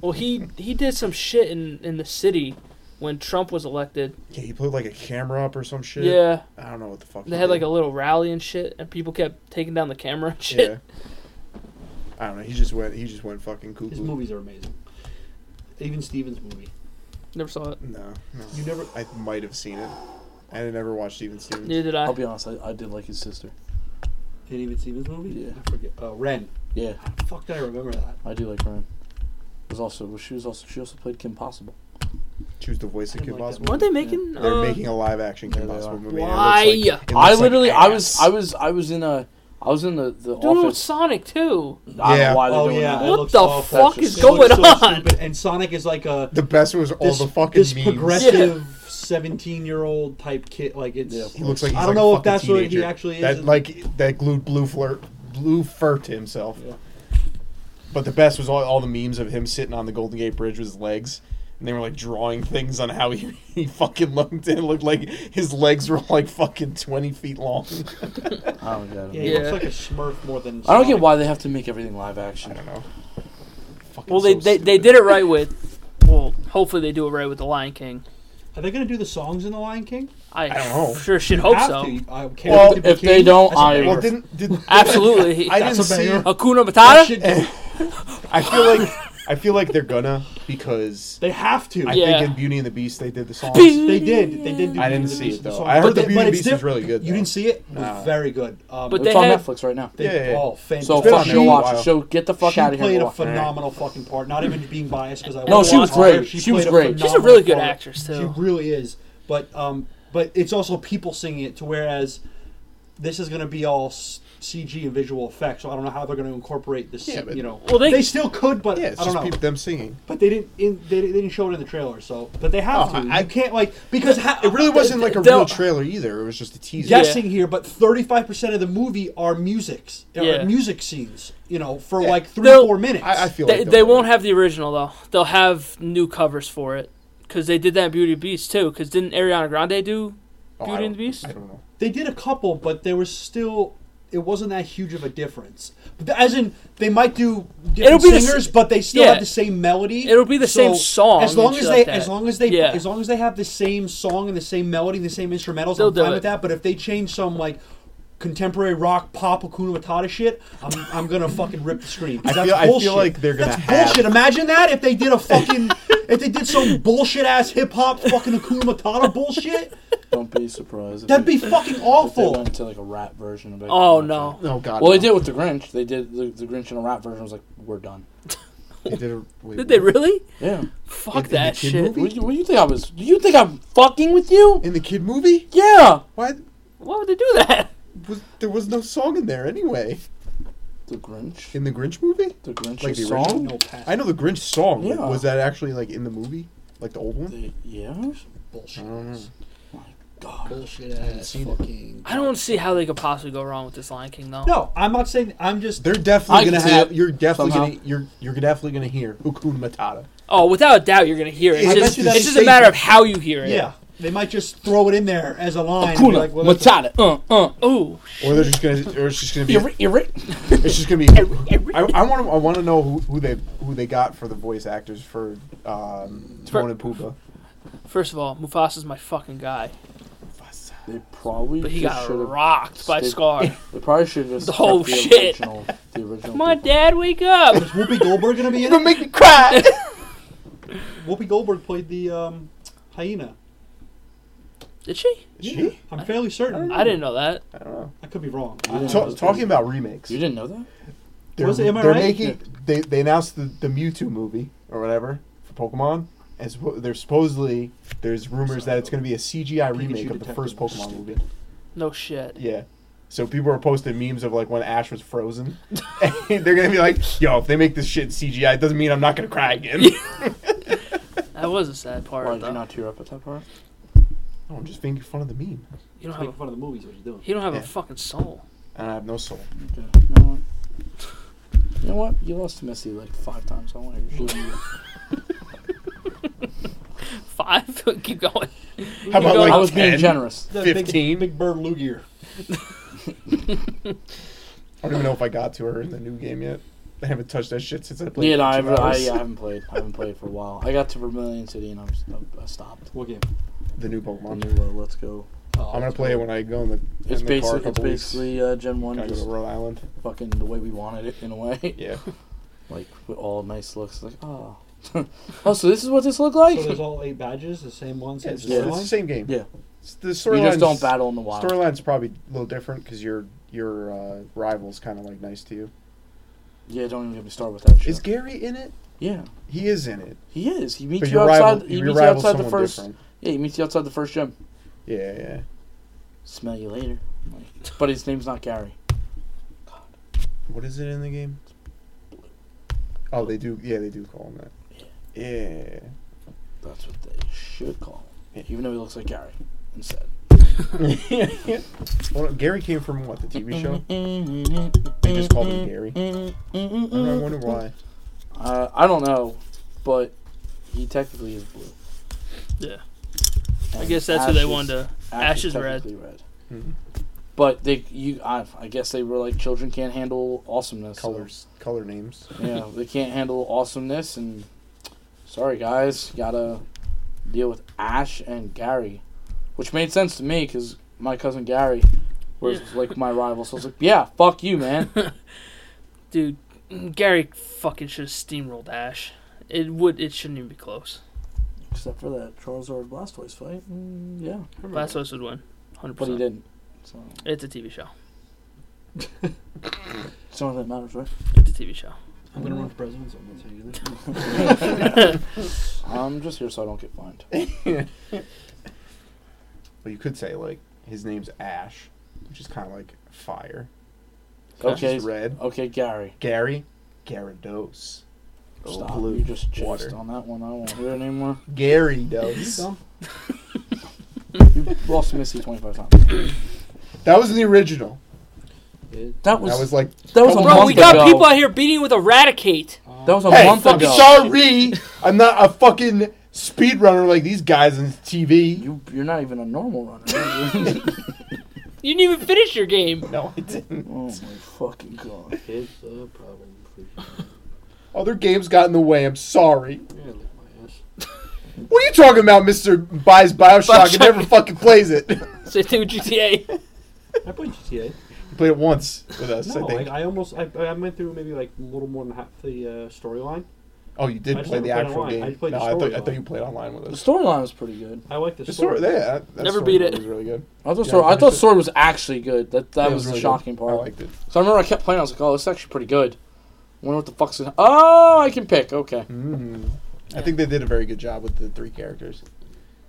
[SPEAKER 3] Well, he he did some shit in in the city when Trump was elected.
[SPEAKER 2] Yeah, he put like a camera up or some shit.
[SPEAKER 3] Yeah,
[SPEAKER 2] I don't know what the fuck.
[SPEAKER 3] they
[SPEAKER 2] he
[SPEAKER 3] had
[SPEAKER 2] did.
[SPEAKER 3] like a little rally and shit, and people kept taking down the camera and shit.
[SPEAKER 2] I don't know. He just went. He just went fucking cuckoo.
[SPEAKER 4] His movies are amazing. Even Steven's movie.
[SPEAKER 3] Never saw it.
[SPEAKER 2] No, no.
[SPEAKER 4] You never.
[SPEAKER 2] I might have seen it. I never watched Steven Stevens.
[SPEAKER 3] Neither did I.
[SPEAKER 1] I'll be honest, I, I did like his sister.
[SPEAKER 4] Didn't even see this movie.
[SPEAKER 1] Yeah.
[SPEAKER 4] I forget. Uh, Ren.
[SPEAKER 1] Yeah,
[SPEAKER 4] How the fuck did I remember that?
[SPEAKER 1] I do like Ren. Was also she was also she also played Kim Possible.
[SPEAKER 2] She was the voice of
[SPEAKER 4] Didn't
[SPEAKER 2] Kid
[SPEAKER 4] like that
[SPEAKER 2] Possible.
[SPEAKER 3] Weren't they making?
[SPEAKER 2] They're
[SPEAKER 3] uh,
[SPEAKER 2] making a live action
[SPEAKER 1] Yeah,
[SPEAKER 2] Kim
[SPEAKER 1] they are.
[SPEAKER 2] Possible movie.
[SPEAKER 3] Why?
[SPEAKER 2] And it looks like, it
[SPEAKER 1] I
[SPEAKER 2] looks like
[SPEAKER 1] literally I was
[SPEAKER 2] ass.
[SPEAKER 1] I was I was in a I was in the the
[SPEAKER 3] Dude,
[SPEAKER 1] office.
[SPEAKER 3] Sonic too.
[SPEAKER 1] I don't
[SPEAKER 2] Yeah.
[SPEAKER 1] know why they're
[SPEAKER 4] Oh
[SPEAKER 1] doing
[SPEAKER 4] yeah.
[SPEAKER 1] that.
[SPEAKER 4] it
[SPEAKER 3] What
[SPEAKER 4] looks
[SPEAKER 3] the
[SPEAKER 4] awful.
[SPEAKER 3] fuck
[SPEAKER 4] It's
[SPEAKER 3] is
[SPEAKER 4] just- it looks
[SPEAKER 3] going
[SPEAKER 4] so
[SPEAKER 3] on?
[SPEAKER 4] stupid. And Sonic is like a
[SPEAKER 2] The best was all
[SPEAKER 4] this,
[SPEAKER 2] the fucking
[SPEAKER 4] this
[SPEAKER 2] memes.
[SPEAKER 4] progressive seventeen-year-old type kid. Like it's.
[SPEAKER 1] Yeah,
[SPEAKER 2] He looks like he's
[SPEAKER 4] I don't
[SPEAKER 2] like
[SPEAKER 4] know
[SPEAKER 2] a
[SPEAKER 4] if
[SPEAKER 2] fucking
[SPEAKER 4] that's what he
[SPEAKER 2] teenager.
[SPEAKER 4] actually is
[SPEAKER 2] That
[SPEAKER 4] in-
[SPEAKER 2] like that glued blue flirt, blue fur to himself.
[SPEAKER 4] Yeah.
[SPEAKER 2] But the best was all, all the memes of him sitting on the Golden Gate Bridge with his legs, and they were like drawing things on how he, *laughs* he fucking looked. It looked like his legs were like fucking twenty feet long. *laughs* Oh,
[SPEAKER 1] I don't get it.
[SPEAKER 4] Yeah, he
[SPEAKER 3] Yeah.
[SPEAKER 4] looks like a Smurf more than.
[SPEAKER 1] I don't get
[SPEAKER 4] Sonic.
[SPEAKER 1] why they have to make everything live
[SPEAKER 2] I
[SPEAKER 1] action.
[SPEAKER 2] don't know. Fucking
[SPEAKER 3] Well, they,
[SPEAKER 2] so
[SPEAKER 3] they they
[SPEAKER 2] stupid.
[SPEAKER 3] did it right with. Well, hopefully they do it right with the Lion King.
[SPEAKER 4] Are they gonna do the songs in The Lion King?
[SPEAKER 3] I,
[SPEAKER 2] don't know.
[SPEAKER 3] sure should
[SPEAKER 4] You
[SPEAKER 3] hope
[SPEAKER 4] have
[SPEAKER 3] so.
[SPEAKER 4] to. I care
[SPEAKER 1] Well,
[SPEAKER 4] to be
[SPEAKER 1] if they
[SPEAKER 4] king.
[SPEAKER 1] don't,
[SPEAKER 4] That's a
[SPEAKER 1] I-
[SPEAKER 4] banger.
[SPEAKER 2] Well, didn't did,
[SPEAKER 3] *laughs* Absolutely,
[SPEAKER 2] *laughs*
[SPEAKER 3] he-
[SPEAKER 2] I
[SPEAKER 3] that's
[SPEAKER 2] didn't
[SPEAKER 4] a
[SPEAKER 2] see.
[SPEAKER 4] banger.
[SPEAKER 3] Hakuna
[SPEAKER 4] That
[SPEAKER 3] Matata.
[SPEAKER 4] shit-
[SPEAKER 2] *laughs* I feel like I feel like they're gonna because
[SPEAKER 4] they have to.
[SPEAKER 2] I
[SPEAKER 3] *laughs* Yeah.
[SPEAKER 2] think in Beauty and the Beast they did the songs.
[SPEAKER 3] Beauty
[SPEAKER 4] They did. They did. Do
[SPEAKER 2] I
[SPEAKER 4] Beauty and
[SPEAKER 2] didn't
[SPEAKER 4] the
[SPEAKER 2] see
[SPEAKER 4] Beast
[SPEAKER 2] it
[SPEAKER 4] and
[SPEAKER 2] though.
[SPEAKER 4] Song.
[SPEAKER 2] I heard
[SPEAKER 4] But
[SPEAKER 2] the
[SPEAKER 4] they-
[SPEAKER 2] Beauty and
[SPEAKER 4] but
[SPEAKER 2] the
[SPEAKER 4] it's
[SPEAKER 2] Beast is
[SPEAKER 4] diff-
[SPEAKER 2] really good.
[SPEAKER 4] You
[SPEAKER 2] though.
[SPEAKER 4] didn't see it? It was
[SPEAKER 2] Nah.
[SPEAKER 4] very good. Um,
[SPEAKER 3] But
[SPEAKER 1] It's
[SPEAKER 3] they
[SPEAKER 1] on
[SPEAKER 3] have-
[SPEAKER 1] Netflix right now.
[SPEAKER 4] they,
[SPEAKER 2] Yeah, yeah, yeah.
[SPEAKER 4] oh, fantastic.
[SPEAKER 1] So
[SPEAKER 2] been
[SPEAKER 1] fuck
[SPEAKER 2] on
[SPEAKER 1] you,
[SPEAKER 2] there for a
[SPEAKER 1] watch it.
[SPEAKER 2] while.
[SPEAKER 1] So get the fuck
[SPEAKER 4] she
[SPEAKER 1] out of here.
[SPEAKER 4] played
[SPEAKER 1] and
[SPEAKER 4] a
[SPEAKER 1] watch it.
[SPEAKER 4] phenomenal fucking part. Not even being biased because I
[SPEAKER 1] No,
[SPEAKER 4] watched
[SPEAKER 1] she was
[SPEAKER 4] it on her.
[SPEAKER 1] great. She was
[SPEAKER 4] played a
[SPEAKER 1] great. She's
[SPEAKER 3] a
[SPEAKER 4] phenomenal
[SPEAKER 3] really good
[SPEAKER 4] part.
[SPEAKER 3] actress, too.
[SPEAKER 4] She really is. But um, but it's also people singing it. To whereas this is going to be all s- CG and visual effects. So I don't know how they're going to incorporate this.
[SPEAKER 2] Yeah, but-
[SPEAKER 4] you know,
[SPEAKER 3] Well, they-
[SPEAKER 4] they still could, but
[SPEAKER 2] Yeah, it's
[SPEAKER 4] I don't
[SPEAKER 2] just
[SPEAKER 4] know.
[SPEAKER 2] people, them singing.
[SPEAKER 4] But they didn't. In, they, they didn't show it in the trailer. So, but they have
[SPEAKER 2] Oh,
[SPEAKER 4] to.
[SPEAKER 2] I-
[SPEAKER 4] I can't like because ha-
[SPEAKER 2] It really wasn't like a
[SPEAKER 3] They'll-
[SPEAKER 2] real trailer either. It was just a teaser.
[SPEAKER 3] Yeah.
[SPEAKER 4] guessing here, but 35% of the movie are musics, are
[SPEAKER 3] Yeah.
[SPEAKER 4] music scenes, you know, for
[SPEAKER 2] Yeah.
[SPEAKER 4] like 3
[SPEAKER 3] They'll-
[SPEAKER 4] 4 minutes.
[SPEAKER 2] I, I feel
[SPEAKER 3] They,
[SPEAKER 2] like
[SPEAKER 3] they won't have the original though. They'll have new covers for it because they did that in Beauty and the Beast too. Because didn't Ariana Grande do
[SPEAKER 2] Oh, I
[SPEAKER 3] Beauty and
[SPEAKER 2] don't-
[SPEAKER 3] the Beast?
[SPEAKER 2] I don't know.
[SPEAKER 4] they did a couple, but there was still it wasn't that huge of a difference. But th- as in, they might do
[SPEAKER 3] It'll
[SPEAKER 4] different
[SPEAKER 3] be the
[SPEAKER 4] singers,
[SPEAKER 3] s-
[SPEAKER 4] but they still
[SPEAKER 3] yeah.
[SPEAKER 4] have the same melody.
[SPEAKER 3] It'll be the same song
[SPEAKER 4] As long
[SPEAKER 3] and
[SPEAKER 4] as
[SPEAKER 3] shit
[SPEAKER 4] they,
[SPEAKER 3] like that.
[SPEAKER 4] as long as they,
[SPEAKER 3] Yeah.
[SPEAKER 4] as long as they have the same song and the same melody, and the same instrumentals,
[SPEAKER 3] They'll
[SPEAKER 4] I'm
[SPEAKER 3] do
[SPEAKER 4] fine
[SPEAKER 3] it.
[SPEAKER 4] with that. But if they change some like contemporary rock, pop, Hakuna Matata shit, I'm, I'm gonna fucking rip the screen. 'cause
[SPEAKER 2] I
[SPEAKER 4] that's
[SPEAKER 2] feel- I feel
[SPEAKER 4] bullshit.
[SPEAKER 2] like they're gonna
[SPEAKER 4] That's
[SPEAKER 2] have-
[SPEAKER 4] bullshit. Imagine that if they did a fucking, if they did some bullshit ass hip hop fucking Hakuna Matata bullshit.
[SPEAKER 1] Don't be surprised. if
[SPEAKER 4] That'd
[SPEAKER 1] they-
[SPEAKER 4] be fucking
[SPEAKER 1] if they
[SPEAKER 4] awful.
[SPEAKER 1] went to like a rap version of it.
[SPEAKER 3] Oh no.
[SPEAKER 2] Oh god.
[SPEAKER 1] Well, they
[SPEAKER 2] no.
[SPEAKER 1] did with the Grinch. They did the, the Grinch in a rap version. Was like, we're done.
[SPEAKER 2] They did. A, wait,
[SPEAKER 3] Did they really?
[SPEAKER 1] Yeah.
[SPEAKER 2] Like
[SPEAKER 3] Fuck
[SPEAKER 2] in the
[SPEAKER 3] that
[SPEAKER 2] kid
[SPEAKER 3] shit.
[SPEAKER 2] movie?
[SPEAKER 1] What, do you- what do you think I was? Do you think I'm fucking with you?
[SPEAKER 2] in the kid movie?
[SPEAKER 1] Yeah.
[SPEAKER 2] Why
[SPEAKER 3] Why would they do that?
[SPEAKER 2] was there was no song in there anyway?
[SPEAKER 1] The Grinch.
[SPEAKER 2] In the Grinch movie?
[SPEAKER 1] The Grinch
[SPEAKER 2] Like the
[SPEAKER 1] song.
[SPEAKER 4] No pass.
[SPEAKER 2] I know the Grinch song. but
[SPEAKER 1] Yeah.
[SPEAKER 2] Was that actually like in the movie? Like the old one?
[SPEAKER 1] The- yeah.
[SPEAKER 2] I
[SPEAKER 4] bullshit.
[SPEAKER 2] don't know.
[SPEAKER 1] God.
[SPEAKER 4] Mm-hmm. Bullshit ass
[SPEAKER 2] seen it.
[SPEAKER 4] fucking.
[SPEAKER 3] I don't see how they could possibly go wrong with this Lion King though.
[SPEAKER 4] No, I'm not saying. I'm just.
[SPEAKER 2] They're
[SPEAKER 1] I
[SPEAKER 2] definitely
[SPEAKER 1] can
[SPEAKER 2] gonna
[SPEAKER 1] see
[SPEAKER 2] have.
[SPEAKER 1] it
[SPEAKER 2] You're definitely
[SPEAKER 1] somehow.
[SPEAKER 2] gonna. You're you're definitely gonna hear Hakuna Matata.
[SPEAKER 3] Oh, without a doubt, you're gonna hear it.
[SPEAKER 2] I
[SPEAKER 3] It's
[SPEAKER 2] bet
[SPEAKER 3] just,
[SPEAKER 2] you that's
[SPEAKER 3] it's just a
[SPEAKER 2] safe.
[SPEAKER 3] matter of how you hear it.
[SPEAKER 4] yeah. they might just throw it in there as a line. and be
[SPEAKER 1] Kuna.
[SPEAKER 4] like, well, that's-
[SPEAKER 1] Matata. Uh. Uh.
[SPEAKER 3] Ooh.
[SPEAKER 2] Or they're just gonna. Or it's just gonna be.
[SPEAKER 1] You're right, you're right.
[SPEAKER 2] It's just gonna be. I want to. I want to know who, who they who they got for the voice actors for um,
[SPEAKER 3] For-
[SPEAKER 2] Timon and Pumbaa.
[SPEAKER 3] First of all, Mufasa's my fucking guy,
[SPEAKER 1] They probably
[SPEAKER 3] but he
[SPEAKER 1] just
[SPEAKER 3] got
[SPEAKER 1] should have.
[SPEAKER 3] rocked by
[SPEAKER 1] stayed- *laughs*
[SPEAKER 3] Scar. *laughs*
[SPEAKER 1] They probably should have just.
[SPEAKER 3] Oh,
[SPEAKER 1] kept the
[SPEAKER 3] shit.
[SPEAKER 1] Original, the original.
[SPEAKER 3] Come on,
[SPEAKER 1] people.
[SPEAKER 3] Dad, wake up.
[SPEAKER 2] *laughs*
[SPEAKER 4] Is Whoopi Goldberg gonna be in
[SPEAKER 2] Don't
[SPEAKER 4] it?
[SPEAKER 2] make me cry.
[SPEAKER 4] Whoopi Goldberg played the um, hyena.
[SPEAKER 3] Did she?
[SPEAKER 2] She?
[SPEAKER 4] I'm fairly certain.
[SPEAKER 3] I didn't know that.
[SPEAKER 2] *laughs* I *laughs* don't know.
[SPEAKER 4] I could be wrong.
[SPEAKER 1] You didn't
[SPEAKER 4] I-
[SPEAKER 1] know
[SPEAKER 2] Ta-
[SPEAKER 1] those
[SPEAKER 2] talking
[SPEAKER 1] guys.
[SPEAKER 2] about remakes,
[SPEAKER 1] You didn't know that?
[SPEAKER 2] they're,
[SPEAKER 4] Was it- am I
[SPEAKER 2] they're
[SPEAKER 4] right?
[SPEAKER 2] making they, they announced the, the Mewtwo movie or whatever for Pokemon, and suppo- there's supposedly there's rumors that it's going to be a CGI remake of the
[SPEAKER 4] Detective
[SPEAKER 2] first
[SPEAKER 4] was
[SPEAKER 2] Pokemon
[SPEAKER 4] stupid.
[SPEAKER 2] movie.
[SPEAKER 3] No shit.
[SPEAKER 2] Yeah. So people are posting memes of like when Ash was frozen. *laughs* And they're gonna be like, "Yo, if they make this shit CGI, it doesn't mean I'm not gonna cry
[SPEAKER 4] *laughs*
[SPEAKER 2] again."
[SPEAKER 3] That was a sad part.
[SPEAKER 1] Why did
[SPEAKER 3] though.
[SPEAKER 1] you not tear up at that part?
[SPEAKER 2] No, I'm just making fun of the meme.
[SPEAKER 3] You don't have
[SPEAKER 4] Making
[SPEAKER 3] a,
[SPEAKER 4] fun of the movies. What you doing?
[SPEAKER 3] he don't have
[SPEAKER 2] Yeah.
[SPEAKER 3] a fucking soul. *laughs*
[SPEAKER 2] And I have no soul.
[SPEAKER 1] Okay. You know what? You know what? You lost to Missy like five times. I want to hear you.
[SPEAKER 3] Five. *laughs* Keep going.
[SPEAKER 2] How about *laughs*
[SPEAKER 3] go-
[SPEAKER 2] like
[SPEAKER 1] I was being
[SPEAKER 2] 10?
[SPEAKER 1] generous.
[SPEAKER 4] The
[SPEAKER 2] 15.
[SPEAKER 4] Big, big Bird Lugier.
[SPEAKER 2] I don't even know if I got to her in the new game yet. I haven't touched that shit since I played.
[SPEAKER 1] Yeah,
[SPEAKER 2] it
[SPEAKER 1] no, I, haven't-
[SPEAKER 2] for two
[SPEAKER 1] I, uh,
[SPEAKER 2] hours.
[SPEAKER 1] yeah, I haven't played. I haven't played for a while. I got to Vermilion City and I'm, I stopped.
[SPEAKER 4] What game?
[SPEAKER 2] The new
[SPEAKER 1] I
[SPEAKER 2] Pokemon.
[SPEAKER 1] knew, uh, let's go.
[SPEAKER 4] Oh,
[SPEAKER 2] I'm gonna play it when I go in the.
[SPEAKER 1] It's
[SPEAKER 2] in the
[SPEAKER 1] basically
[SPEAKER 2] car a
[SPEAKER 1] it's
[SPEAKER 2] couple weeks.
[SPEAKER 1] basically uh, Gen One,
[SPEAKER 2] Gotta go
[SPEAKER 1] just
[SPEAKER 2] to Rhode Island.
[SPEAKER 1] *laughs* fucking the way we wanted it in a way.
[SPEAKER 2] Yeah.
[SPEAKER 1] like with all nice looks. Like oh, *laughs* Oh, so this is what this looked like?
[SPEAKER 4] So there's all eight badges, the same ones.
[SPEAKER 2] Yeah,
[SPEAKER 4] hit
[SPEAKER 2] it's,
[SPEAKER 4] the
[SPEAKER 2] just-
[SPEAKER 4] same
[SPEAKER 2] it's the
[SPEAKER 4] one?
[SPEAKER 2] same game.
[SPEAKER 1] yeah.
[SPEAKER 2] It's
[SPEAKER 1] *laughs*
[SPEAKER 2] the
[SPEAKER 1] You
[SPEAKER 2] storyline.
[SPEAKER 1] just don't battle in the wild.
[SPEAKER 2] Storyline's probably a little different because your your uh, rival's kind of like nice to you.
[SPEAKER 1] Yeah, don't even get me started with that shit.
[SPEAKER 2] Is Gary in it?
[SPEAKER 1] yeah,
[SPEAKER 2] He is in it.
[SPEAKER 1] he is. He meets
[SPEAKER 2] But
[SPEAKER 1] you
[SPEAKER 2] your rival,
[SPEAKER 1] outside. he
[SPEAKER 2] your
[SPEAKER 1] meets you
[SPEAKER 2] rival's
[SPEAKER 1] outside the
[SPEAKER 2] someone
[SPEAKER 1] first.
[SPEAKER 2] different.
[SPEAKER 1] Yeah, he meets you outside the first gym.
[SPEAKER 2] Yeah, yeah.
[SPEAKER 1] Smell you later. Like, But his name's not Gary.
[SPEAKER 2] What is it in the game? Oh, they do. Yeah, they do call him that. Yeah.
[SPEAKER 1] That's what they should call him. Even though he looks like Gary instead.
[SPEAKER 2] well, Gary came from what? The TV show? *laughs* They just called him Gary. And I wonder why.
[SPEAKER 1] Uh, I don't know, but he technically is blue.
[SPEAKER 3] Yeah. I
[SPEAKER 1] And
[SPEAKER 3] guess that's what they wanted to. Ash is red.
[SPEAKER 1] technically red.
[SPEAKER 2] Mhm.
[SPEAKER 1] But they, you, I, I guess they were like children can't handle awesomeness. so-
[SPEAKER 2] Colors, color names.
[SPEAKER 1] yeah, they can't handle awesomeness, and sorry guys, gotta deal with Ash and Gary, which made sense to me because my cousin Gary was like my rival, so I was like, yeah, fuck you,
[SPEAKER 2] *laughs*
[SPEAKER 1] man.
[SPEAKER 3] Dude, Gary fucking should have steamrolled Ash. It would. It shouldn't even be close.
[SPEAKER 1] Except for that Charizard Blastoise fight, mm, yeah,
[SPEAKER 3] Last Blastoise would win. Hundred
[SPEAKER 1] but he
[SPEAKER 3] percent.
[SPEAKER 1] didn't. So
[SPEAKER 3] It's a TV show.
[SPEAKER 1] it's not that matters, right?
[SPEAKER 3] It's a TV show.
[SPEAKER 4] I'm gonna run for president. So I'm gonna tell you that.
[SPEAKER 1] I'm just here so I don't get fined.
[SPEAKER 2] But you could say, like, his name's Ash, which is kind of like fire.
[SPEAKER 1] Okay,
[SPEAKER 2] It's red.
[SPEAKER 1] okay, Gary,
[SPEAKER 2] Gary, Gyarados. Oh,
[SPEAKER 1] stop.
[SPEAKER 2] blue.
[SPEAKER 1] You just chased
[SPEAKER 2] Water.
[SPEAKER 1] on that one. I don't want to hear it
[SPEAKER 2] *laughs*
[SPEAKER 1] anymore.
[SPEAKER 2] Gary
[SPEAKER 4] You
[SPEAKER 2] Dose.
[SPEAKER 4] dumb.
[SPEAKER 1] You lost Missy 25 times.
[SPEAKER 2] That was the original.
[SPEAKER 1] That was
[SPEAKER 2] That was like,
[SPEAKER 1] that was a
[SPEAKER 2] Bro,
[SPEAKER 3] Bro,
[SPEAKER 1] month
[SPEAKER 3] we got
[SPEAKER 1] ago.
[SPEAKER 3] people out here beating with Eradicate.
[SPEAKER 4] uh,
[SPEAKER 1] That was a
[SPEAKER 2] hey,
[SPEAKER 1] month
[SPEAKER 2] fucking
[SPEAKER 1] ago.
[SPEAKER 2] sorry, I'm not a fucking speedrunner like these guys on TV.
[SPEAKER 1] You, you're not even a normal
[SPEAKER 2] *laughs*
[SPEAKER 1] runner. *laughs*
[SPEAKER 3] You didn't even finish your game. *laughs*
[SPEAKER 2] No, I didn't.
[SPEAKER 1] oh my fucking god.
[SPEAKER 4] It's a problem. for you.
[SPEAKER 2] Other games got in the way. I'm sorry.
[SPEAKER 4] Yeah, lick my ass.
[SPEAKER 2] What are you talking about, Mister buys Bioshock, and never fucking plays
[SPEAKER 4] *laughs*
[SPEAKER 2] it? you
[SPEAKER 3] Same thing with GTA.
[SPEAKER 4] I played GTA.
[SPEAKER 2] played it once with us,
[SPEAKER 4] No,
[SPEAKER 2] I think.
[SPEAKER 4] I, I almost I, I went through maybe like a little more than half the uh, storyline.
[SPEAKER 2] oh, you did
[SPEAKER 4] I just
[SPEAKER 2] play
[SPEAKER 4] never
[SPEAKER 2] the
[SPEAKER 4] played
[SPEAKER 2] actual
[SPEAKER 4] online.
[SPEAKER 2] game.
[SPEAKER 4] I just played
[SPEAKER 2] no,
[SPEAKER 4] the
[SPEAKER 2] I thought I
[SPEAKER 4] storyline.
[SPEAKER 2] thought you played online with
[SPEAKER 1] The
[SPEAKER 2] us.
[SPEAKER 1] storyline was pretty good.
[SPEAKER 4] I like the,
[SPEAKER 2] The
[SPEAKER 4] story.
[SPEAKER 2] story, yeah, that, that
[SPEAKER 3] Never
[SPEAKER 2] story
[SPEAKER 3] beat it.
[SPEAKER 2] Was really good.
[SPEAKER 1] I thought
[SPEAKER 2] Yeah,
[SPEAKER 1] story.
[SPEAKER 2] I
[SPEAKER 1] I thought
[SPEAKER 2] should-
[SPEAKER 1] story was actually good. That that
[SPEAKER 2] Yeah, it
[SPEAKER 1] was, the
[SPEAKER 2] really good.
[SPEAKER 1] shocking
[SPEAKER 2] I
[SPEAKER 1] part.
[SPEAKER 2] liked it.
[SPEAKER 1] So I remember I kept playing. I was like, "Oh, this is actually pretty good." I wonder what the fuck's in. Oh, I can pick. Okay. It
[SPEAKER 2] Mm. I think they did a very good job with the three characters.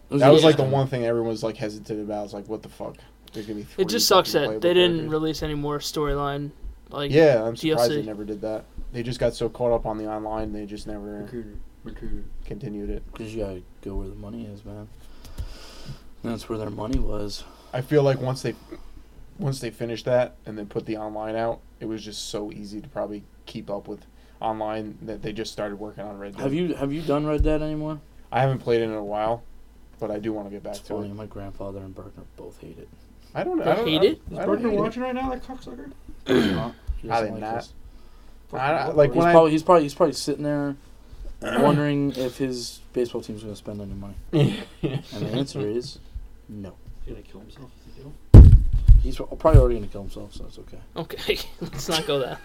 [SPEAKER 1] was
[SPEAKER 2] That was like the
[SPEAKER 1] interesting.
[SPEAKER 2] one thing everyone was like hesitant about. It's like, what the fuck? There's gonna be three
[SPEAKER 3] It just sucks
[SPEAKER 2] fucking
[SPEAKER 3] that
[SPEAKER 2] playable
[SPEAKER 3] they didn't
[SPEAKER 2] characters.
[SPEAKER 3] release any more storyline. Like
[SPEAKER 2] Yeah, I'm surprised
[SPEAKER 3] DLC.
[SPEAKER 2] they never did that. They just got so caught up on the online, they just never
[SPEAKER 4] Recruiter. Recruiter.
[SPEAKER 2] continued it.
[SPEAKER 1] Cause you gotta go where the money is, man. And that's where their money was.
[SPEAKER 2] I feel like once they, once they finished that and then put the online out, it was just so easy to probably keep up with online that they just started working on Red Dead.
[SPEAKER 1] Have you have you done Red Dead anymore?
[SPEAKER 2] I haven't played it in a while, but I do want to get back
[SPEAKER 1] It's
[SPEAKER 2] to
[SPEAKER 1] funny.
[SPEAKER 2] it.
[SPEAKER 1] My grandfather and Bergner both hate
[SPEAKER 2] *clears throat*
[SPEAKER 1] it.
[SPEAKER 2] I don't.
[SPEAKER 3] They
[SPEAKER 2] I don't
[SPEAKER 3] hate
[SPEAKER 2] I,
[SPEAKER 3] it?
[SPEAKER 4] Is
[SPEAKER 2] I don't
[SPEAKER 4] Bergner
[SPEAKER 2] hate it.
[SPEAKER 4] watching right now, that cocksucker?
[SPEAKER 1] He
[SPEAKER 2] I
[SPEAKER 1] doesn't
[SPEAKER 2] did
[SPEAKER 1] like
[SPEAKER 2] not.
[SPEAKER 1] this.
[SPEAKER 2] I- I- like
[SPEAKER 1] He's
[SPEAKER 2] when
[SPEAKER 1] probably he's probably he's probably sitting there wondering if his baseball team's gonna spend any money.
[SPEAKER 2] I.
[SPEAKER 1] And the *laughs* answer is no.
[SPEAKER 4] He's gonna kill himself. if you don't.
[SPEAKER 1] He's probably already gonna kill himself, so that's okay.
[SPEAKER 3] Okay, *laughs* let's not go that.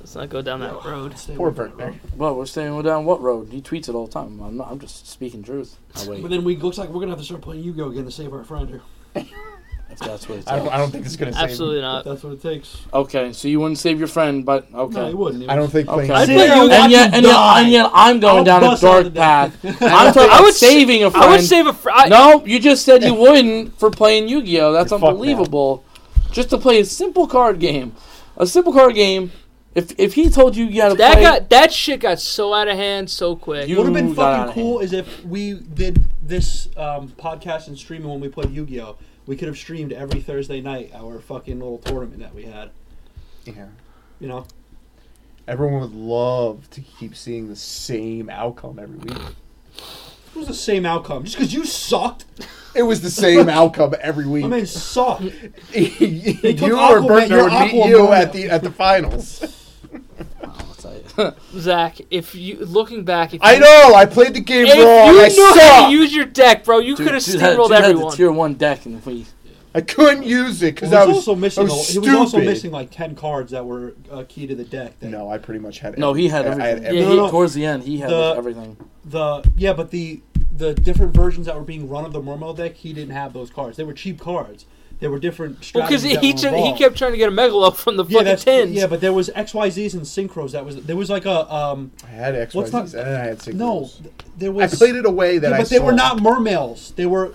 [SPEAKER 3] Let's not go down that road.
[SPEAKER 2] *laughs*
[SPEAKER 4] Stay
[SPEAKER 2] Poor
[SPEAKER 4] away from that
[SPEAKER 2] Bergner.
[SPEAKER 4] road.
[SPEAKER 1] Well, we're staying down what road? He tweets it all the time. I'm not. I'm just speaking truth. Oh,
[SPEAKER 4] But
[SPEAKER 1] wait,
[SPEAKER 4] then we looks like we're gonna have to start playing Yu-Gi-Oh again to save our friend here.
[SPEAKER 1] if that's what it's.
[SPEAKER 2] I don't. I don't think it's gonna. save-
[SPEAKER 3] Absolutely
[SPEAKER 4] If
[SPEAKER 3] not.
[SPEAKER 4] that's what it takes.
[SPEAKER 1] Okay, so you wouldn't save your friend, but okay.
[SPEAKER 4] No, he wouldn't. He
[SPEAKER 2] I don't think playing.
[SPEAKER 1] Okay. I'd
[SPEAKER 3] play Yu-Gi-Oh!
[SPEAKER 2] Serial-
[SPEAKER 1] and yet, and yet,
[SPEAKER 4] die.
[SPEAKER 1] and yet, I'm going
[SPEAKER 4] I'll
[SPEAKER 1] down a
[SPEAKER 4] bust out
[SPEAKER 1] dark
[SPEAKER 4] of that. *laughs*
[SPEAKER 1] path. I'm talking
[SPEAKER 3] I
[SPEAKER 1] about
[SPEAKER 3] would s-
[SPEAKER 1] saving a friend.
[SPEAKER 3] I would save a fr- I,
[SPEAKER 1] no, you just said you wouldn't for playing Yu-Gi-Oh. That's
[SPEAKER 2] You're fucked now.
[SPEAKER 1] unbelievable. Just to play a simple card game, a simple card game. If if he told you you had to
[SPEAKER 3] That
[SPEAKER 1] play,
[SPEAKER 3] got that shit got so out of hand so quick.
[SPEAKER 1] You-
[SPEAKER 4] What would have been
[SPEAKER 1] Ooh, got out
[SPEAKER 4] fucking
[SPEAKER 1] of
[SPEAKER 4] cool is if we did this um, podcast and streaming when we played Yu-Gi-Oh. We could have streamed every Thursday night our fucking little tournament that we had.
[SPEAKER 2] Yeah.
[SPEAKER 4] You know,
[SPEAKER 2] Everyone would love to keep seeing the same outcome every week.
[SPEAKER 4] it was the same outcome. Just because you sucked,
[SPEAKER 2] It was the same outcome every week. *laughs*
[SPEAKER 4] my man sucked. took
[SPEAKER 2] you or
[SPEAKER 4] Aquaman-
[SPEAKER 2] Bertner
[SPEAKER 4] you're
[SPEAKER 2] would meet
[SPEAKER 4] Aquaman.
[SPEAKER 2] you at the at the finals.
[SPEAKER 1] I'll tell you.
[SPEAKER 3] Zach, if you looking back, if
[SPEAKER 2] I
[SPEAKER 3] you,
[SPEAKER 2] know. I played the game
[SPEAKER 3] if
[SPEAKER 2] wrong.
[SPEAKER 3] you
[SPEAKER 2] I
[SPEAKER 3] knew how to
[SPEAKER 2] suck.
[SPEAKER 3] use your deck, bro, you
[SPEAKER 1] Dude,
[SPEAKER 3] could have
[SPEAKER 1] dude had-
[SPEAKER 3] steamrolled
[SPEAKER 1] dude had the
[SPEAKER 3] everyone.
[SPEAKER 1] tier one deck, and we
[SPEAKER 2] I couldn't use it because
[SPEAKER 4] He was
[SPEAKER 2] I was
[SPEAKER 4] also missing.
[SPEAKER 2] I was
[SPEAKER 4] a- he was also
[SPEAKER 2] stupid.
[SPEAKER 4] missing like ten cards that were uh, key to the deck. That
[SPEAKER 2] No, I pretty much had.
[SPEAKER 1] No, he had
[SPEAKER 2] I- I
[SPEAKER 1] everything.
[SPEAKER 2] every-
[SPEAKER 3] Yeah,
[SPEAKER 1] He-
[SPEAKER 4] no, no.
[SPEAKER 1] Towards the end, he had like,
[SPEAKER 4] The-
[SPEAKER 1] everything.
[SPEAKER 4] the yeah, but the the different versions that were being run of the Wormhole deck, he didn't have those cards. They were cheap cards. They were different
[SPEAKER 3] Well,
[SPEAKER 4] strategies.
[SPEAKER 3] because he
[SPEAKER 4] that were
[SPEAKER 3] he, tr- he
[SPEAKER 4] involved.
[SPEAKER 3] kept trying to get a Megalo from the
[SPEAKER 4] yeah,
[SPEAKER 3] fucking
[SPEAKER 4] that's-
[SPEAKER 3] tins.
[SPEAKER 4] yeah, but there was X Y Z's and synchros. That was there was like a um
[SPEAKER 2] I had X,
[SPEAKER 4] What's
[SPEAKER 2] Y,
[SPEAKER 4] not-
[SPEAKER 2] Zs, and I had six.
[SPEAKER 4] no th- there
[SPEAKER 2] I
[SPEAKER 4] was
[SPEAKER 2] played it away that
[SPEAKER 4] yeah,
[SPEAKER 2] I.
[SPEAKER 4] but they were
[SPEAKER 2] saw.
[SPEAKER 4] not mermails. They were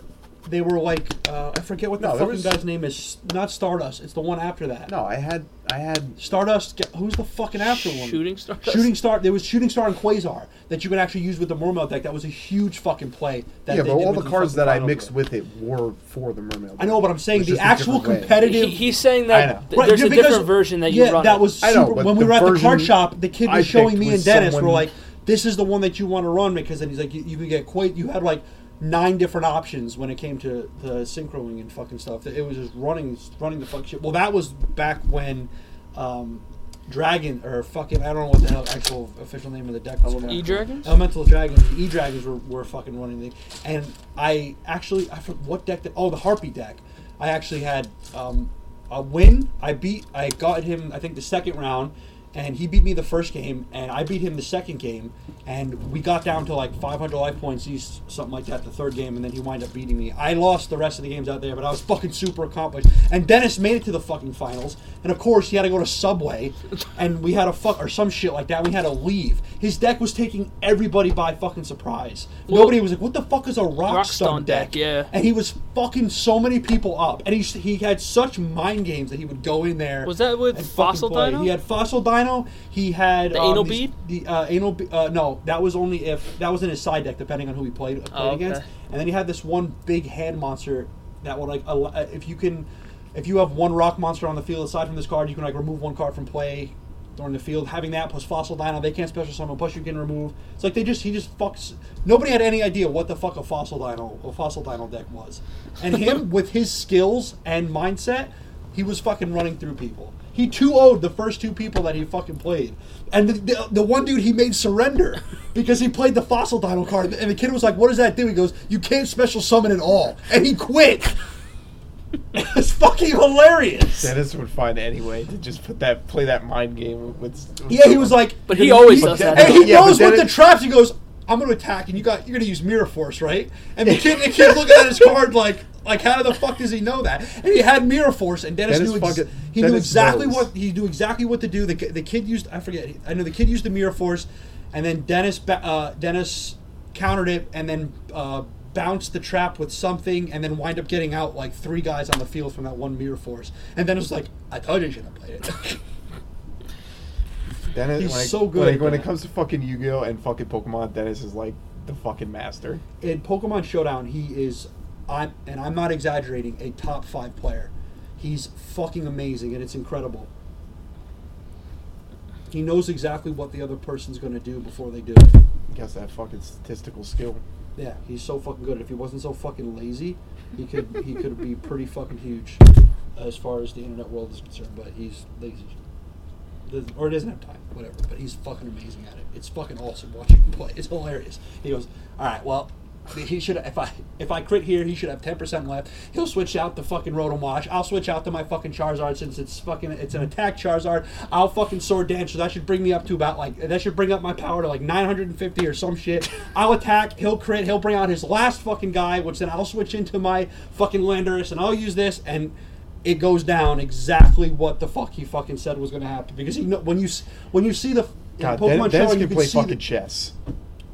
[SPEAKER 4] they were like uh, I forget what the
[SPEAKER 2] No, there
[SPEAKER 4] fucking
[SPEAKER 2] was-
[SPEAKER 4] guy's name is. Not Stardust. It's the one after that.
[SPEAKER 2] No, I had. I had.
[SPEAKER 4] Stardust. ge- Who's the fucking after one?
[SPEAKER 3] shooting star.
[SPEAKER 4] Shooting Star. There was Shooting Star and Quasar that you could actually use with the Mormel deck. That was a huge fucking play. That
[SPEAKER 2] yeah,
[SPEAKER 4] they
[SPEAKER 2] but
[SPEAKER 4] did
[SPEAKER 2] all
[SPEAKER 4] with
[SPEAKER 2] the cards
[SPEAKER 4] fucking
[SPEAKER 2] that I
[SPEAKER 4] final
[SPEAKER 2] mixed
[SPEAKER 4] play.
[SPEAKER 2] with it were for the mermaid.
[SPEAKER 4] I know, but I'm saying
[SPEAKER 2] It's
[SPEAKER 4] the
[SPEAKER 2] just a
[SPEAKER 4] actual
[SPEAKER 2] different way.
[SPEAKER 4] competitive.
[SPEAKER 3] He, he's saying
[SPEAKER 2] I
[SPEAKER 4] *laughs*
[SPEAKER 3] that
[SPEAKER 2] know.
[SPEAKER 3] th-
[SPEAKER 4] Right,
[SPEAKER 3] there's
[SPEAKER 4] yeah,
[SPEAKER 3] a
[SPEAKER 4] because-
[SPEAKER 3] different version that you
[SPEAKER 4] yeah,
[SPEAKER 3] run.
[SPEAKER 4] that was
[SPEAKER 2] I know,
[SPEAKER 4] super-
[SPEAKER 2] but
[SPEAKER 4] when we
[SPEAKER 2] the
[SPEAKER 4] were at the card
[SPEAKER 2] version
[SPEAKER 4] shop. The kid was
[SPEAKER 2] I
[SPEAKER 4] showing
[SPEAKER 2] picked
[SPEAKER 4] me and
[SPEAKER 2] was
[SPEAKER 4] Dennis were
[SPEAKER 2] someone-
[SPEAKER 4] like, "This is the one that you want to run," because then he's like, "You, you can get quite." You had like nine different options when it came to the synchroing and fucking stuff. It was just running, running the fuck shit. Well, that was back when. Um, Dragon or fucking I don't know what the hell actual official name of the deck was. called.
[SPEAKER 3] E-Dragons?
[SPEAKER 4] Elemental dragons, the E dragons were, were fucking running thing. And I actually, I forgot what deck. That, oh, the harpy deck. I actually had um, a win. I beat. I got him. I think the second round, and he beat me the first game, and I beat him the second game, and we got down to like 500 life points, each, something like that, the third game, and then he wound up beating me. I lost the rest of the games out there, but I was fucking super accomplished. And Dennis made it to the fucking finals, and of course he had to go to Subway, and we had a fuck or some shit like that. We had to leave. His deck was taking everybody by fucking surprise. Nobody was like, "What the fuck is a rock stone
[SPEAKER 3] Rockstone deck,
[SPEAKER 4] deck?"
[SPEAKER 3] yeah.
[SPEAKER 4] and he was fucking so many people up, and he s- he had such mind games that he would go in there.
[SPEAKER 3] Was that with
[SPEAKER 4] and fucking
[SPEAKER 3] Fossil
[SPEAKER 4] play.
[SPEAKER 3] Dino?
[SPEAKER 4] He had fossil dino. He had
[SPEAKER 3] The anal
[SPEAKER 4] these-
[SPEAKER 3] bead?
[SPEAKER 4] The uh, anal be- uh, no, that was only if that was in his side deck, depending on who he played, played
[SPEAKER 3] Oh, okay.
[SPEAKER 4] against. And then he had this one big hand monster that would like al- uh, if you can, if you have one rock monster on the field aside from this card, you can like remove one card from play during the field. Having that plus fossil dino, they can't special summon. Plus you can remove. It's like they just he just fucks. Nobody had any idea what the fuck a fossil dino a fossil dino deck was, and
[SPEAKER 3] *laughs*
[SPEAKER 4] him with his skills and mindset he was fucking running through people. He 2 0'd the first two people that he fucking played. And the, the, the one dude he made surrender because he played the fossil dino card. And the kid was like, What does that do? He goes, You can't special summon at all. And he quit. *laughs* it's fucking hilarious.
[SPEAKER 2] Dennis would find any way to just put that play that mind game with. with
[SPEAKER 4] Yeah, he was like,
[SPEAKER 3] But he always does that.
[SPEAKER 4] And he
[SPEAKER 2] Yeah, but
[SPEAKER 4] knows
[SPEAKER 2] then
[SPEAKER 4] what
[SPEAKER 2] it-
[SPEAKER 4] the traps. He goes, "I'm going to attack," and you got you're going to use mirror force, right? And the kid, the kid looking at his card like, like how the fuck does he know that? And he had mirror force, and Dennis,
[SPEAKER 2] Dennis
[SPEAKER 4] knew ex-
[SPEAKER 2] fucking-
[SPEAKER 4] he knew
[SPEAKER 2] Dennis
[SPEAKER 4] exactly
[SPEAKER 2] knows.
[SPEAKER 4] what he knew exactly what to do. The, ki- the kid used I forget I know the kid used the mirror force, and then Dennis ba- uh, Dennis countered it, and then. Uh, Bounced the trap with something, and then wind up getting out like three guys on the field from that one mirror force. And then it was like, I told you you shouldn't have played it. *laughs*
[SPEAKER 2] Dennis,
[SPEAKER 4] he's
[SPEAKER 2] when I-
[SPEAKER 4] so good
[SPEAKER 2] When, I-
[SPEAKER 4] at
[SPEAKER 2] when it
[SPEAKER 4] that.
[SPEAKER 2] comes to fucking Yu-Gi-Oh and fucking Pokemon, Dennis is like the fucking master.
[SPEAKER 4] in Pokemon Showdown, he is, I'm, and I'm not exaggerating, a top five player. He's fucking amazing, and it's incredible. He knows exactly what the other person's going to do before they do it.
[SPEAKER 2] Guess that fucking statistical skill.
[SPEAKER 4] Yeah, he's so fucking good. If he wasn't so fucking lazy, he could he could be pretty fucking huge as far as the internet world is concerned. But he's lazy, Doesn't- or doesn't have time, whatever. But he's fucking amazing at it. It's fucking awesome watching him *laughs* play. It's hilarious. He goes, all right, well. He should. If I if I crit here, he should have ten percent left. He'll switch out the fucking Rotom Wash. I'll switch out to my fucking Charizard since it's fucking it's an attack Charizard. I'll fucking Sword Dance. So that should bring me up to about like that should bring up my power to like nine hundred and fifty or some shit. I'll attack. He'll crit. He'll bring out his last fucking guy, which then I'll switch into my fucking Landorus and I'll use this and it goes down exactly what the fuck he fucking said was going to happen because he know, when you s- when you see the in
[SPEAKER 2] God, Den-
[SPEAKER 4] Pokemon
[SPEAKER 2] Dennis
[SPEAKER 4] showing, you
[SPEAKER 2] can play
[SPEAKER 4] see the-
[SPEAKER 2] fucking chess.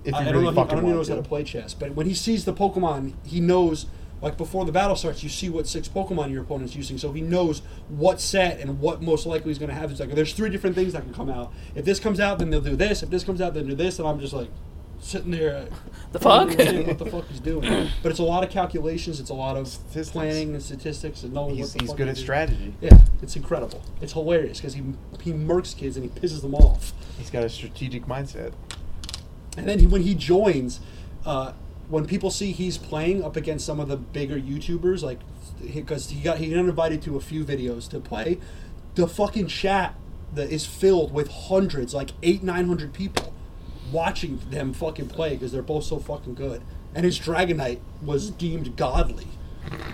[SPEAKER 2] If
[SPEAKER 4] I,
[SPEAKER 2] he
[SPEAKER 4] I
[SPEAKER 2] really
[SPEAKER 4] don't know. If he, I
[SPEAKER 2] fucking
[SPEAKER 4] don't even know
[SPEAKER 2] wanted
[SPEAKER 4] how to play chess, but when he sees the Pokemon, he knows. Like before the battle starts, you see what six Pokemon your opponent's using, so he knows what set and what most likely he's going to have. He's like, "There's three different things that can come out. If this comes out, then they'll do this. If this comes out, then do this." And I'm just like sitting there,
[SPEAKER 3] *laughs* The
[SPEAKER 4] I don't
[SPEAKER 3] fuck?
[SPEAKER 4] understand what the fuck he's doing? But it's a lot of calculations. It's a lot of
[SPEAKER 2] Statistics.
[SPEAKER 4] planning and statistics and knowing
[SPEAKER 2] He's,
[SPEAKER 4] what the
[SPEAKER 2] he's
[SPEAKER 4] fuck
[SPEAKER 2] good
[SPEAKER 4] to
[SPEAKER 2] at
[SPEAKER 4] do.
[SPEAKER 2] strategy.
[SPEAKER 4] Yeah, it's incredible. It's hilarious because he he murks kids and he pisses them off.
[SPEAKER 2] He's got a strategic
[SPEAKER 3] *coughs*
[SPEAKER 2] mindset.
[SPEAKER 4] And then he, when he joins, uh, when people see he's playing up against some of the bigger YouTubers, like because he got he got invited to a few videos to play, the fucking chat that is filled with hundreds, like eight nine hundred people, watching them fucking play because they're both so fucking good. And his Dragonite was deemed godly.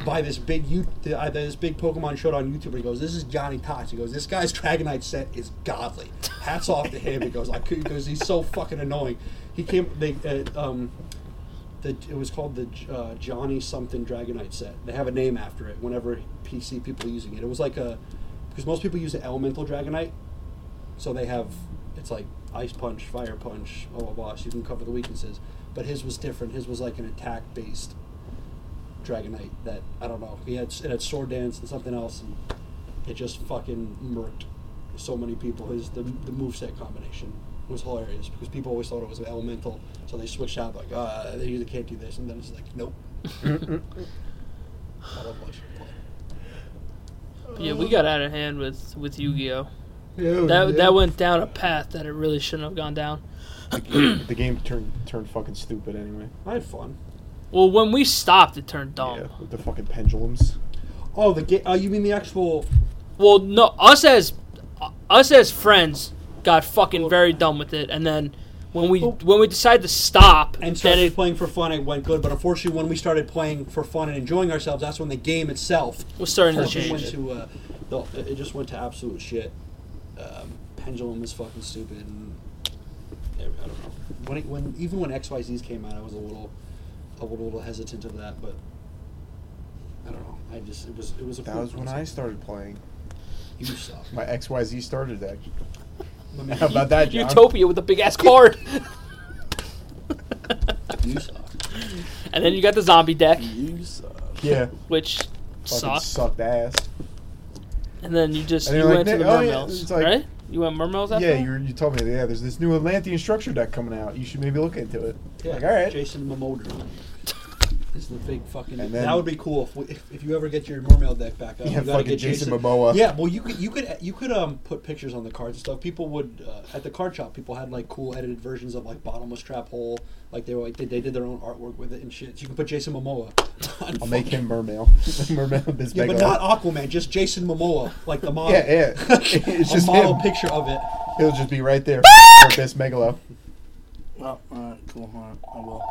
[SPEAKER 4] by this big you uh, this big Pokemon showed on YouTube. He goes, "This is Johnny Tots." He goes, "This guy's Dragonite set is godly." Hats off to him. He goes, "I could," he goes, "He's so fucking annoying." He came. They uh, um, the, it was called the uh, Johnny something Dragonite set. They have a name after it. Whenever PC people are using it, it was like a because most people use the Elemental Dragonite, so they have it's like Ice Punch, Fire Punch, blah blah blah. So you can cover the weaknesses. But his was different. His was like an attack based Dragonite that I don't know. He had it had sword dance and something else, and it just fucking murked so many people. His the the moveset combination was hilarious because people always thought it was elemental, so they switched out like, uh, they usually can't do this, and then it's like, nope. I love watching him
[SPEAKER 3] Yeah, we got out of hand with with Yu-Gi-Oh.
[SPEAKER 4] play.
[SPEAKER 3] That that went down a path that it really shouldn't have gone down.
[SPEAKER 2] the game turned turned fucking stupid anyway.
[SPEAKER 4] I had fun.
[SPEAKER 3] Well, when we stopped, it turned dumb.
[SPEAKER 2] Yeah, with the fucking pendulums.
[SPEAKER 4] Oh, the game. Uh, you mean the actual?
[SPEAKER 3] Well, no, us as us as friends got fucking very dumb with it, and then when we when we decided to stop,
[SPEAKER 4] And
[SPEAKER 3] then
[SPEAKER 4] started
[SPEAKER 3] it,
[SPEAKER 4] playing for fun. It went good, but unfortunately, when we started playing for fun and enjoying ourselves, that's when the game itself
[SPEAKER 3] was starting to
[SPEAKER 4] fucking went
[SPEAKER 3] change.
[SPEAKER 4] to uh, the, it just went to absolute shit. Um, Pendulum was fucking stupid. And, I don't know. When, it, when even when XYZs came out, I was a little a little, little hesitant of that, but I don't know. I just it was it was a
[SPEAKER 2] That
[SPEAKER 4] cool
[SPEAKER 2] was when I
[SPEAKER 4] concept.
[SPEAKER 2] started playing. *laughs*
[SPEAKER 4] you suck.
[SPEAKER 2] My XYZ started that.
[SPEAKER 4] I
[SPEAKER 2] *laughs*
[SPEAKER 4] mean,
[SPEAKER 2] How about that, John?
[SPEAKER 3] Utopia with a big ass card,
[SPEAKER 4] you suck.
[SPEAKER 3] *laughs* and then you got the zombie deck,
[SPEAKER 1] You suck.
[SPEAKER 2] Yeah.
[SPEAKER 3] which
[SPEAKER 2] Fucking
[SPEAKER 3] sucked,
[SPEAKER 2] sucked ass.
[SPEAKER 3] and then you just
[SPEAKER 2] And
[SPEAKER 3] you
[SPEAKER 2] you're like,
[SPEAKER 3] went to the
[SPEAKER 2] "Nick, oh, yeah,
[SPEAKER 3] mermills,
[SPEAKER 2] it's like-
[SPEAKER 3] right? You went mermills after
[SPEAKER 2] Yeah,
[SPEAKER 3] that?
[SPEAKER 2] you, were- you told me, yeah, there's this new Atlantean structure deck coming out. You should maybe look into it.
[SPEAKER 4] Yeah,
[SPEAKER 2] Like, all right.
[SPEAKER 4] Jason Momoa. Is the big fucking
[SPEAKER 2] And then-
[SPEAKER 4] that would be cool if, we, if, if you ever get your mermail deck back up.
[SPEAKER 2] Yeah,
[SPEAKER 4] you gotta
[SPEAKER 2] fucking
[SPEAKER 4] get
[SPEAKER 2] Jason
[SPEAKER 4] Jason,
[SPEAKER 2] Momoa.
[SPEAKER 4] Yeah, well, you could you could you could um put pictures on the cards and stuff. People would uh, at the card shop. People had like cool edited versions of like bottomless trap hole. Like they were like they, they did their own artwork with it and shit. So you can put Jason Momoa. On
[SPEAKER 2] I'll make
[SPEAKER 4] fucking-
[SPEAKER 2] him Mermail. *laughs* Mermail Bisbego.
[SPEAKER 4] Yeah, but not Aquaman. Just Jason Momoa, like the
[SPEAKER 2] *laughs*
[SPEAKER 4] model.
[SPEAKER 2] Yeah, yeah. It's
[SPEAKER 4] a
[SPEAKER 2] just
[SPEAKER 4] model
[SPEAKER 2] him.
[SPEAKER 4] picture of it.
[SPEAKER 2] It'll just be right there for Megalo.
[SPEAKER 1] Well, alright, Oh, cool. Alright, I will.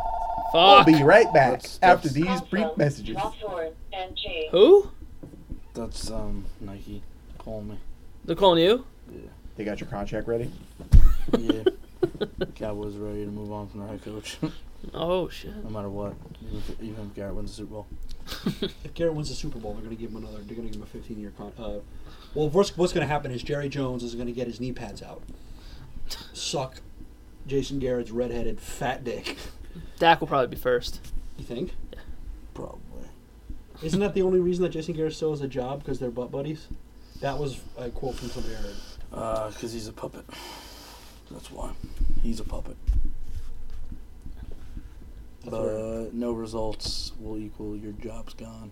[SPEAKER 2] I'll
[SPEAKER 3] Fuck.
[SPEAKER 2] be right back
[SPEAKER 1] That's-
[SPEAKER 2] after
[SPEAKER 1] that's-
[SPEAKER 2] these brief messages.
[SPEAKER 3] Who?
[SPEAKER 1] That's um Nike calling
[SPEAKER 3] *laughs*
[SPEAKER 1] me.
[SPEAKER 3] They're calling you.
[SPEAKER 2] They got your contract ready?
[SPEAKER 1] Yeah. Cowboys are ready to move on from their head coach, *laughs*
[SPEAKER 3] Oh shit.
[SPEAKER 1] no matter what. Even if, even if Garrett wins the Super Bowl.
[SPEAKER 4] If Garrett wins the Super Bowl, they're going to give him another. They're going to give him a 15-year con. Uh, well, what's, what's going to happen is Jerry Jones is going to get his knee pads out, suck Jason Garrett's redheaded fat dick.
[SPEAKER 3] Dak will probably be first.
[SPEAKER 4] You think?
[SPEAKER 1] Probably.
[SPEAKER 4] Isn't that the only reason that Jason Garrett still has a job because they're butt buddies? That was a quote from somebody I heard.
[SPEAKER 1] Uh, cause he's a puppet. That's why. He's a puppet.
[SPEAKER 4] That's what I heard.
[SPEAKER 1] But no results will equal your job's gone.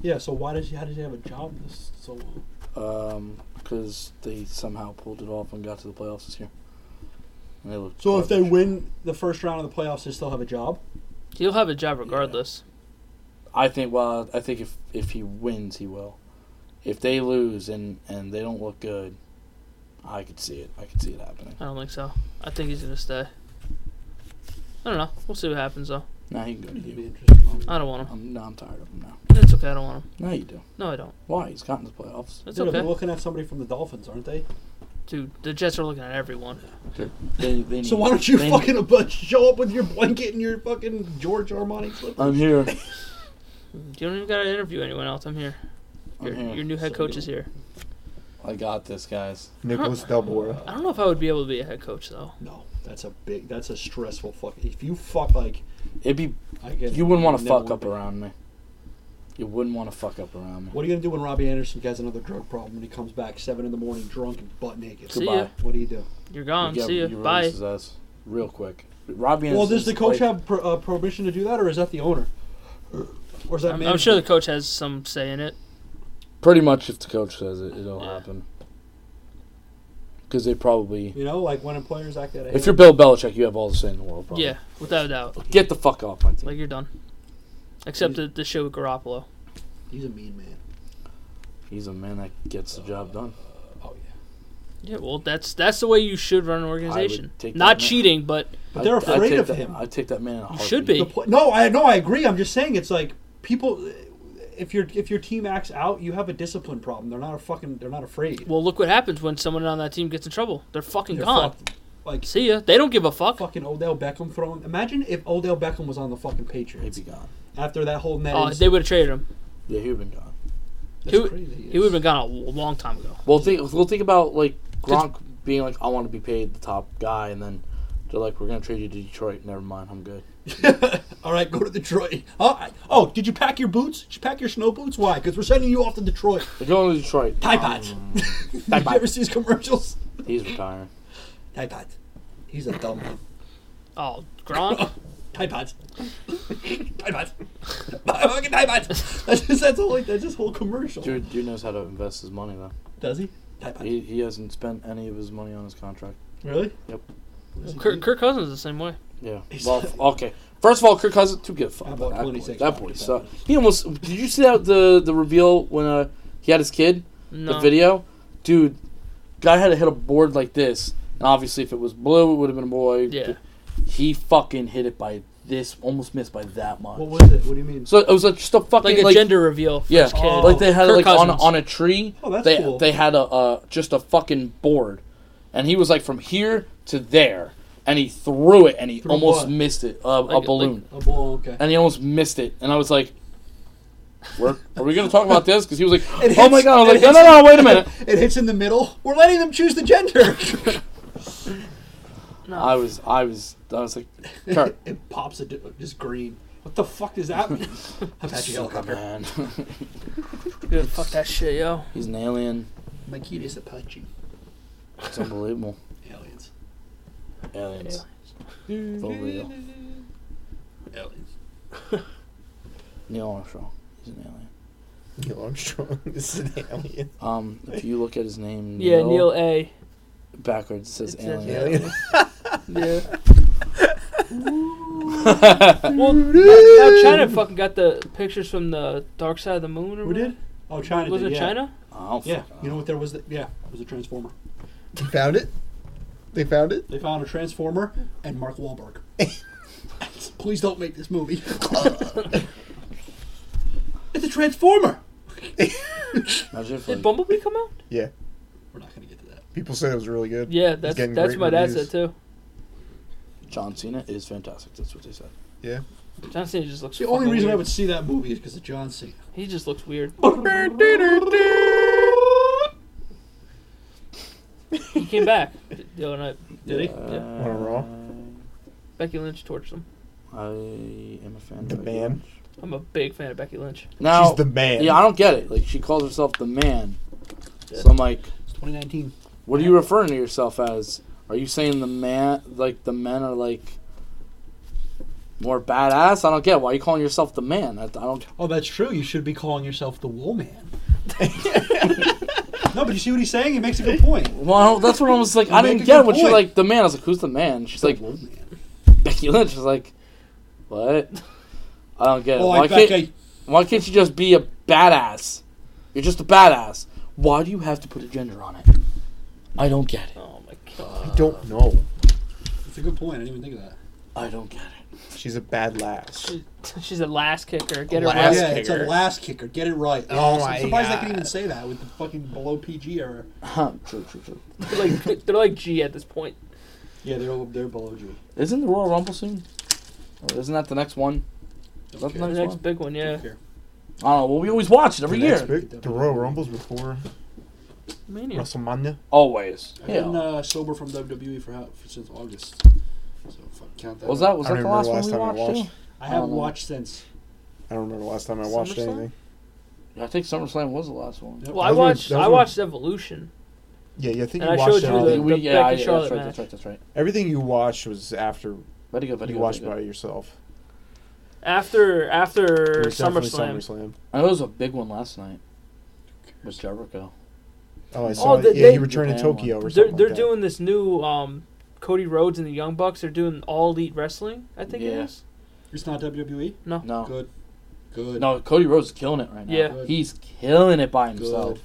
[SPEAKER 4] Yeah. So why does he? How does he have a job this so long?
[SPEAKER 1] Um, cause they somehow pulled it off and got to the playoffs this year. And they looked
[SPEAKER 4] So if they
[SPEAKER 1] garbage.
[SPEAKER 4] win the first round of the playoffs, they still have a job.
[SPEAKER 3] He'll have a job regardless.
[SPEAKER 1] I think well I think if if he wins he will. If they lose and and they don't look good, I could see it. I could see it happening.
[SPEAKER 3] I don't think so. I think he's gonna stay. I don't know. We'll see what happens though.
[SPEAKER 1] Now he can go to
[SPEAKER 4] It'd be
[SPEAKER 1] you.
[SPEAKER 4] interesting.
[SPEAKER 3] I don't want him.
[SPEAKER 1] I'm no, I'm tired of him now.
[SPEAKER 3] It's okay. I don't want him.
[SPEAKER 1] Now you do.
[SPEAKER 3] No, I don't.
[SPEAKER 1] Why? He's gotten to the playoffs.
[SPEAKER 3] It's
[SPEAKER 4] Dude, They're
[SPEAKER 3] okay.
[SPEAKER 4] looking at somebody from the Dolphins, aren't they?
[SPEAKER 3] Dude, the Jets are looking at everyone.
[SPEAKER 1] They, they need,
[SPEAKER 4] So why don't you
[SPEAKER 1] they need-
[SPEAKER 4] fucking ab- show up with your blanket and your fucking George Armani slip?
[SPEAKER 1] I'm here.
[SPEAKER 3] You don't even gotta interview anyone else. I'm here.
[SPEAKER 1] I'm
[SPEAKER 3] Your,
[SPEAKER 1] here.
[SPEAKER 3] your new head
[SPEAKER 4] So
[SPEAKER 3] coach
[SPEAKER 4] do-
[SPEAKER 3] is here.
[SPEAKER 1] I got this, guys.
[SPEAKER 2] Nicholas Delbora.
[SPEAKER 3] I don't know if I would be able to be a head coach though.
[SPEAKER 4] No, that's a big. That's a stressful fuck. If you fuck like,
[SPEAKER 1] It'd be
[SPEAKER 4] I can,
[SPEAKER 1] you wouldn't want to
[SPEAKER 4] never
[SPEAKER 1] fuck
[SPEAKER 4] wanna
[SPEAKER 1] up
[SPEAKER 4] be-
[SPEAKER 1] around me. You wouldn't want to fuck up around me.
[SPEAKER 4] What are you gonna do when Robbie Anderson has another drug problem and he comes back seven in the morning drunk and butt naked?
[SPEAKER 3] See
[SPEAKER 1] Goodbye.
[SPEAKER 3] ya.
[SPEAKER 4] What do you do?
[SPEAKER 3] You're gone.
[SPEAKER 1] You get-
[SPEAKER 3] see ya.
[SPEAKER 1] you release
[SPEAKER 3] Um, Bye.
[SPEAKER 1] his ass real quick. Robbie.
[SPEAKER 4] well, does
[SPEAKER 1] Anderson's
[SPEAKER 4] the coach
[SPEAKER 1] like-
[SPEAKER 4] have pro- uh, prohibition to do that, or is that the owner? Or is that?
[SPEAKER 3] I'm, I'm
[SPEAKER 4] management?
[SPEAKER 3] sure the coach has some say in it.
[SPEAKER 1] Pretty much, if the coach says it, it'll
[SPEAKER 3] Yeah.
[SPEAKER 1] happen. Because they probably,
[SPEAKER 4] You know, like when employers act out. Of
[SPEAKER 1] if you're Bill Belichick, you have all the say in the world. Probably.
[SPEAKER 3] Yeah, without a doubt.
[SPEAKER 1] Get the fuck off my team.
[SPEAKER 3] Like you're done. Except the, the shit with Garoppolo.
[SPEAKER 4] he's a mean man.
[SPEAKER 1] He's a man that gets the job done.
[SPEAKER 4] Oh yeah.
[SPEAKER 3] Yeah, well, that's that's the way you should run an organization.
[SPEAKER 1] take
[SPEAKER 3] Not
[SPEAKER 1] that man.
[SPEAKER 3] cheating, but
[SPEAKER 4] But they're
[SPEAKER 1] I'd- I'd
[SPEAKER 4] afraid
[SPEAKER 1] take
[SPEAKER 4] of
[SPEAKER 1] that-
[SPEAKER 4] him.
[SPEAKER 1] I'd take that man. In a
[SPEAKER 3] You
[SPEAKER 1] heartbeat.
[SPEAKER 3] should be.
[SPEAKER 4] The pl- no, I no, I agree. I'm just saying it's like people. if your if your team acts out, you have a discipline problem. They're not a fucking. They're not afraid.
[SPEAKER 3] Well, look what happens when someone on that team gets in trouble. They're fucking
[SPEAKER 4] They're
[SPEAKER 3] gone.
[SPEAKER 4] fucked. Like
[SPEAKER 3] See ya. They don't give a fuck.
[SPEAKER 4] fucking Odell Beckham throwing. Imagine if Odell Beckham was on the fucking Patriots
[SPEAKER 1] He'd be gone.
[SPEAKER 4] after that whole net.
[SPEAKER 3] Oh,
[SPEAKER 4] inc-
[SPEAKER 3] they would have traded him.
[SPEAKER 1] Yeah, he'd have been gone.
[SPEAKER 4] That's
[SPEAKER 3] he would-
[SPEAKER 4] crazy.
[SPEAKER 3] He would have been gone a w- long time ago.
[SPEAKER 1] Well, think we'll think about like Gronk being like, I want to be paid the top guy, and then they're like, we're gonna trade you to Detroit. Never mind, I'm good.
[SPEAKER 4] *laughs* All right, go to Detroit. Oh, I- oh, did you pack your boots? Did you pack your snow boots? Why? Because we're sending you off to Detroit.
[SPEAKER 1] They're going to Detroit.
[SPEAKER 4] Tide Pods.
[SPEAKER 3] Um,
[SPEAKER 4] *laughs* did you
[SPEAKER 1] Pods.
[SPEAKER 4] ever see his commercials?
[SPEAKER 1] He's retiring.
[SPEAKER 4] Tide Pods. He's a dumb one.
[SPEAKER 3] Oh, Gronk.
[SPEAKER 4] Tide Pods. Tide Pods. Fucking Tide Pods. That's just, that's, all, like, that's his whole commercial.
[SPEAKER 1] Dude, dude knows how to invest his money though.
[SPEAKER 4] Does he? Tide Pods.
[SPEAKER 1] He, he hasn't spent any of his money on his contract.
[SPEAKER 4] Really?
[SPEAKER 1] Yep.
[SPEAKER 4] What does he
[SPEAKER 3] Kirk,
[SPEAKER 4] do?
[SPEAKER 3] Kirk Cousins the same way.
[SPEAKER 1] Yeah.
[SPEAKER 4] He's-
[SPEAKER 1] Well, *laughs* f- okay. First of all, Kirk Cousins, too good. Fuck
[SPEAKER 4] I
[SPEAKER 1] that
[SPEAKER 4] bought
[SPEAKER 1] boy.
[SPEAKER 4] 26
[SPEAKER 1] That boy
[SPEAKER 4] back to back.
[SPEAKER 1] sucked. He almost. Did you see that the the reveal when uh he had his kid?
[SPEAKER 3] No.
[SPEAKER 1] The video, dude. Guy had to hit a board like this, and obviously if it was blue, it would have been a boy.
[SPEAKER 3] Yeah.
[SPEAKER 1] He fucking hit it by this, almost missed by that much.
[SPEAKER 4] What was it? What do you mean?
[SPEAKER 1] so it was like just a fucking
[SPEAKER 3] Like a gender reveal. For
[SPEAKER 1] Yeah,
[SPEAKER 3] his kid.
[SPEAKER 4] Oh.
[SPEAKER 1] like they had it,
[SPEAKER 3] Kirk
[SPEAKER 1] like on,
[SPEAKER 3] Cousins.
[SPEAKER 1] on a tree.
[SPEAKER 4] Oh, that's
[SPEAKER 1] they
[SPEAKER 4] cool.
[SPEAKER 1] they had a uh, just a fucking board, and he was like from here to there, and he threw it, and he
[SPEAKER 4] Threw
[SPEAKER 1] almost
[SPEAKER 4] what?
[SPEAKER 1] missed it. Uh,
[SPEAKER 3] Like-
[SPEAKER 1] a balloon,
[SPEAKER 4] Oh, boy, okay.
[SPEAKER 1] and he almost missed it, and I was like. We're, are we gonna talk about this? Because he was like,
[SPEAKER 4] *laughs* *laughs* It
[SPEAKER 1] "Oh my
[SPEAKER 4] hits-
[SPEAKER 1] god!" I was like,
[SPEAKER 4] it
[SPEAKER 1] "No,
[SPEAKER 4] hits-
[SPEAKER 1] no, no! Wait a minute!"
[SPEAKER 4] *laughs* It hits in the middle. We're letting them choose the gender.
[SPEAKER 3] No.
[SPEAKER 1] I was, I was, I was like, "Kurt,
[SPEAKER 4] *laughs* it pops a, just green. What the fuck
[SPEAKER 1] *laughs*
[SPEAKER 4] does that mean? Apache helicopter. *laughs*
[SPEAKER 1] man,
[SPEAKER 3] Dude, fuck that shit, yo.
[SPEAKER 1] he's an alien.
[SPEAKER 4] My kid is Apache.
[SPEAKER 1] It's unbelievable.
[SPEAKER 4] Aliens.
[SPEAKER 1] Aliens, for real.
[SPEAKER 4] Aliens.
[SPEAKER 1] Neil Armstrong, he's an alien.
[SPEAKER 2] Neil Armstrong *laughs* is an alien.
[SPEAKER 1] Um, if you look at his name,
[SPEAKER 3] *laughs* Yeah, Neil A.
[SPEAKER 1] *laughs* backwards it says
[SPEAKER 3] It says
[SPEAKER 1] alien. *laughs*
[SPEAKER 2] Alien.
[SPEAKER 3] Yeah.
[SPEAKER 1] yeah,
[SPEAKER 3] Well, now China fucking got the pictures from the Dark Side of the Moon. Or
[SPEAKER 4] Who did? Oh, China.
[SPEAKER 3] whatever. Was
[SPEAKER 4] did,
[SPEAKER 3] it
[SPEAKER 4] yeah.
[SPEAKER 3] China?
[SPEAKER 4] Yeah. You know what there was? That, yeah, it was a transformer.
[SPEAKER 2] They found it. They found it.
[SPEAKER 4] They found a transformer and Mark Wahlberg. *laughs* Please don't make this movie. *laughs* it's a transformer.
[SPEAKER 1] Imagine if,
[SPEAKER 3] Did
[SPEAKER 1] like,
[SPEAKER 3] Bumblebee come out?
[SPEAKER 2] Yeah.
[SPEAKER 4] We're not gonna get to that.
[SPEAKER 2] People said it was really good.
[SPEAKER 3] Yeah,
[SPEAKER 2] It's
[SPEAKER 3] that's
[SPEAKER 2] getting
[SPEAKER 3] that's
[SPEAKER 2] great
[SPEAKER 3] my dad
[SPEAKER 2] reviews.
[SPEAKER 3] said too.
[SPEAKER 1] John Cena is fantastic. That's what they said.
[SPEAKER 2] Yeah.
[SPEAKER 3] John Cena just looks.
[SPEAKER 4] The only
[SPEAKER 3] fucking
[SPEAKER 4] reason I
[SPEAKER 3] weird.
[SPEAKER 4] would see that movie is because of John *laughs* Cena.
[SPEAKER 3] He just looks weird. He came back the other night.
[SPEAKER 4] Did he?
[SPEAKER 1] Uh,
[SPEAKER 2] On Raw?
[SPEAKER 3] Becky Lynch torched him.
[SPEAKER 1] I am a fan.
[SPEAKER 2] The
[SPEAKER 1] of
[SPEAKER 2] man.
[SPEAKER 3] I'm a big fan of Becky Lynch.
[SPEAKER 1] Now,
[SPEAKER 2] She's the man.
[SPEAKER 1] yeah, I don't get it. Like she calls herself the man.
[SPEAKER 4] Yeah.
[SPEAKER 1] So I'm like,
[SPEAKER 4] It's 2019.
[SPEAKER 1] what are you referring to yourself as? Are you saying the man, like the men are like more badass? I don't get. it. Why are you calling yourself the man? I, I don't.
[SPEAKER 4] Oh, that's true. You should be calling yourself the Wool *laughs* Man. no, but you see what he's saying. He makes a good point.
[SPEAKER 1] Well, I don't- that's what I was like.
[SPEAKER 4] You
[SPEAKER 1] I
[SPEAKER 4] make
[SPEAKER 1] didn't
[SPEAKER 4] a
[SPEAKER 1] get it
[SPEAKER 4] good
[SPEAKER 1] when you're
[SPEAKER 4] point.
[SPEAKER 1] like the man. I was like, who's the man? She's
[SPEAKER 4] The
[SPEAKER 1] like
[SPEAKER 4] Wool Man.
[SPEAKER 1] Becky Lynch. I was like, what? I don't get it.
[SPEAKER 4] Oh,
[SPEAKER 1] Why
[SPEAKER 4] I
[SPEAKER 1] can't-
[SPEAKER 4] bet I
[SPEAKER 1] Why can't you just be a badass? You're just a badass. Why do you have to put a gender on it? I don't get it.
[SPEAKER 3] Oh my god.
[SPEAKER 2] I don't know.
[SPEAKER 4] That's a good point. I didn't even think of that.
[SPEAKER 1] I don't get it.
[SPEAKER 2] She's a bad lass.
[SPEAKER 3] *laughs* She's a last kicker. Get
[SPEAKER 2] Last
[SPEAKER 3] her right.
[SPEAKER 4] yeah, it's a
[SPEAKER 2] kicker.
[SPEAKER 4] last kicker. Get it right.
[SPEAKER 2] Oh
[SPEAKER 4] I'm
[SPEAKER 2] my
[SPEAKER 4] surprised I
[SPEAKER 2] God.
[SPEAKER 4] can even say that with the fucking below PG error.
[SPEAKER 1] Huh, *laughs* true, true, true.
[SPEAKER 3] They're like they're like G at this point.
[SPEAKER 4] Yeah, they're they're below G.
[SPEAKER 1] Isn't the Royal Rumble soon? Or isn't that the next one? Is that
[SPEAKER 4] Don't
[SPEAKER 1] the
[SPEAKER 4] care.
[SPEAKER 1] next
[SPEAKER 3] The next
[SPEAKER 1] one?
[SPEAKER 3] big one, yeah.
[SPEAKER 4] Don't care.
[SPEAKER 1] I don't know. Well, we always watch it every
[SPEAKER 2] The next
[SPEAKER 1] year.
[SPEAKER 2] pick, the Royal Rumbles before
[SPEAKER 3] Mania.
[SPEAKER 2] WrestleMania.
[SPEAKER 1] Always.
[SPEAKER 4] I've
[SPEAKER 1] Yeah.
[SPEAKER 4] been uh, sober from WWE for, how, for since August. So fuck, count that.
[SPEAKER 1] was
[SPEAKER 4] out.
[SPEAKER 1] that was
[SPEAKER 2] I
[SPEAKER 1] that the
[SPEAKER 2] remember
[SPEAKER 1] last
[SPEAKER 2] the
[SPEAKER 1] one
[SPEAKER 2] last
[SPEAKER 1] we
[SPEAKER 2] time I
[SPEAKER 1] watched?
[SPEAKER 2] watched.
[SPEAKER 1] too?
[SPEAKER 4] I haven't
[SPEAKER 1] Um,
[SPEAKER 4] watched since.
[SPEAKER 2] I don't remember the last time I watched
[SPEAKER 3] SummerSlam?
[SPEAKER 2] anything.
[SPEAKER 1] I think SummerSlam was the last one.
[SPEAKER 4] Yep.
[SPEAKER 3] Well, I
[SPEAKER 2] Those were-
[SPEAKER 3] watched
[SPEAKER 2] those
[SPEAKER 3] I
[SPEAKER 2] were-
[SPEAKER 3] watched Evolution.
[SPEAKER 2] Yeah, yeah, I think
[SPEAKER 3] And
[SPEAKER 2] you
[SPEAKER 3] I
[SPEAKER 2] watched
[SPEAKER 3] showed you
[SPEAKER 2] everything.
[SPEAKER 3] the-
[SPEAKER 1] We-
[SPEAKER 3] the
[SPEAKER 1] yeah,
[SPEAKER 3] Becky
[SPEAKER 1] yeah,
[SPEAKER 3] Charlotte
[SPEAKER 1] that's right.
[SPEAKER 3] match.
[SPEAKER 1] That's right. That's right.
[SPEAKER 2] everything you watched was after
[SPEAKER 1] Very good. Very
[SPEAKER 2] you
[SPEAKER 1] good.
[SPEAKER 2] watched
[SPEAKER 1] very
[SPEAKER 2] by
[SPEAKER 1] good.
[SPEAKER 2] yourself.
[SPEAKER 3] After after
[SPEAKER 2] It was definitely
[SPEAKER 3] SummerSlam.
[SPEAKER 2] SummerSlam.
[SPEAKER 1] I know it was a big one last night. With Jericho.
[SPEAKER 2] Oh, I saw.
[SPEAKER 3] they-
[SPEAKER 2] it. yeah,
[SPEAKER 3] they-
[SPEAKER 2] he returned in
[SPEAKER 1] Japan one.
[SPEAKER 2] Tokyo or
[SPEAKER 3] They're
[SPEAKER 2] something.
[SPEAKER 3] they're
[SPEAKER 2] like that.
[SPEAKER 3] doing this new um Cody Rhodes and the Young Bucks. They're doing all elite wrestling. I think it
[SPEAKER 1] Yeah.
[SPEAKER 3] is.
[SPEAKER 4] It's not WWE.
[SPEAKER 3] No.
[SPEAKER 1] No.
[SPEAKER 4] Good. Good.
[SPEAKER 1] No, Cody Rhodes is killing it right now.
[SPEAKER 3] Yeah.
[SPEAKER 4] Good.
[SPEAKER 1] He's killing it by himself.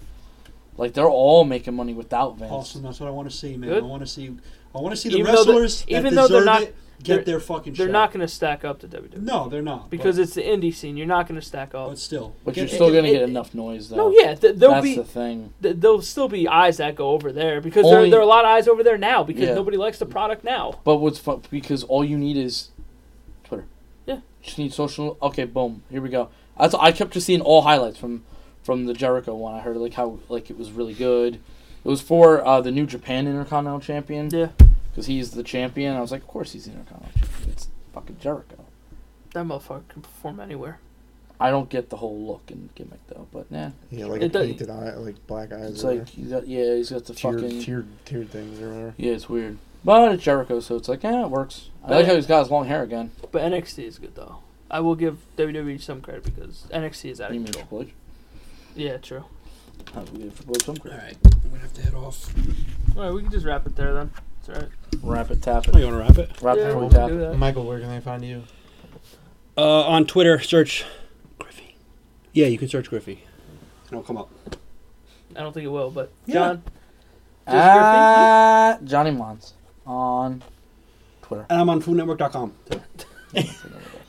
[SPEAKER 1] Like they're all making money without Vince.
[SPEAKER 4] Awesome. That's what I want to see, man.
[SPEAKER 3] Good.
[SPEAKER 4] I want to see. I want to see the
[SPEAKER 3] Even though the-
[SPEAKER 4] wrestlers that
[SPEAKER 3] even though they're
[SPEAKER 4] deserve
[SPEAKER 3] not-
[SPEAKER 4] it get
[SPEAKER 3] They're-
[SPEAKER 4] their fucking.
[SPEAKER 3] They're
[SPEAKER 4] shot.
[SPEAKER 3] not going to stack up to WWE
[SPEAKER 4] No, they're not.
[SPEAKER 3] because
[SPEAKER 4] but,
[SPEAKER 3] it's the indie scene. You're not going to stack up.
[SPEAKER 4] but still,
[SPEAKER 1] But
[SPEAKER 4] Get-
[SPEAKER 1] you're still
[SPEAKER 3] it-
[SPEAKER 1] gonna
[SPEAKER 3] it-
[SPEAKER 1] get
[SPEAKER 3] it-
[SPEAKER 1] enough noise though.
[SPEAKER 3] no, yeah, th- there'll
[SPEAKER 1] that's
[SPEAKER 3] be
[SPEAKER 1] the thing.
[SPEAKER 3] th- there'll still be eyes that go over there because
[SPEAKER 1] Only-
[SPEAKER 3] there, there are a lot of eyes over there now because
[SPEAKER 1] Yeah.
[SPEAKER 3] nobody likes the product now.
[SPEAKER 1] But what's fun because all you need is Twitter.
[SPEAKER 3] Yeah.
[SPEAKER 1] Just need social. Okay, boom. Here we go. That's I kept just seeing all highlights from from the Jericho one. I heard like how like it was really good. It was for uh, the new Japan Intercontinental Champion
[SPEAKER 3] Yeah,
[SPEAKER 1] because he's the champion. I was like, of course he's the Intercontinental Champion. It's fucking Jericho.
[SPEAKER 3] that motherfucker can perform anywhere.
[SPEAKER 1] I don't get the whole look and gimmick though, but nah.
[SPEAKER 2] Yeah, like
[SPEAKER 3] It
[SPEAKER 2] a
[SPEAKER 3] does-
[SPEAKER 2] painted eye, like black eyes.
[SPEAKER 1] It's
[SPEAKER 2] or
[SPEAKER 1] like he's got yeah, he's got the
[SPEAKER 2] tiered,
[SPEAKER 1] fucking
[SPEAKER 2] tiered, tiered things or whatever.
[SPEAKER 1] yeah, it's weird. But it's Jericho, so it's like yeah, it works. I like how he's got his long hair again.
[SPEAKER 3] But NXT is good though. I will give WWE some credit because NXT is out
[SPEAKER 1] You
[SPEAKER 3] of
[SPEAKER 1] mean
[SPEAKER 3] control.
[SPEAKER 1] Triple H?
[SPEAKER 3] Yeah, true.
[SPEAKER 1] How do we get Triple H some
[SPEAKER 4] all
[SPEAKER 1] credit?
[SPEAKER 4] right, I'm gonna have to head off.
[SPEAKER 3] All right, we can just wrap it there then. It's all right.
[SPEAKER 1] Wrap it, tap it.
[SPEAKER 4] Oh, you wanna wrap it?
[SPEAKER 1] Rob
[SPEAKER 3] Yeah,
[SPEAKER 1] Paul
[SPEAKER 3] we'll
[SPEAKER 1] Tapp.
[SPEAKER 3] do that.
[SPEAKER 2] Michael, where can they find you?
[SPEAKER 4] Uh, on Twitter, search Griffey. Yeah, you can search Griffey. And it'll come up.
[SPEAKER 3] I don't think it will, but
[SPEAKER 4] Yeah.
[SPEAKER 3] John, Just your
[SPEAKER 1] At Johnny Mons on Twitter.
[SPEAKER 4] And I'm on foodnetwork.com.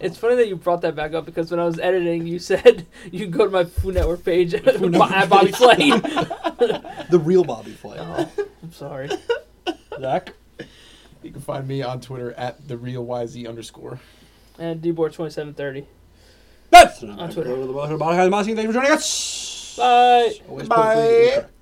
[SPEAKER 3] it's funny that you brought that back up because when I was editing, you said *laughs* you can go to my Food Network page at *laughs*
[SPEAKER 4] Food Network
[SPEAKER 3] Bobby
[SPEAKER 4] page.
[SPEAKER 3] Flay.
[SPEAKER 4] The real Bobby Flay.
[SPEAKER 3] oh, I'm sorry.
[SPEAKER 4] Zach?
[SPEAKER 2] You can find me on Twitter at the real YZ underscore.
[SPEAKER 3] And DBOR2730.
[SPEAKER 4] That's
[SPEAKER 3] On Thank you
[SPEAKER 4] Thank you for joining us.
[SPEAKER 3] Bye.
[SPEAKER 4] Always
[SPEAKER 2] Bye.
[SPEAKER 4] perfectly incorrect.